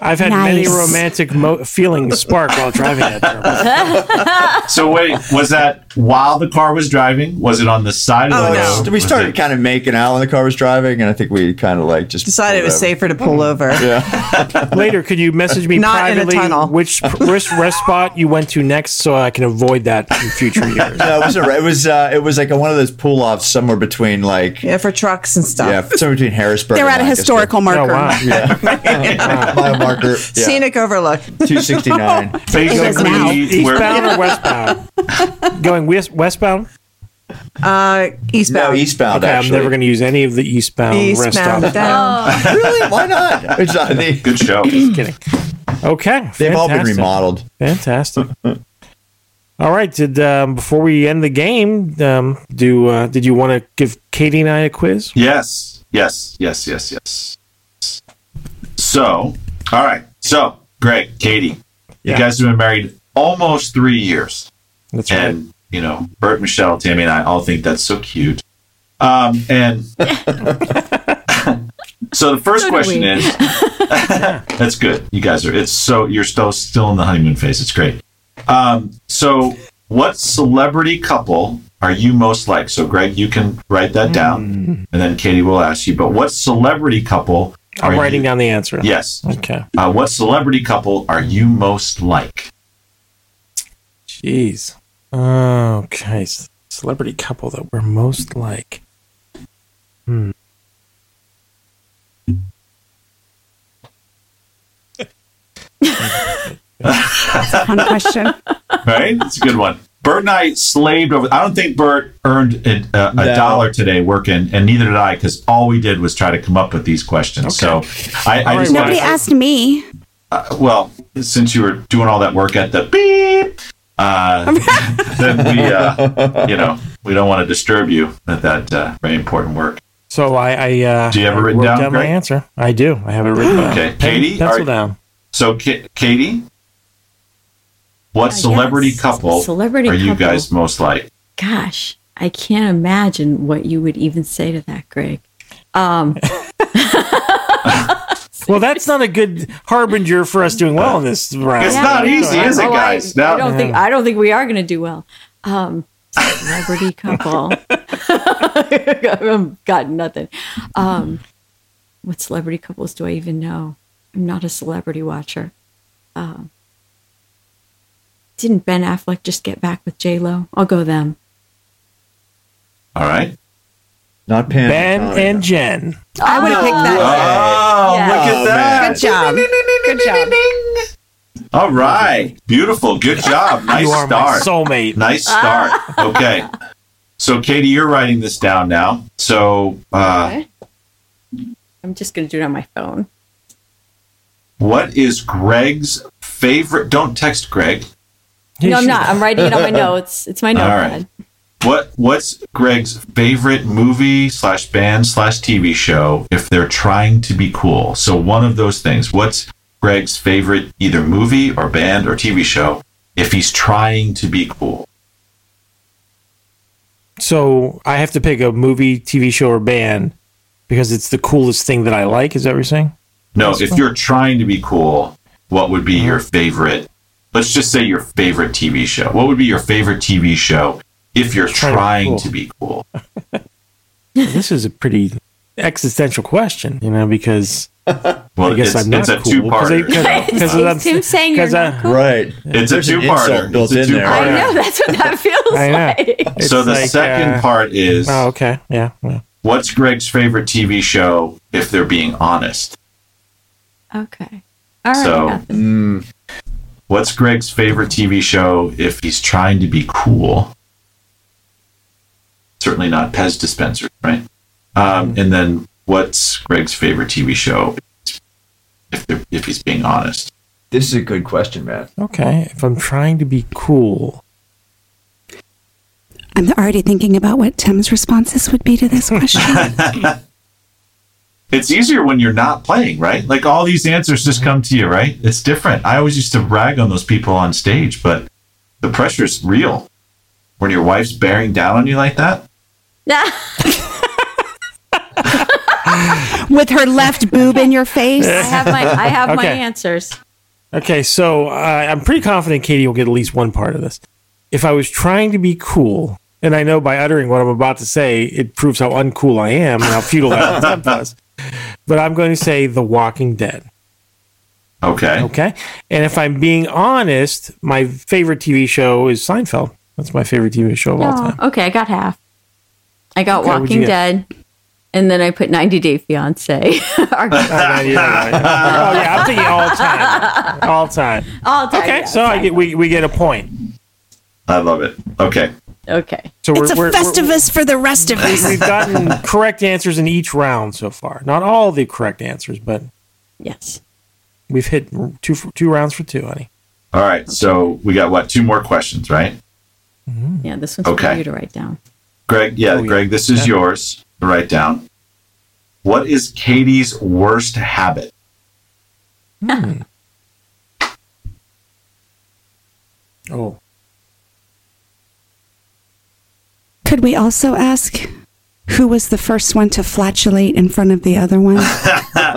Speaker 6: I've had many
Speaker 2: Nice.
Speaker 6: romantic mo- feelings spark while driving that. Term.
Speaker 4: So wait, was that while the car was driving? Was it on the side of the
Speaker 5: no.
Speaker 4: road?
Speaker 1: We
Speaker 4: Was
Speaker 1: started
Speaker 4: it-
Speaker 1: kind of making out when the car was driving, and I think we kind of like just
Speaker 5: Decided it was
Speaker 1: whatever.
Speaker 5: safer to pull over.
Speaker 6: Later, could you message me
Speaker 5: Not in a
Speaker 6: privately
Speaker 5: tunnel.
Speaker 6: which pr- which rest spot you went to next, so I can avoid that in future years?
Speaker 1: No, it wasn't. Right. It was. Uh, it was like a, one of those pull offs somewhere between like yeah,
Speaker 5: Yeah, for trucks and stuff.
Speaker 1: somewhere between Harrisburg.
Speaker 2: They're
Speaker 1: and
Speaker 2: at a
Speaker 1: Lancaster.
Speaker 2: historical
Speaker 6: Oh
Speaker 2: marker.
Speaker 6: wow!
Speaker 1: mile marker. Yeah,
Speaker 5: Scenic overlook.
Speaker 1: Two sixty nine.
Speaker 4: basically where,
Speaker 6: Eastbound or westbound? Going west westbound?
Speaker 5: Uh,
Speaker 1: No,
Speaker 5: eastbound.
Speaker 1: eastbound.
Speaker 6: Okay, I'm
Speaker 1: actually.
Speaker 6: never going to use any of the eastbound, rest
Speaker 5: eastbound.
Speaker 6: stops.
Speaker 5: Down.
Speaker 1: really? Why not? It's not they,
Speaker 4: good show.
Speaker 6: Kidding. Okay,
Speaker 1: they've all been
Speaker 6: fantastic.
Speaker 1: remodeled.
Speaker 6: Fantastic. All right. Did um, before we end the game, um, do uh, did you want to give Katie and I a quiz?
Speaker 4: Yes, yes, yes, yes, yes. So, all right. So, Greg, Katie,
Speaker 6: Yeah.
Speaker 4: you guys have been married almost three years.
Speaker 6: That's
Speaker 4: and you know Bert, Michelle, Tammy, and I all think that's so cute. Um, and so the first
Speaker 3: So do
Speaker 4: question
Speaker 3: we.
Speaker 4: is, that's good. You guys are. It's so you're still still in the honeymoon phase. It's great. Um, so what celebrity couple are you most like? So Greg, you can write that down,
Speaker 6: Hmm.
Speaker 4: and then Katie will ask you. But what celebrity couple?
Speaker 6: I'm
Speaker 4: are
Speaker 6: writing
Speaker 4: you,
Speaker 6: down the answer.
Speaker 4: Yes.
Speaker 6: Okay.
Speaker 4: Uh, what celebrity couple are you most like?
Speaker 6: Jeez. Okay. s- Celebrity couple that we're most like. Hmm.
Speaker 2: Fun question.
Speaker 4: right? It's a good one. Bert and I slaved over. I don't think Bert earned a, a, a
Speaker 1: No.
Speaker 4: dollar today working, and neither did I because all we did was try to come up with these questions. So I, I
Speaker 6: All
Speaker 4: just
Speaker 6: right,
Speaker 2: Nobody
Speaker 6: Right.
Speaker 2: asked me.
Speaker 4: uh, well, since you were doing all that work at the beep, uh, then we, uh, you know, we don't want to disturb you at that uh, very important work.
Speaker 6: So I, I uh,
Speaker 4: Do you have it
Speaker 6: I
Speaker 4: written
Speaker 6: wrote
Speaker 4: down,
Speaker 6: my
Speaker 4: Greg?
Speaker 6: answer. I do. I have it written down.
Speaker 4: Okay,
Speaker 6: Pen-
Speaker 4: Katie,
Speaker 6: pencil
Speaker 4: are-
Speaker 6: down.
Speaker 4: So, K- Katie, what
Speaker 3: Uh,
Speaker 4: celebrity
Speaker 3: yes.
Speaker 4: couple
Speaker 3: Celebrity
Speaker 4: are you
Speaker 3: couple.
Speaker 4: guys most like?
Speaker 3: Gosh, I can't imagine what you would even say to that, Greg. Um,
Speaker 6: Well, that's not a good harbinger for us doing well in this round.
Speaker 4: It's not easy, is it,
Speaker 3: Oh, I-
Speaker 4: guys?
Speaker 3: I,
Speaker 4: No.
Speaker 3: don't think I don't think we are going to do well. Um, celebrity couple. I've got nothing. Um, what celebrity couples do I even know? I'm not a celebrity watcher. Um, didn't Ben Affleck just get back with J Lo? I'll go them.
Speaker 4: All right.
Speaker 1: Not Pam.
Speaker 6: Ben
Speaker 1: Tommy,
Speaker 6: and
Speaker 1: no.
Speaker 6: Jen.
Speaker 2: I would have picked that.
Speaker 4: Oh,
Speaker 3: Yeah.
Speaker 4: look at that.
Speaker 5: Good job.
Speaker 2: Good job.
Speaker 4: All right. Beautiful. Good job. Nice
Speaker 6: you are
Speaker 4: start.
Speaker 6: my soulmate.
Speaker 4: Nice start. okay. So, Katie, you're writing this down now. So, uh,
Speaker 3: Okay. I'm just going to do it on my phone.
Speaker 4: what is Greg's favorite? Don't text Greg.
Speaker 3: No, I'm not. I'm writing it on my notes. It's my
Speaker 4: All
Speaker 3: notepad.
Speaker 4: right. What What's Greg's favorite movie slash band slash TV show if they're trying to be cool? So, one of those things. What's Greg's favorite either movie or band or TV show if he's trying to be cool?
Speaker 6: So I have to pick a movie, TV show, or band because it's the coolest thing that I like. Is that what you're saying?
Speaker 4: No, if you're trying to be cool, what would be your favorite? Let's just say your favorite TV show. What would be your favorite TV show if you're trying,
Speaker 6: Trying
Speaker 4: to
Speaker 6: to
Speaker 4: be cool?
Speaker 6: this is a pretty existential question, you know, because
Speaker 4: Well,
Speaker 6: I guess
Speaker 4: it's,
Speaker 6: I'm not
Speaker 4: it's a
Speaker 6: cool. 'cause I-
Speaker 4: two-parter.
Speaker 6: 'cause I- 'cause I'm-
Speaker 3: It's him saying you're
Speaker 6: 'cause I-
Speaker 3: not cool.
Speaker 1: Right.
Speaker 4: It's a
Speaker 1: There's an
Speaker 4: two-parter.
Speaker 1: insult built
Speaker 4: It's a
Speaker 1: in there.
Speaker 4: two-parter.
Speaker 3: I know. That's what that feels
Speaker 6: I know.
Speaker 3: like.
Speaker 6: it's
Speaker 4: so the
Speaker 6: like,
Speaker 4: second
Speaker 6: uh,
Speaker 4: part is
Speaker 6: Oh, okay. Yeah. yeah.
Speaker 4: what's Greg's favorite TV show if they're being honest?
Speaker 3: Okay. All right.
Speaker 4: So-
Speaker 3: nothing.
Speaker 6: Hmm.
Speaker 1: Mm,
Speaker 4: What's Greg's favorite TV show if he's trying to be cool? Certainly not Pez dispensers, right? Um, and then what's Greg's favorite TV show if they're- if he's being honest?
Speaker 1: this is a good question, man.
Speaker 6: Okay. If I'm trying to be cool,
Speaker 2: I'm already thinking about what Tim's responses would be to this question.
Speaker 4: It's easier when you're not playing, right? Like all these answers just come to you, right? It's different. I always used to rag on those people on stage, but the pressure's real. When your wife's bearing down on you like that,
Speaker 2: With her left boob in your face.
Speaker 3: I have my I have my
Speaker 6: Okay.
Speaker 3: answers.
Speaker 6: okay. So uh, I'm pretty confident Katie will get at least one part of this. If I was trying to be cool, and I know by uttering what I'm about to say, it proves how uncool I am and how futile that attempt was. But I'm going to say The Walking Dead.
Speaker 4: okay.
Speaker 6: Okay. And if I'm being honest, my favorite TV show is Seinfeld. That's my favorite TV show of all
Speaker 3: Oh,
Speaker 6: time.
Speaker 3: okay, I got half. I got
Speaker 6: Okay, what'd
Speaker 3: Walking
Speaker 6: you
Speaker 3: Dead, and then I put 90 Day Fiance. Our-
Speaker 6: Oh, yeah, yeah, yeah. Oh, yeah, I'm thinking all time, all time.
Speaker 8: Oh,
Speaker 3: All time.
Speaker 6: Okay,
Speaker 3: yeah,
Speaker 6: so I get we, we get a point.
Speaker 4: I love it. Okay.
Speaker 3: Okay.
Speaker 6: So
Speaker 8: It's a festivus for the rest of
Speaker 6: we
Speaker 8: us.
Speaker 6: have gotten correct answers in each round so far. Not all the correct answers, but
Speaker 3: Yes.
Speaker 6: we've hit two for, two rounds for two, honey.
Speaker 4: All right. So we got what? Two more questions, right?
Speaker 3: Yeah, this one's
Speaker 4: Okay.
Speaker 3: for you to write down.
Speaker 4: Greg, yeah,
Speaker 6: Oh, yeah.
Speaker 4: Greg, this is
Speaker 6: Yeah.
Speaker 4: yours to write down. What is Katie's worst habit?
Speaker 6: Oh,
Speaker 2: Could we also ask who was the first one to flatulate in front of the other one?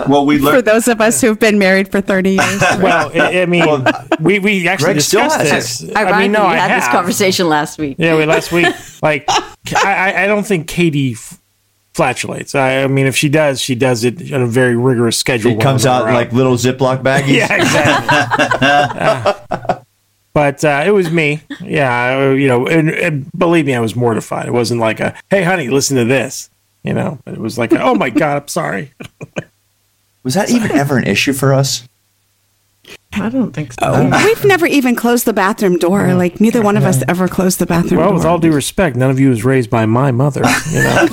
Speaker 4: Well, we
Speaker 7: For
Speaker 4: learned.
Speaker 7: those of us who've been married for 30 years.
Speaker 6: well, I, I mean, we, we actually
Speaker 1: Greg still
Speaker 6: discussed
Speaker 1: has
Speaker 6: this.
Speaker 3: Ironically,
Speaker 6: I mean, no,
Speaker 3: we
Speaker 6: I
Speaker 3: had this
Speaker 6: have.
Speaker 3: conversation last week.
Speaker 6: Yeah, we last week. Like, I, I, I don't think Katie f- flatulates. I, I mean, if she does, she does it on a very rigorous schedule.
Speaker 1: It comes out in like little Ziploc baggies.
Speaker 6: yeah, exactly. Uh, but uh, it was me. Yeah, I- you know, and, and believe me, I was mortified. It wasn't like a, hey, honey, listen to this. You know, but it was like, oh my god, I'm sorry.
Speaker 1: Was that even ever an issue for us?
Speaker 5: I don't think so.
Speaker 2: We've never even closed the bathroom door. Like, neither one of us ever closed the bathroom
Speaker 6: Well,
Speaker 2: door.
Speaker 6: with all due respect, none of you was raised by my mother. You know.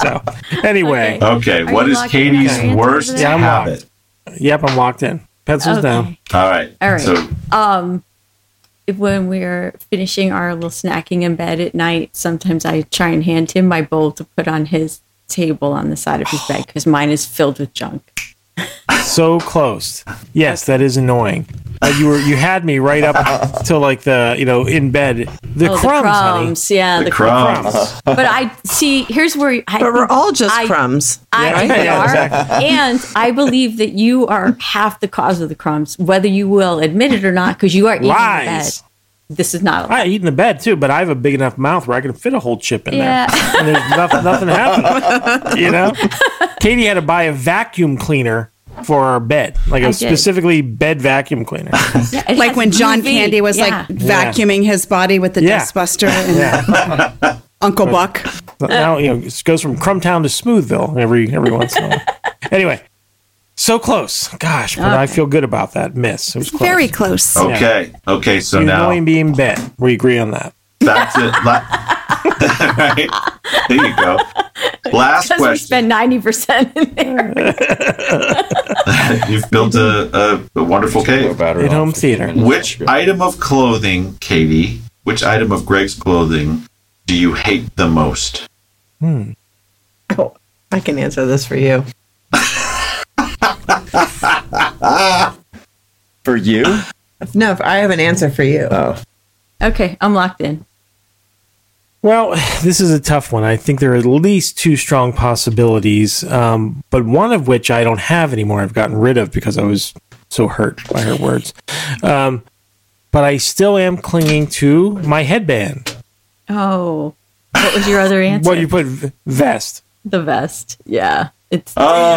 Speaker 6: so, anyway,
Speaker 4: Okay.
Speaker 3: Are
Speaker 4: what
Speaker 3: you
Speaker 4: is
Speaker 3: logged in?
Speaker 4: Katie's
Speaker 3: Are you
Speaker 4: worst
Speaker 3: logged in? Yeah,
Speaker 6: I'm logged.
Speaker 4: habit?
Speaker 6: yep, I'm locked in. Pencils
Speaker 3: Okay.
Speaker 6: down.
Speaker 4: All right.
Speaker 3: All right.
Speaker 4: So
Speaker 3: um if- when we're finishing our little snacking in bed at night sometimes i try and hand him my bowl to put on his table on the side of his bed because mine is filled with junk
Speaker 6: so close. Yes, that is annoying. Uh, you were you had me right up to like the you know in bed. The
Speaker 3: Oh,
Speaker 6: crumbs, honey.
Speaker 3: yeah the,
Speaker 4: the
Speaker 3: crumbs
Speaker 4: crumbs.
Speaker 3: but i see here's where I,
Speaker 5: But we're all just
Speaker 3: I-
Speaker 5: crumbs.
Speaker 3: I think
Speaker 6: Yeah,
Speaker 3: they are. And I believe that you are half the cause of the crumbs, whether you will admit it or not, because you are eating
Speaker 6: Lies.
Speaker 3: the bed. This is not a lie.
Speaker 6: I eat in the bed too, but I have a big enough mouth where I can fit a whole chip in
Speaker 3: Yeah.
Speaker 6: there, and there's nothing, nothing happening. You know, Katie had to buy a vacuum cleaner for our bed, like
Speaker 3: I
Speaker 6: a
Speaker 3: did.
Speaker 6: specifically bed vacuum cleaner.
Speaker 3: Yeah, it
Speaker 7: like
Speaker 3: has
Speaker 7: when John
Speaker 3: UV.
Speaker 7: Candy was
Speaker 3: Yeah.
Speaker 7: like vacuuming his body with the
Speaker 6: Yeah.
Speaker 7: dustbuster and Uncle Buck.
Speaker 6: But now you know it goes from Crumbtown to Smoothville every every once in a while. Anyway, So close. Gosh, but I feel good about that miss. It was close.
Speaker 2: Very close.
Speaker 4: Okay. Okay. So
Speaker 6: you
Speaker 4: now
Speaker 6: annoying being bet. We agree on that.
Speaker 4: that's it. La- right. There you go. Last
Speaker 3: Because we
Speaker 4: question.
Speaker 3: spend 90% in there.
Speaker 4: You've built a, a, a wonderful cave.
Speaker 9: Battery
Speaker 6: In
Speaker 9: off
Speaker 6: home
Speaker 9: for
Speaker 6: theater.
Speaker 9: 10 minutes.
Speaker 4: Which item of clothing, Katie? Which item of Greg's clothing do you hate the most?
Speaker 5: Oh, I can answer this for you.
Speaker 1: For you?
Speaker 5: No, I have an answer for you.
Speaker 3: Okay, I'm locked in.
Speaker 6: Well, this is a tough one. I think there are at least two strong possibilities, um, but one of which I don't have anymore. I've gotten rid of because I was so hurt by her words. Um, but I still am clinging to my headband.
Speaker 3: Oh, what was your other answer?
Speaker 6: Well, you put v- vest.
Speaker 3: the vest. Yeah, it's.
Speaker 6: Uh,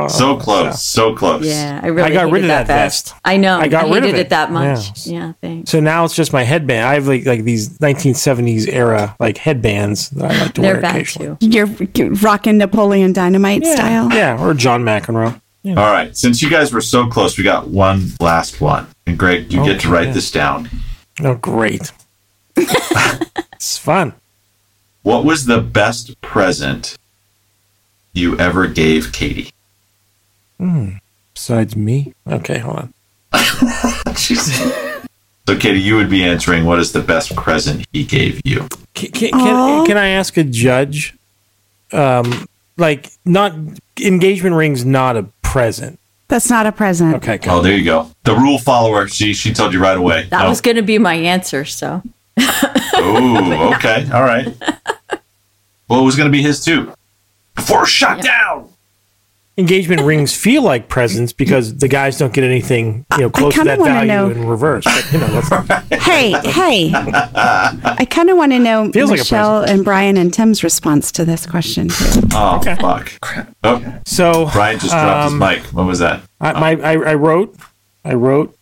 Speaker 4: Oh, so close. So close.
Speaker 3: yeah, I really.
Speaker 6: I got
Speaker 3: hated
Speaker 6: rid of that vest.
Speaker 3: I know.
Speaker 6: I got rid of
Speaker 3: hated
Speaker 6: it.
Speaker 3: that much.
Speaker 6: Yes.
Speaker 3: Yeah, thanks.
Speaker 6: So now it's just my headband. I have like like these 1970s era like headbands that I like to
Speaker 3: They're
Speaker 6: wear
Speaker 3: back
Speaker 6: occasionally.
Speaker 3: too.
Speaker 2: You're rocking Napoleon Dynamite style.
Speaker 6: Yeah, or John McEnroe.
Speaker 4: All right. Since you guys were so close, we got one last one. And Greg, you get to write this down.
Speaker 6: Oh, great. it's fun.
Speaker 4: What was the best present you ever gave Katie?
Speaker 6: Besides me. Okay, hold on.
Speaker 4: Jeez. so, Katie, you would be answering what is the best present he gave you?
Speaker 6: Can, can, can, can I ask a judge? Um, like not engagement rings, not a present.
Speaker 7: That's not a present.
Speaker 6: Okay, good.
Speaker 4: Oh, there you go. The rule follower. She she told you right away. Oh,
Speaker 3: That
Speaker 6: Oh.
Speaker 4: No.
Speaker 3: was going to be my answer. So
Speaker 4: Ooh, okay. All right. Well, it was going to be his too. Before shut down.
Speaker 6: Engagement rings feel like presents because the guys don't get anything you know close to
Speaker 7: kinda
Speaker 6: that
Speaker 7: wanna
Speaker 6: value
Speaker 7: know-
Speaker 6: in reverse. But, you know, that's,
Speaker 7: Hey, hey.
Speaker 2: I kind of want to know
Speaker 6: Feels like a
Speaker 2: Michelle and Brian and Tim's response to this question. too.
Speaker 4: Oh fuck. Crap. Oh,
Speaker 6: so
Speaker 4: Brian just dropped
Speaker 6: um,
Speaker 4: his mic. What was that?
Speaker 6: I, my, I, I wrote, I wrote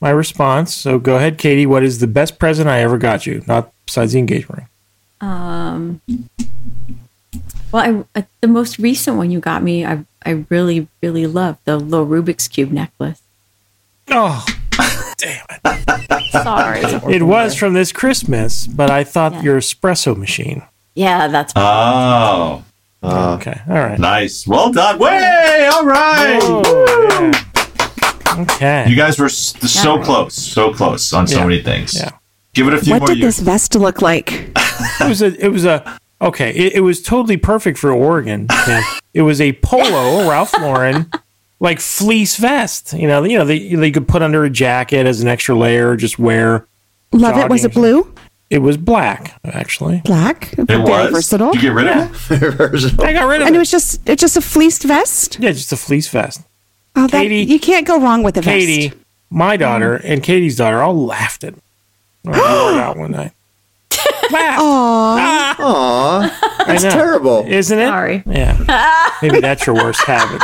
Speaker 6: my response. So go ahead, Katie. What is the best present I ever got you? Not besides the engagement ring.
Speaker 3: Um, well, I, uh, the most recent one you got me, I I really really love the little Rubik's cube necklace.
Speaker 6: Oh,
Speaker 3: Sorry.
Speaker 6: it was from this Christmas, but I thought
Speaker 3: Yeah.
Speaker 6: your espresso machine.
Speaker 3: yeah, that's
Speaker 4: Oh,
Speaker 6: okay, all right.
Speaker 4: nice. Well done. Way. All right.
Speaker 6: Oh, yeah. Okay.
Speaker 4: You guys were s- so close. So close on so
Speaker 6: Yeah.
Speaker 4: many things.
Speaker 6: Yeah.
Speaker 4: Give it a few
Speaker 2: What
Speaker 4: more
Speaker 2: did
Speaker 4: years.
Speaker 2: this vest look like?
Speaker 6: it was a. It was a. Okay. It, it was totally perfect for Oregon. Yeah. it was a polo Ralph Lauren, like fleece vest. You know. You know. They they could put under a jacket as an extra layer. Or just wear.
Speaker 2: Love it. Was it
Speaker 6: Jogging.
Speaker 2: blue?
Speaker 6: It was black actually.
Speaker 2: Black?
Speaker 4: it
Speaker 2: Very
Speaker 4: was.
Speaker 2: versatile.
Speaker 4: Did you get rid of it?
Speaker 6: I got rid of
Speaker 2: And it
Speaker 6: it.
Speaker 2: was just it's just a fleeced vest.
Speaker 6: Yeah, just a fleece vest.
Speaker 2: Oh, that
Speaker 6: Katie-
Speaker 2: you can't go wrong with a vest.
Speaker 6: Katie, my daughter,
Speaker 2: Mm.
Speaker 6: and Katie's daughter all laughed at. I wore it out one night. Laugh.
Speaker 1: Aw,
Speaker 6: I
Speaker 1: that's
Speaker 6: know.
Speaker 1: terrible.
Speaker 6: Isn't it?
Speaker 3: Sorry.
Speaker 6: Yeah. Maybe that's your worst habit.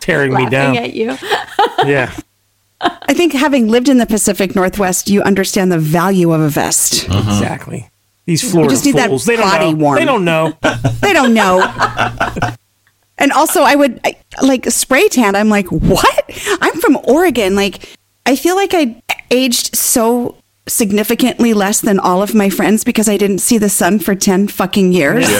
Speaker 6: Tearing me
Speaker 3: laughing
Speaker 6: down.
Speaker 3: at you.
Speaker 6: Yeah.
Speaker 2: I think having lived in the Pacific Northwest, you understand the value of a vest.
Speaker 6: Exactly. These Florida
Speaker 2: just need that
Speaker 6: fools. They don't
Speaker 2: body
Speaker 6: know.
Speaker 2: warmth.
Speaker 6: They don't know.
Speaker 2: They don't know. and also, I would I, like spray tan. I'm like, what? I'm from Oregon. Like, I feel like I aged so significantly less than all of my friends because I didn't see the sun for 10 fucking years.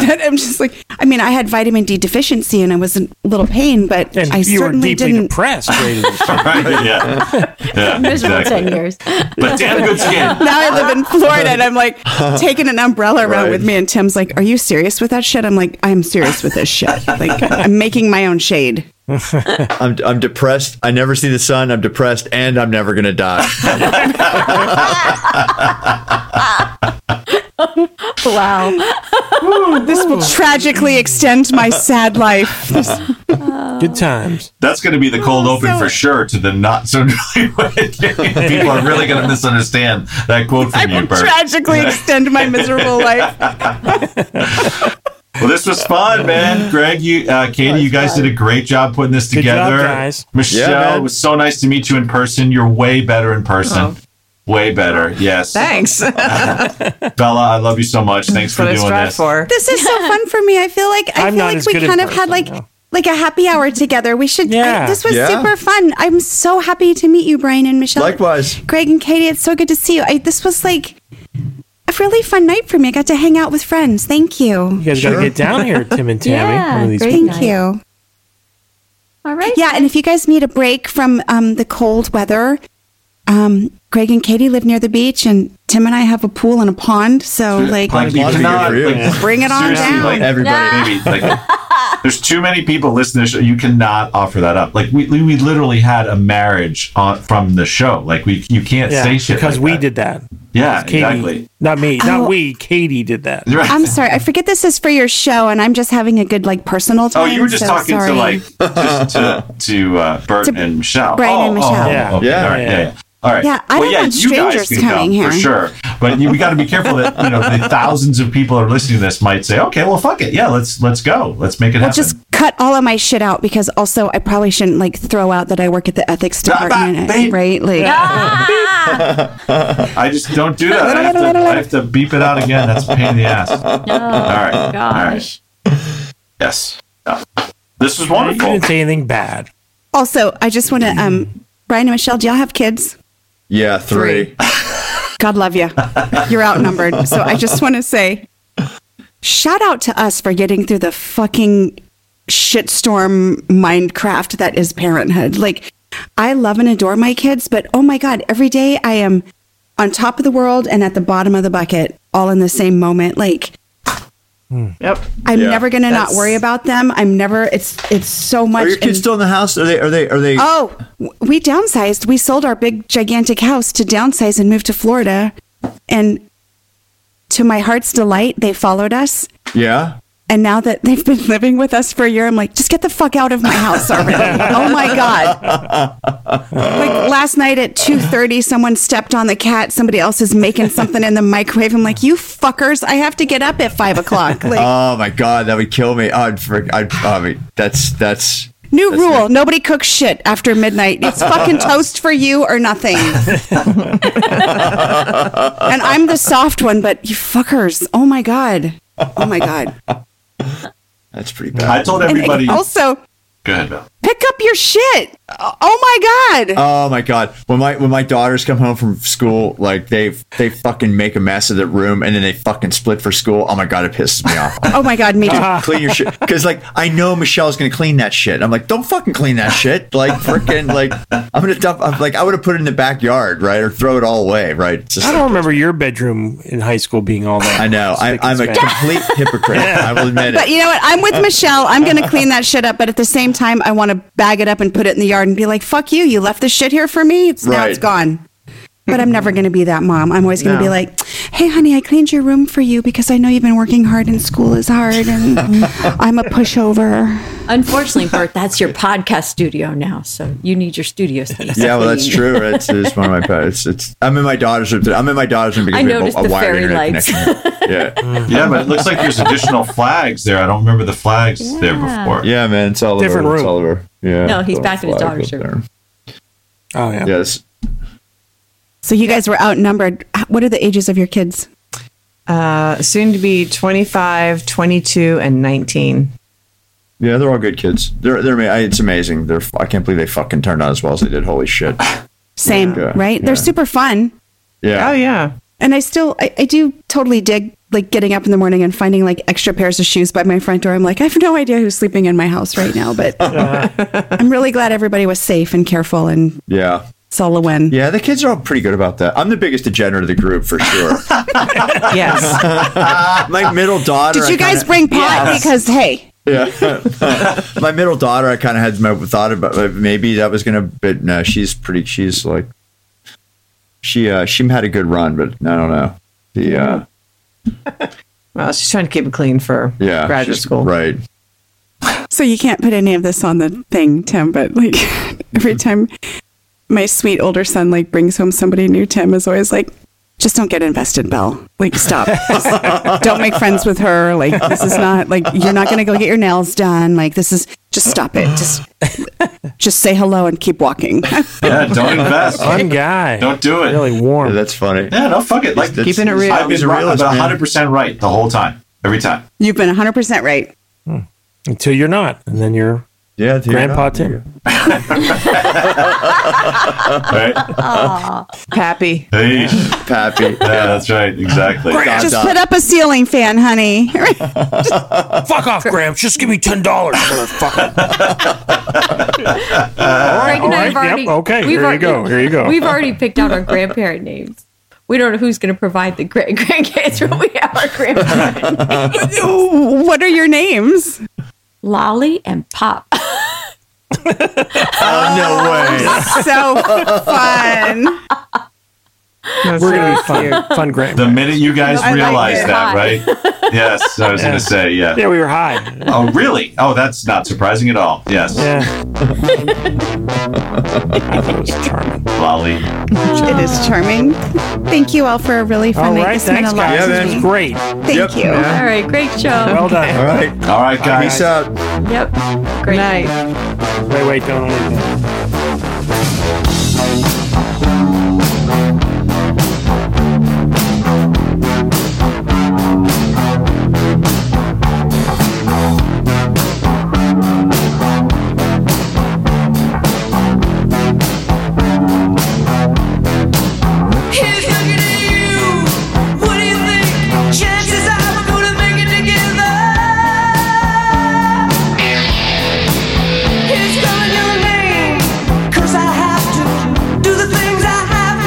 Speaker 2: That I'm just like, I mean, I had vitamin D deficiency and I was in a little pain, but
Speaker 6: And
Speaker 2: I
Speaker 6: you were
Speaker 2: certainly
Speaker 6: deeply
Speaker 2: didn't.
Speaker 6: depressed. Right
Speaker 4: Right, yeah. yeah
Speaker 3: Miserable
Speaker 4: exactly.
Speaker 3: ten years.
Speaker 4: But damn good skin.
Speaker 2: now I live in Florida and I'm like taking an umbrella around with me. And Tim's like, Are you serious with that shit? I'm like, I'm serious with this shit. Like, I'm making my own shade.
Speaker 1: I'm, I'm depressed. I never see the sun. I'm depressed, and I'm never gonna die.
Speaker 3: Wow.
Speaker 2: This will tragically extend my sad life. This- Oh.
Speaker 6: Good times.
Speaker 4: That's going to be the cold open for sure to the not so newly People are really going to misunderstand that quote from you, Bert.
Speaker 2: tragically extend my miserable life.
Speaker 4: Well, this was fun, man. Greg, you, uh, Katie, you guys did a great job putting this together.
Speaker 6: job, guys.
Speaker 4: Michelle,
Speaker 1: Yeah, man.
Speaker 4: it was so nice to meet you in person. You're way better in person.
Speaker 2: Oh.
Speaker 4: Way better. Yes.
Speaker 5: Thanks.
Speaker 4: Bella, I love you so much. Thanks
Speaker 5: what
Speaker 4: for
Speaker 5: I
Speaker 4: doing
Speaker 5: strive
Speaker 4: this.
Speaker 5: for.
Speaker 2: This is so fun for me. I feel like I
Speaker 6: I'm
Speaker 2: feel
Speaker 6: not
Speaker 2: like
Speaker 6: as
Speaker 2: we
Speaker 6: good in
Speaker 2: kind of
Speaker 6: person,
Speaker 2: had like
Speaker 6: no.
Speaker 2: like a happy hour together. We should. I-
Speaker 6: Yeah.
Speaker 2: this was
Speaker 1: Yeah.
Speaker 2: super fun. I'm so happy to meet you, Brian and Michelle.
Speaker 1: Likewise.
Speaker 2: Greg and Katie, it's so good to see you. I, this was like a really fun night for me. I got to hang out with friends. Thank you.
Speaker 6: You guys got to get down here, Tim and Tammy.
Speaker 3: Yeah,
Speaker 6: one of these
Speaker 3: great.
Speaker 6: days.
Speaker 2: Thank
Speaker 3: night.
Speaker 2: you.
Speaker 3: All right.
Speaker 2: Yeah, and if you guys need a break from um, the cold weather, um, Greg and Katie live near the beach, and Tim and I have a pool and a pond. So, like,
Speaker 4: Like, you
Speaker 1: Pond would be
Speaker 4: cannot,
Speaker 1: good for you.
Speaker 4: like,
Speaker 2: bring it on
Speaker 4: seriously,
Speaker 2: down.
Speaker 4: like,
Speaker 1: Everybody.
Speaker 4: maybe like there's too many people listening to the show. You cannot offer that up. Like we, we literally had a marriage on, from the show. Like we you can't
Speaker 6: Yeah,
Speaker 4: say shit
Speaker 6: because
Speaker 4: like
Speaker 6: we
Speaker 4: that.
Speaker 6: did that.
Speaker 4: Yeah,
Speaker 6: Katie,
Speaker 4: exactly.
Speaker 6: not me,
Speaker 2: Oh.
Speaker 6: not we. Katie did that.
Speaker 4: You're right.
Speaker 2: I'm sorry. I forget this is for your show, and I'm just having a good like personal time.
Speaker 4: Oh, you were just
Speaker 2: so
Speaker 4: talking
Speaker 2: sorry.
Speaker 4: to like just to to uh, Bert
Speaker 2: To
Speaker 4: and Michelle.
Speaker 2: Brian
Speaker 4: oh,
Speaker 2: and
Speaker 4: oh,
Speaker 2: Michelle.
Speaker 4: oh,
Speaker 6: Yeah.
Speaker 4: okay,
Speaker 1: Yeah.
Speaker 4: All right. Yeah.
Speaker 6: Yeah.
Speaker 4: yeah. All right.
Speaker 2: Yeah, I don't want
Speaker 4: you guys
Speaker 2: strangers
Speaker 4: can come,
Speaker 2: coming here.
Speaker 4: for sure. But you, we got to be careful that you know the thousands of people are listening to this might say, "Okay, well, fuck it, yeah, let's let's go, let's make it
Speaker 2: Well,
Speaker 4: happen."
Speaker 2: just cut all of my shit out because also I probably shouldn't like throw out that I work at the ethics
Speaker 4: Bah, bah,
Speaker 2: department,
Speaker 4: babe.
Speaker 2: right? Like,
Speaker 4: I just don't do that. I have, to, I have to beep it out again. That's a pain in the ass. All
Speaker 3: Oh,
Speaker 4: right.
Speaker 3: gosh.
Speaker 4: Yes. Yeah. This was
Speaker 6: You
Speaker 4: wonderful.
Speaker 6: didn't say anything bad.
Speaker 2: also, I just want to, um, Brian and Michelle, do y'all have kids?
Speaker 1: Yeah, three.
Speaker 2: God love you. You're outnumbered. So I just want to say, shout out to us for getting through the fucking shitstorm mindcraft that is parenthood. Like, I love and adore my kids, but oh my God, every day I am on top of the world and at the bottom of the bucket all in the same moment. Like,
Speaker 5: Yep.
Speaker 2: I'm
Speaker 1: Yeah.
Speaker 2: never gonna not
Speaker 5: That's-
Speaker 2: worry about them. I'm never. It's it's so much.
Speaker 1: Are your
Speaker 2: and-
Speaker 1: kids still in the house? Are they? Are they? Are they?
Speaker 2: oh, w- we downsized. We sold our big gigantic house to downsize and move to Florida, and to my heart's delight, they followed us.
Speaker 1: Yeah.
Speaker 2: And now that they've been living with us for a year, I'm like, just get the fuck out of my house already. oh my god! Like last night at two thirty, someone stepped on the cat. Somebody else is making something in the microwave. I'm like, you fuckers! I have to get up at five o'clock. Like,
Speaker 1: Oh my god, that would kill me. I'd. Freak, I'd I mean, that's that's.
Speaker 2: New rule: nobody cooks shit after midnight. It's fucking toast for you or nothing. and I'm the soft one, but you fuckers! Oh my god! Oh my god!
Speaker 1: That's pretty
Speaker 4: I
Speaker 1: bad.
Speaker 4: told
Speaker 2: And
Speaker 4: everybody.
Speaker 2: also,
Speaker 4: Go ahead, Bill.
Speaker 2: pick up your shit. Oh my god!
Speaker 1: Oh my god! When my when my daughters come home from school, like they they fucking make a mess of the room, and then they fucking split for school. Oh my god, it pisses me off.
Speaker 2: Oh my god, me too.
Speaker 1: clean your shit because like I know Michelle's gonna clean that shit. I'm like, don't fucking clean that shit. Like freaking like I'm gonna dump. I'm like I would have put it in the backyard, right, or throw it all away, right? It's just
Speaker 6: I don't remember your bedroom in high school being all that.
Speaker 1: I know. I,
Speaker 6: spick and
Speaker 1: I'm a
Speaker 6: span.
Speaker 1: complete hypocrite. I will admit
Speaker 2: But
Speaker 1: it.
Speaker 2: you know what? I'm
Speaker 1: Uh.
Speaker 2: with Michelle. I'm going to clean that shit up. But at the same time, I want to bag it up and put it in the yard and be like, fuck you. You left this shit here for me. It's, Now it's
Speaker 1: Right.
Speaker 2: gone. But I'm never going to be that mom. I'm always going to be
Speaker 5: No.
Speaker 2: like, hey, honey, I cleaned your room for you because I know you've been working hard and school is hard and I'm a pushover.
Speaker 3: Unfortunately, Bert, that's your podcast studio now, so you need your studio space.
Speaker 1: Yeah, well, that's
Speaker 3: clean.
Speaker 1: true. It's, it's one of my pets. It's I'm in my daughter's room. Today. I'm in my daughter's room because
Speaker 3: I
Speaker 1: we have
Speaker 3: noticed
Speaker 1: a, a
Speaker 3: the
Speaker 1: wired
Speaker 3: fairy
Speaker 1: internet
Speaker 3: lights.
Speaker 1: connection. Yeah,
Speaker 4: Yeah, but it looks like there's additional flags there. I don't remember the flags there before.
Speaker 1: yeah, man. It's all
Speaker 6: Different
Speaker 1: over. It's
Speaker 6: room.
Speaker 1: all over. Yeah.
Speaker 3: No, he's
Speaker 1: Little
Speaker 3: back in his
Speaker 1: flag
Speaker 3: daughter's
Speaker 1: up
Speaker 3: room.
Speaker 6: Oh yeah.
Speaker 1: there. Yes.
Speaker 2: So you guys were outnumbered. What are the ages of your kids?
Speaker 5: Uh, soon to be 25, 22, and 19.
Speaker 1: Yeah, they're all good kids. They're they're. ama- It's amazing. They're. I can't believe they fucking turned out as well as they did. Holy shit.
Speaker 2: Same,
Speaker 1: Yeah.
Speaker 2: right? They're
Speaker 1: Yeah.
Speaker 2: super fun.
Speaker 1: Yeah.
Speaker 5: Oh, yeah.
Speaker 2: And I still, I, I do totally dig like getting up in the morning and finding like extra pairs of shoes by my front door. I'm like, I have no idea who's sleeping in my house right now, but I'm really glad everybody was safe and careful and
Speaker 1: Yeah.
Speaker 2: it's all a win.
Speaker 1: Yeah, the kids are all pretty good about that. I'm the biggest degenerate of the group for sure.
Speaker 5: Yes.
Speaker 1: my middle daughter.
Speaker 2: Did you
Speaker 1: I kinda-
Speaker 2: guys bring pot? Because hey,
Speaker 1: Yeah. my middle daughter, I kind of had my thought about like, maybe that was gonna, but no, she's pretty. She's like, she uh, she had a good run, but I don't know. The uh,
Speaker 5: well, she's trying to keep it clean for
Speaker 1: yeah,
Speaker 5: graduate
Speaker 1: she's-
Speaker 5: school.
Speaker 1: right?
Speaker 2: so you can't put any of this on the thing, Tim, but like every time my sweet older son like brings home somebody new, Tim is always like, just don't get invested, Belle. Like, stop. Just don't make friends with her. Like, this is not like you're not going to go get your nails done. Like, this is just stop it. Just, just say hello and keep walking.
Speaker 4: Yeah, don't invest.
Speaker 6: Fun guy.
Speaker 4: Don't do it.
Speaker 6: really warm.
Speaker 1: Yeah, that's funny.
Speaker 4: Yeah, no, fuck it. Like,
Speaker 1: That's-
Speaker 5: Keeping it real.
Speaker 4: I've
Speaker 1: He's
Speaker 4: been
Speaker 1: a
Speaker 4: right, I've
Speaker 1: realist,
Speaker 4: been
Speaker 1: man.
Speaker 4: 100% right the whole time. Every time.
Speaker 2: You've been 100 percent right.
Speaker 6: until you're not, and then you're
Speaker 1: Yeah, uh, dude,
Speaker 6: Grandpa
Speaker 1: no.
Speaker 6: Tim.
Speaker 4: Right?
Speaker 5: Pappy.
Speaker 4: Hey.
Speaker 1: Pappy.
Speaker 4: Yeah, that's right. Exactly.
Speaker 1: Dot,
Speaker 2: Just
Speaker 1: dot.
Speaker 2: put up a ceiling fan, honey.
Speaker 6: Fuck off, Gramps. Just give me ten dollars, motherfucker.
Speaker 3: Greg and I have
Speaker 6: all right,
Speaker 3: already.
Speaker 6: yep, okay,
Speaker 3: we've
Speaker 6: here you go, here you go.
Speaker 3: We've already picked out our grandparent names. We don't know who's going to provide the grand grandkids, but we have our grandparent. names.
Speaker 2: what are your names?
Speaker 3: Lolly and Pop.
Speaker 1: Oh, no way.
Speaker 2: So fun.
Speaker 6: We're gonna be fun, fun grandpa.
Speaker 4: The minute you guys
Speaker 5: I like
Speaker 4: realize
Speaker 5: it.
Speaker 4: that, right? yes, I was going to say, yeah.
Speaker 6: Yeah, we were high.
Speaker 4: Oh, really? Oh, that's not surprising at all. Yes.
Speaker 6: Yeah. I thought it was charming.
Speaker 4: Lolly.
Speaker 2: It is charming. Thank you all for a really fun
Speaker 6: All
Speaker 2: night.
Speaker 6: right,
Speaker 2: This meant
Speaker 6: thanks,
Speaker 2: a lot
Speaker 6: guys.
Speaker 1: Yeah,
Speaker 2: to
Speaker 6: This
Speaker 1: man.
Speaker 6: was
Speaker 2: me.
Speaker 6: great.
Speaker 2: Thank
Speaker 1: Yep,
Speaker 2: you.
Speaker 1: man.
Speaker 3: All right, great show.
Speaker 6: Well done.
Speaker 1: All right.
Speaker 4: All right, guys.
Speaker 1: Peace out.
Speaker 3: Yep. Great
Speaker 5: Night.
Speaker 6: Wait, wait, don't leave. me.
Speaker 8: Here's looking at you. What do you think? Chances are we're gonna make it together. Here's calling your name. 'Cause I have to do the things I have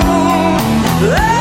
Speaker 8: Oh!